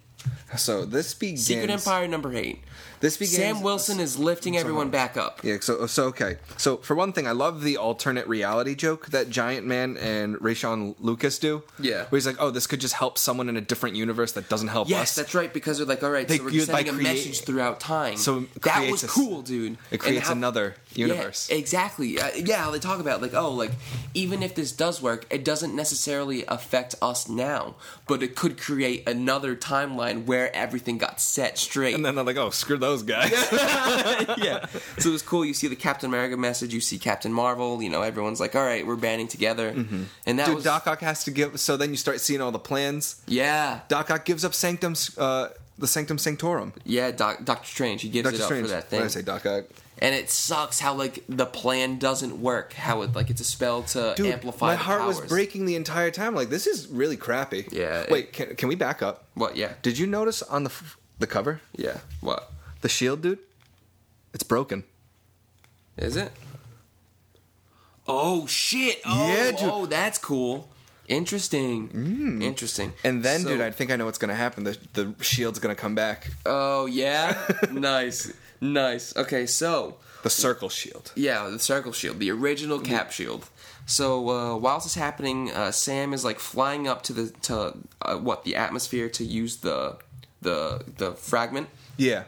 Speaker 2: So this begins.
Speaker 1: Secret Empire number eight.
Speaker 2: This begins.
Speaker 1: Sam Wilson is lifting everyone back up.
Speaker 2: Yeah, so so okay. So for one thing, I love the alternate reality joke that Giant Man and Rayshon Lucas do.
Speaker 1: Yeah.
Speaker 2: where he's like, "Oh, this could just help someone in a different universe that doesn't help
Speaker 1: Yes,
Speaker 2: us."
Speaker 1: that's right. Because they're like, all right,
Speaker 2: They-
Speaker 1: so we're
Speaker 2: you-
Speaker 1: sending
Speaker 2: by
Speaker 1: a
Speaker 2: create-
Speaker 1: message throughout time.
Speaker 2: So it
Speaker 1: that
Speaker 2: creates
Speaker 1: was
Speaker 2: a s-
Speaker 1: cool, dude.
Speaker 2: it creates
Speaker 1: And how-
Speaker 2: another universe.
Speaker 1: Yeah, exactly. Uh, yeah, how they talk about like, oh, like even if this does work, it doesn't necessarily affect us now, but it could create another timeline where everything got set straight.
Speaker 2: And then they're like, oh, screw those guys.
Speaker 1: yeah. So it was cool. You see the Captain America message. You see Captain Marvel. You know, everyone's like, all right, we're banding together. And that
Speaker 2: Mm-hmm. Dude,
Speaker 1: was
Speaker 2: Doc Ock has to give. So then you start seeing all the plans.
Speaker 1: yeah,
Speaker 2: Doc Ock gives up Sanctum, uh, the Sanctum Sanctorum.
Speaker 1: yeah. Doc, Doctor Strange. He gives
Speaker 2: Doctor
Speaker 1: it up
Speaker 2: Strange.
Speaker 1: "Oh, for that
Speaker 2: Why did
Speaker 1: thing.
Speaker 2: I say Doc Ock?
Speaker 1: and it sucks how like the plan doesn't work. How it like it's a spell to
Speaker 2: Dude,
Speaker 1: amplify.
Speaker 2: my
Speaker 1: the
Speaker 2: heart was
Speaker 1: powers.
Speaker 2: breaking the entire time. Like this is really crappy.
Speaker 1: Yeah, it-
Speaker 2: Wait, can, can we back up?
Speaker 1: What? Yeah.
Speaker 2: Did you notice on the f- the cover
Speaker 1: Yeah. What
Speaker 2: the shield, dude? It's broken.
Speaker 1: is it? Oh shit! Oh,
Speaker 2: Yeah, dude. Mm.
Speaker 1: oh that's cool. Interesting. Interesting.
Speaker 2: And then,
Speaker 1: So-
Speaker 2: dude, I think I know what's gonna happen. The the shield's gonna come back.
Speaker 1: Oh
Speaker 2: [LAUGHS]
Speaker 1: yeah. nice. Nice. Okay. So.
Speaker 2: The circle shield.
Speaker 1: Yeah, the circle shield, the original cap shield. So uh, whilst it's happening, uh, Sam is like flying up to the to uh, what the atmosphere to use the the the fragment.
Speaker 2: Yeah.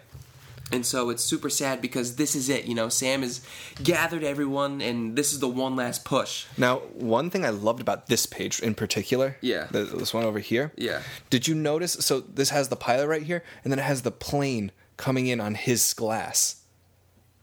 Speaker 1: And so it's super sad because this is it, you know. Sam has gathered everyone, and this is the one last push.
Speaker 2: Now, one thing I loved about this page in particular,
Speaker 1: Yeah.
Speaker 2: th- this one over here,
Speaker 1: Yeah.
Speaker 2: Did you notice? So this has the pilot right here, and then it has the plane coming in on his glass.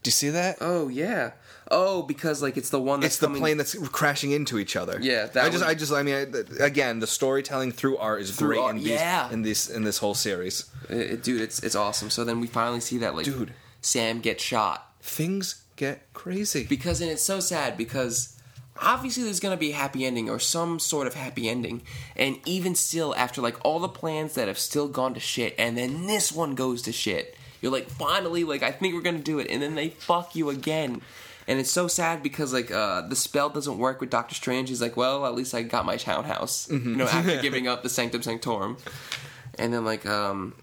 Speaker 2: Do you see that?
Speaker 1: Oh yeah. Oh, because like it's the one that's
Speaker 2: it's the
Speaker 1: coming-
Speaker 2: plane that's crashing into each other.
Speaker 1: Yeah, that
Speaker 2: I just,
Speaker 1: was-
Speaker 2: I just, I mean, I, th- again, the storytelling through art is great
Speaker 1: art,
Speaker 2: in these,
Speaker 1: yeah.
Speaker 2: in this, in this whole series.
Speaker 1: Uh, uh, dude, it's it's awesome. So then we finally see that like
Speaker 2: Dude.
Speaker 1: Sam get shot.
Speaker 2: Things get crazy.
Speaker 1: because and it's so sad because obviously there's going to be a happy ending or some sort of happy ending and even still after like all the plans that have still gone to shit and then this one goes to shit you're like finally like i think we're going to do it and then they fuck you again and it's so sad because like uh, the spell doesn't work with Doctor Strange. He's like, well, at least I got my townhouse. You know, after giving up the Sanctum Sanctorum, and then like, um,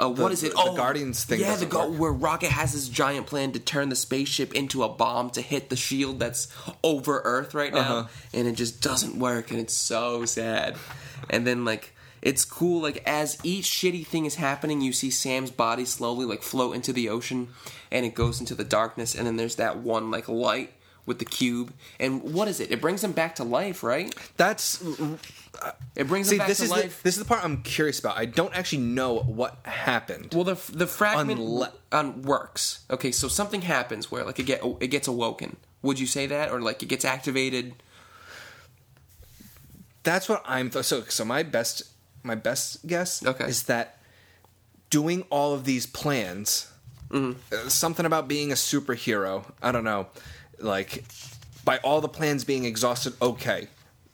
Speaker 1: uh, what is it?
Speaker 2: the Guardians thing
Speaker 1: Yeah, the
Speaker 2: doesn't
Speaker 1: Gu-
Speaker 2: work.
Speaker 1: where Rocket has this giant plan to turn the spaceship into a bomb to hit the shield that's over Earth right now,
Speaker 2: Uh-huh.
Speaker 1: and it just doesn't work, and it's so sad. And then like it's cool, like as each shitty thing is happening, you see Sam's body slowly like float into the ocean, and it goes into the darkness, and then there's that one like light with the cube, and what is it? It brings him back to life, right?
Speaker 2: That's
Speaker 1: It brings
Speaker 2: see,
Speaker 1: him Mm-hmm. back
Speaker 2: this
Speaker 1: to
Speaker 2: is the,
Speaker 1: life.
Speaker 2: this is the part I'm curious about. I don't actually know what happened.
Speaker 1: Well, the the fragment
Speaker 2: Unle-
Speaker 1: um, works. Okay, so something happens where like it get it gets awoken. Would you say that, or like it gets activated?
Speaker 2: That's what I'm th- so so my best my best guess
Speaker 1: Okay.
Speaker 2: is that doing all of these plans
Speaker 1: Mm-hmm.
Speaker 2: uh, something about being a superhero, I don't know, like by all the plans being exhausted, okay.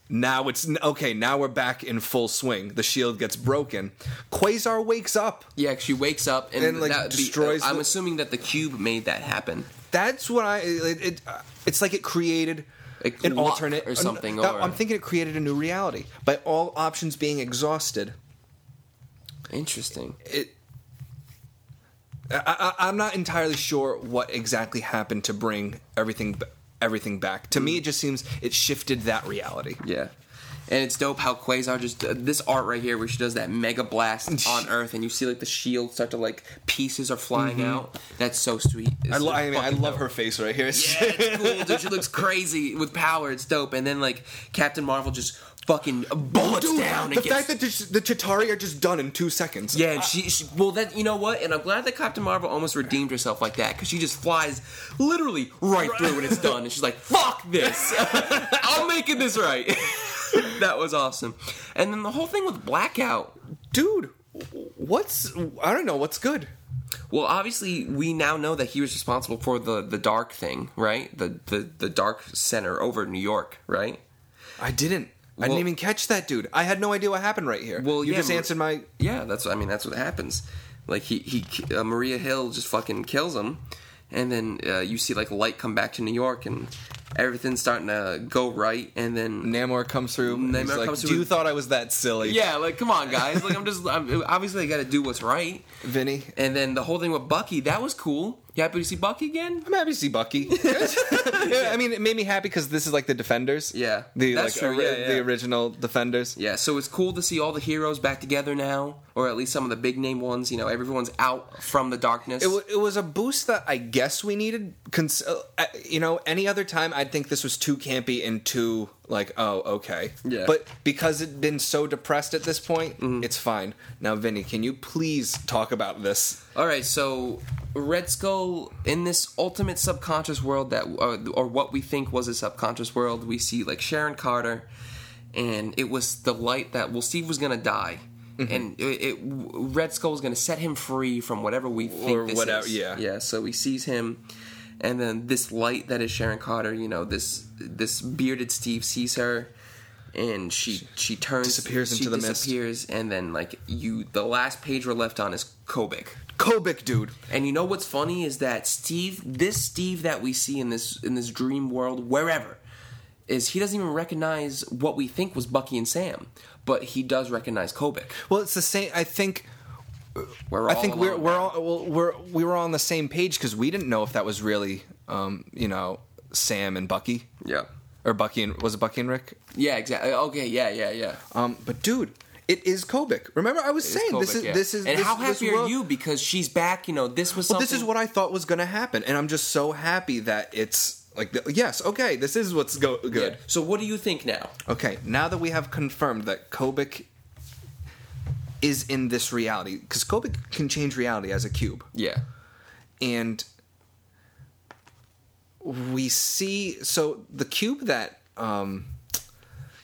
Speaker 2: Now it's okay, now we're back in full swing. The shield gets broken. Quasar wakes up.
Speaker 1: Yeah, she wakes up and,
Speaker 2: And, like,
Speaker 1: that would be-
Speaker 2: destroys
Speaker 1: I'm
Speaker 2: the-
Speaker 1: assuming that the cube made that happen.
Speaker 2: That's what I it, it uh, it's like it created
Speaker 1: Like
Speaker 2: an
Speaker 1: luck
Speaker 2: alternate
Speaker 1: or something,
Speaker 2: that-
Speaker 1: or-
Speaker 2: I'm thinking it created a new reality. By all options being exhausted,
Speaker 1: Interesting.
Speaker 2: it I, I, I'm not entirely sure what exactly happened to bring everything b- everything back. To me, it just seems it shifted that reality.
Speaker 1: Yeah. And it's dope how Quasar just uh, this art right here where she does that mega
Speaker 2: [LAUGHS]
Speaker 1: blast on Earth and you see like the shield start to like pieces are flying out. That's so sweet.
Speaker 2: Mm-hmm. I,
Speaker 1: It's
Speaker 2: lo- I mean, I
Speaker 1: fucking
Speaker 2: love
Speaker 1: dope.
Speaker 2: her face right
Speaker 1: [LAUGHS]
Speaker 2: here.
Speaker 1: Yeah,
Speaker 2: [LAUGHS]
Speaker 1: it's cool, dude. She looks crazy with power. It's dope. And then like Captain Marvel just fucking bullets
Speaker 2: Dude,
Speaker 1: down.
Speaker 2: the
Speaker 1: and gets
Speaker 2: fact that the, the Chitari are just done in two seconds.
Speaker 1: Yeah, and she, she well that you know what, and I'm glad that Captain Marvel almost redeemed herself like that because she just flies literally right through and it's done, and she's like, "Fuck this, [LAUGHS] I'm making this right." [LAUGHS] that was awesome, and then the whole thing with blackout.
Speaker 2: dude, what's I don't know what's good.
Speaker 1: Well, obviously, we now know that he was responsible for the the dark thing, right? The the the dark center over New York, right?
Speaker 2: I didn't. I
Speaker 1: Well-
Speaker 2: didn't even catch that dude. I had no idea what happened right here.
Speaker 1: Well,
Speaker 2: you
Speaker 1: yeah,
Speaker 2: just
Speaker 1: Mar-
Speaker 2: answered my
Speaker 1: Yeah, that's I mean that's what happens. Like he he uh, Maria Hill just fucking kills him, and then uh, you see like light come back to New York and everything's starting to go right, and then
Speaker 2: Namor comes through. and
Speaker 1: Namor
Speaker 2: he's like,
Speaker 1: comes
Speaker 2: "Do
Speaker 1: through
Speaker 2: you
Speaker 1: with-
Speaker 2: thought I was that silly?"
Speaker 1: yeah, like come on guys, like I'm just I'm, obviously I got to do what's right,
Speaker 2: Vinny.
Speaker 1: and then the whole thing with Bucky that was cool. You happy to see Bucky again?
Speaker 2: I'm happy to see [LAUGHS] Bucky. Yeah, I mean, it made me happy because this is like the Defenders.
Speaker 1: Yeah.
Speaker 2: the
Speaker 1: That's
Speaker 2: like
Speaker 1: true,
Speaker 2: ori-
Speaker 1: yeah, yeah.
Speaker 2: the original Defenders.
Speaker 1: Yeah, so it's cool to see all the heroes back together now, or at least some of the big name ones. You know, everyone's out from the darkness.
Speaker 2: It, w- it was a boost that I guess we needed. Cons- uh, uh, you know, any other time I'd think this was too campy and too like, oh, okay.
Speaker 1: Yeah.
Speaker 2: But because it'd been so depressed at this point, it's fine. Now, Vinny, can you please talk about this?
Speaker 1: All right, so Red Skull in this ultimate subconscious world that, or, or what we think was a subconscious world, we see like Sharon Carter, and it was the light that well, Steve was gonna die,
Speaker 2: Mm-hmm.
Speaker 1: and it, it Red Skull was gonna set him free from whatever we think
Speaker 2: Or
Speaker 1: this
Speaker 2: whatever-
Speaker 1: is.
Speaker 2: yeah.
Speaker 1: yeah. So he sees him, and then this light that is Sharon Carter. You know, this this bearded Steve sees her. And she she turns
Speaker 2: Disappears
Speaker 1: she
Speaker 2: into the mist.
Speaker 1: disappears, and then like you, the last page we're left on is Kobik.
Speaker 2: Kobik, dude.
Speaker 1: And you know what's funny is that Steve, this Steve that we see in this in this dream world, wherever, is he doesn't even recognize what we think was Bucky and Sam, but he does recognize Kobik.
Speaker 2: Well, it's the same. I think.
Speaker 1: We're
Speaker 2: I
Speaker 1: all
Speaker 2: think we're
Speaker 1: alone.
Speaker 2: we're all well, we're we were all on the same page because we didn't know if that was really, um, you know, Sam and Bucky
Speaker 1: yeah,
Speaker 2: or Bucky and was it Bucky and Rick?
Speaker 1: yeah, exactly. Okay, yeah, yeah, yeah.
Speaker 2: Um, but dude, it is Kobik. Remember, I was saying this
Speaker 1: Kobik,
Speaker 2: is
Speaker 1: yeah.
Speaker 2: this is
Speaker 1: and
Speaker 2: this,
Speaker 1: how
Speaker 2: this
Speaker 1: happy are
Speaker 2: world-
Speaker 1: you because she's back? You know, this was
Speaker 2: Well,
Speaker 1: something.
Speaker 2: this is what I thought was going to happen, and I'm just so happy that it's like th- yes, okay, this is what's go- good.
Speaker 1: Yeah. So what do you think now?
Speaker 2: Okay, now that we have confirmed that Kobik is in this reality, because Kobik can change reality as a cube,
Speaker 1: Yeah,
Speaker 2: and we see so the cube that um,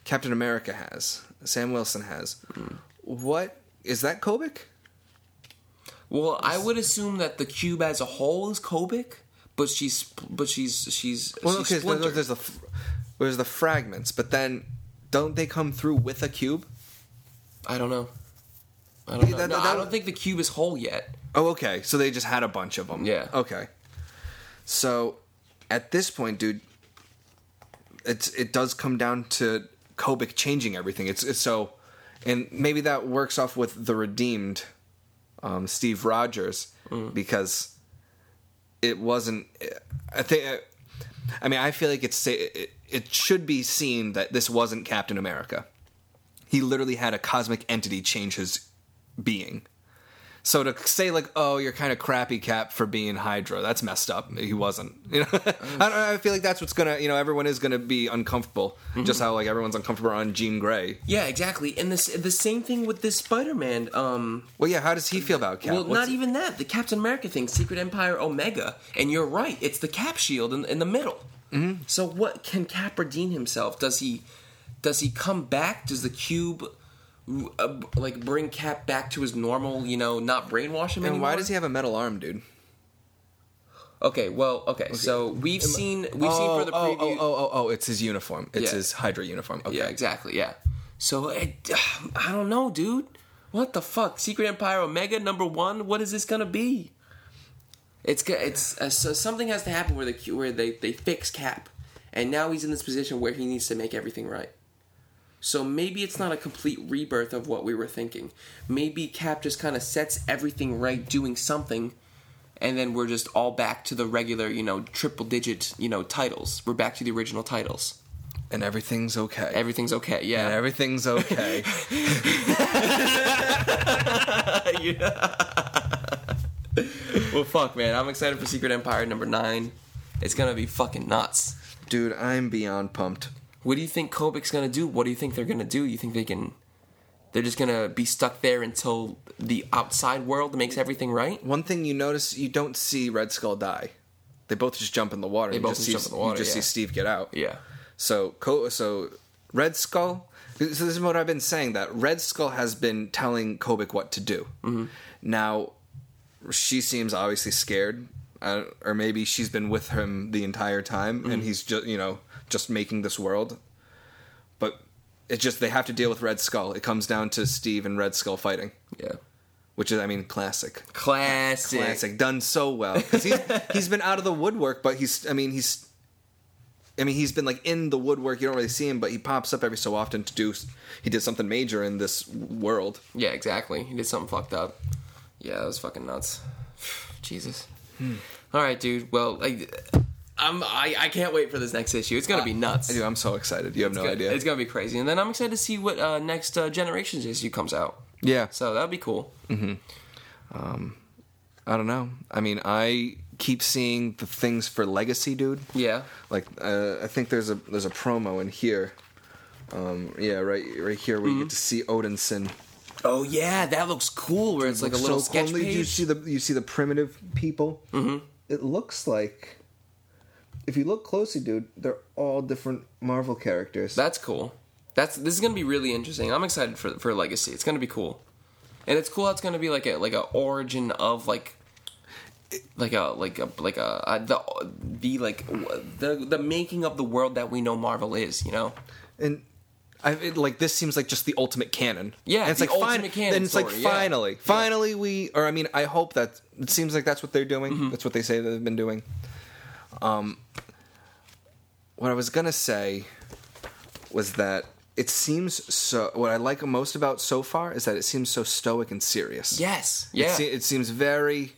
Speaker 2: Captain America has, Sam Wilson has, what is that Kobik?
Speaker 1: Well, I would assume that the cube as a whole is Kobik, but she's but she's she's
Speaker 2: Well,
Speaker 1: she's
Speaker 2: okay, so
Speaker 1: splintered.
Speaker 2: there's the f- there's the fragments, but then don't they come through with a cube?
Speaker 1: I don't know. I don't know.
Speaker 2: Yeah, that-
Speaker 1: No,
Speaker 2: that-
Speaker 1: I don't think the cube is whole yet.
Speaker 2: Oh, okay. So they just had a bunch of them.
Speaker 1: Yeah.
Speaker 2: Okay. So at this point, dude, it's it does come down to Kobik changing everything. It's it's so, and maybe that works off with the redeemed, um, Steve Rogers, because it wasn't. I think. I mean, I feel like it's sa- it, it should be seen that this wasn't Captain America. He literally had a cosmic entity change his being. So to say like, oh, you're kind of crappy cap for being Hydra, that's messed up. He wasn't. [LAUGHS] You know, I,
Speaker 1: Mm.
Speaker 2: don't, know, I feel like that's what's gonna. You know, everyone is gonna be uncomfortable.
Speaker 1: Mm-hmm.
Speaker 2: Just how like everyone's uncomfortable on Jean Grey.
Speaker 1: Yeah, exactly. And this the same thing with this Spider-Man. Um,
Speaker 2: Well, yeah. How does he feel about Cap?
Speaker 1: well,
Speaker 2: What's-
Speaker 1: not even that. The Captain America thing, Secret Empire Omega, and you're right. It's the Cap shield in, in the middle. Mm-hmm. So what can Cap redeem himself? Does he does he come back? Does the cube uh, like bring Cap back to his normal? You know, not brainwash him
Speaker 2: And
Speaker 1: anymore.
Speaker 2: why does he have a metal arm, dude?
Speaker 1: Okay, well, okay. So we've seen we've seen for the
Speaker 2: oh,
Speaker 1: preview.
Speaker 2: oh, oh, oh, oh, it's his uniform. It's
Speaker 1: Yeah.
Speaker 2: his Hydra uniform. Okay.
Speaker 1: Yeah, exactly. Yeah. So it, [SIGHS] I don't know, dude. What the fuck? Secret Empire Omega number one. What is this gonna be? It's go- it's uh, so something has to happen where the where they they fix Cap, and now he's in this position where he needs to make everything right. So maybe it's not a complete rebirth of what we were thinking. Maybe Cap just kind of sets everything right, doing something, and then we're just all back to the regular, you know, triple digit, you know, titles. We're back to the original titles.
Speaker 2: And everything's okay.
Speaker 1: Everything's okay. Yeah.
Speaker 2: and
Speaker 1: [LAUGHS]
Speaker 2: everything's okay.
Speaker 1: [LAUGHS] Well, fuck, man. I'm excited for Secret Empire number nine. It's gonna be fucking nuts.
Speaker 2: Dude, I'm beyond pumped.
Speaker 1: What do you think Kobik's gonna do? What do you think they're gonna do? You think they can? They're just gonna be stuck there until the outside world makes everything right.
Speaker 2: One thing you notice, you don't see Red Skull die. They both just jump in the water. They
Speaker 1: both just
Speaker 2: just see,
Speaker 1: jump in the water,
Speaker 2: You just
Speaker 1: yeah.
Speaker 2: see Steve get out.
Speaker 1: Yeah.
Speaker 2: So, Co- so Red Skull. So this is what I've been saying that Red Skull has been telling Kobik what to do. Now, she seems obviously scared, uh, or maybe she's been with him the entire time, and he's just you know just making this world. But it's just they have to deal with Red Skull. It comes down to Steve and Red Skull fighting,
Speaker 1: Yeah.
Speaker 2: which is I mean classic
Speaker 1: Classic.
Speaker 2: classic done so well
Speaker 1: [LAUGHS]
Speaker 2: because he's, he's been out of the woodwork but he's i mean he's i mean he's been like in the woodwork you don't really see him but he pops up every so often to do he did something major in this world
Speaker 1: Yeah, exactly. He did something fucked up. Yeah, that was fucking nuts. [SIGHS] Jesus. All right, dude. Well, I, I'm I, I can't wait for this next issue. It's gonna be nuts.
Speaker 2: I do. I'm so excited. You have no
Speaker 1: It's gonna-
Speaker 2: idea.
Speaker 1: It's gonna be crazy, and then I'm excited to see what uh, next uh, generations issue comes out.
Speaker 2: yeah.
Speaker 1: So that'd be cool.
Speaker 2: I don't know. I mean, I keep seeing the things for Legacy, dude.
Speaker 1: Yeah.
Speaker 2: Like, uh, I think there's a there's a promo in here. Um, yeah, right right here
Speaker 1: Mm-hmm.
Speaker 2: where you get to see Odinson.
Speaker 1: Oh yeah, that looks cool. Where it's like a
Speaker 2: Looks
Speaker 1: little
Speaker 2: so cool.
Speaker 1: sketch
Speaker 2: And then
Speaker 1: page.
Speaker 2: You see the you see the primitive people. Mm-hmm. It looks like if you look closely, dude, they're all different Marvel characters.
Speaker 1: That's cool. That's this is gonna be really interesting. I'm excited for for Legacy. It's gonna be cool, and it's cool. How it's gonna be like a like a origin of like. Like a like a like a uh, the the like w- the the making of the world that we know Marvel is you know
Speaker 2: and I, it, like this seems like just the ultimate canon.
Speaker 1: Yeah,
Speaker 2: and it's
Speaker 1: the
Speaker 2: like fin-
Speaker 1: ultimate canon
Speaker 2: And it's like
Speaker 1: story, yeah.
Speaker 2: finally, finally we, or I mean, I hope that it seems like that's what they're doing.
Speaker 1: Mm-hmm.
Speaker 2: That's what they say they've been doing. Um, what I was gonna say was that it seems so. What I like most about so far is that it seems so stoic and serious.
Speaker 1: yes
Speaker 2: It,
Speaker 1: yeah
Speaker 2: se- it seems very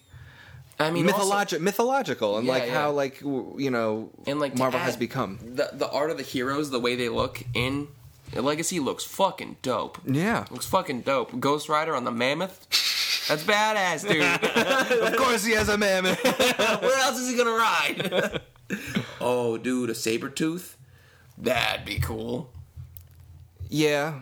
Speaker 1: I mean also-
Speaker 2: mythologic, mythological, and
Speaker 1: Yeah,
Speaker 2: like
Speaker 1: yeah.
Speaker 2: how like w- you know
Speaker 1: and like to
Speaker 2: Marvel has
Speaker 1: add,
Speaker 2: become.
Speaker 1: the the art of the heroes, the way they look in Legacy looks fucking dope. [LAUGHS]
Speaker 2: Yeah,
Speaker 1: Looks fucking dope. Ghost Rider on the mammoth. That's badass, [LAUGHS] dude.
Speaker 2: of course he has a mammoth.
Speaker 1: Where else is he gonna ride? [LAUGHS] oh, dude, a saber tooth. That'd be cool.
Speaker 2: [LAUGHS] Yeah.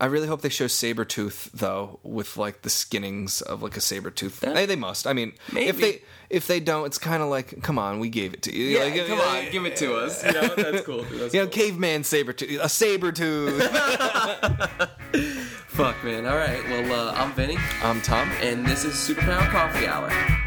Speaker 2: I really hope they show Sabretooth though with like the skinnings of like a Sabretooth.
Speaker 1: That-
Speaker 2: They, they must. I mean, if
Speaker 1: Maybe.
Speaker 2: they if they don't, it's kind of like, come on, we gave it to you.
Speaker 1: Yeah,
Speaker 2: like,
Speaker 1: come
Speaker 2: uh,
Speaker 1: on, give it to us. You know, that's [LAUGHS] cool. Dude. That's
Speaker 2: You know,
Speaker 1: cool.
Speaker 2: caveman Sabretooth, a
Speaker 1: [LAUGHS]
Speaker 2: Sabretooth.
Speaker 1: Fuck, man. All right. Well, uh, I'm Vinny,
Speaker 2: I'm Tom.
Speaker 1: and this is Superpower Coffee Hour.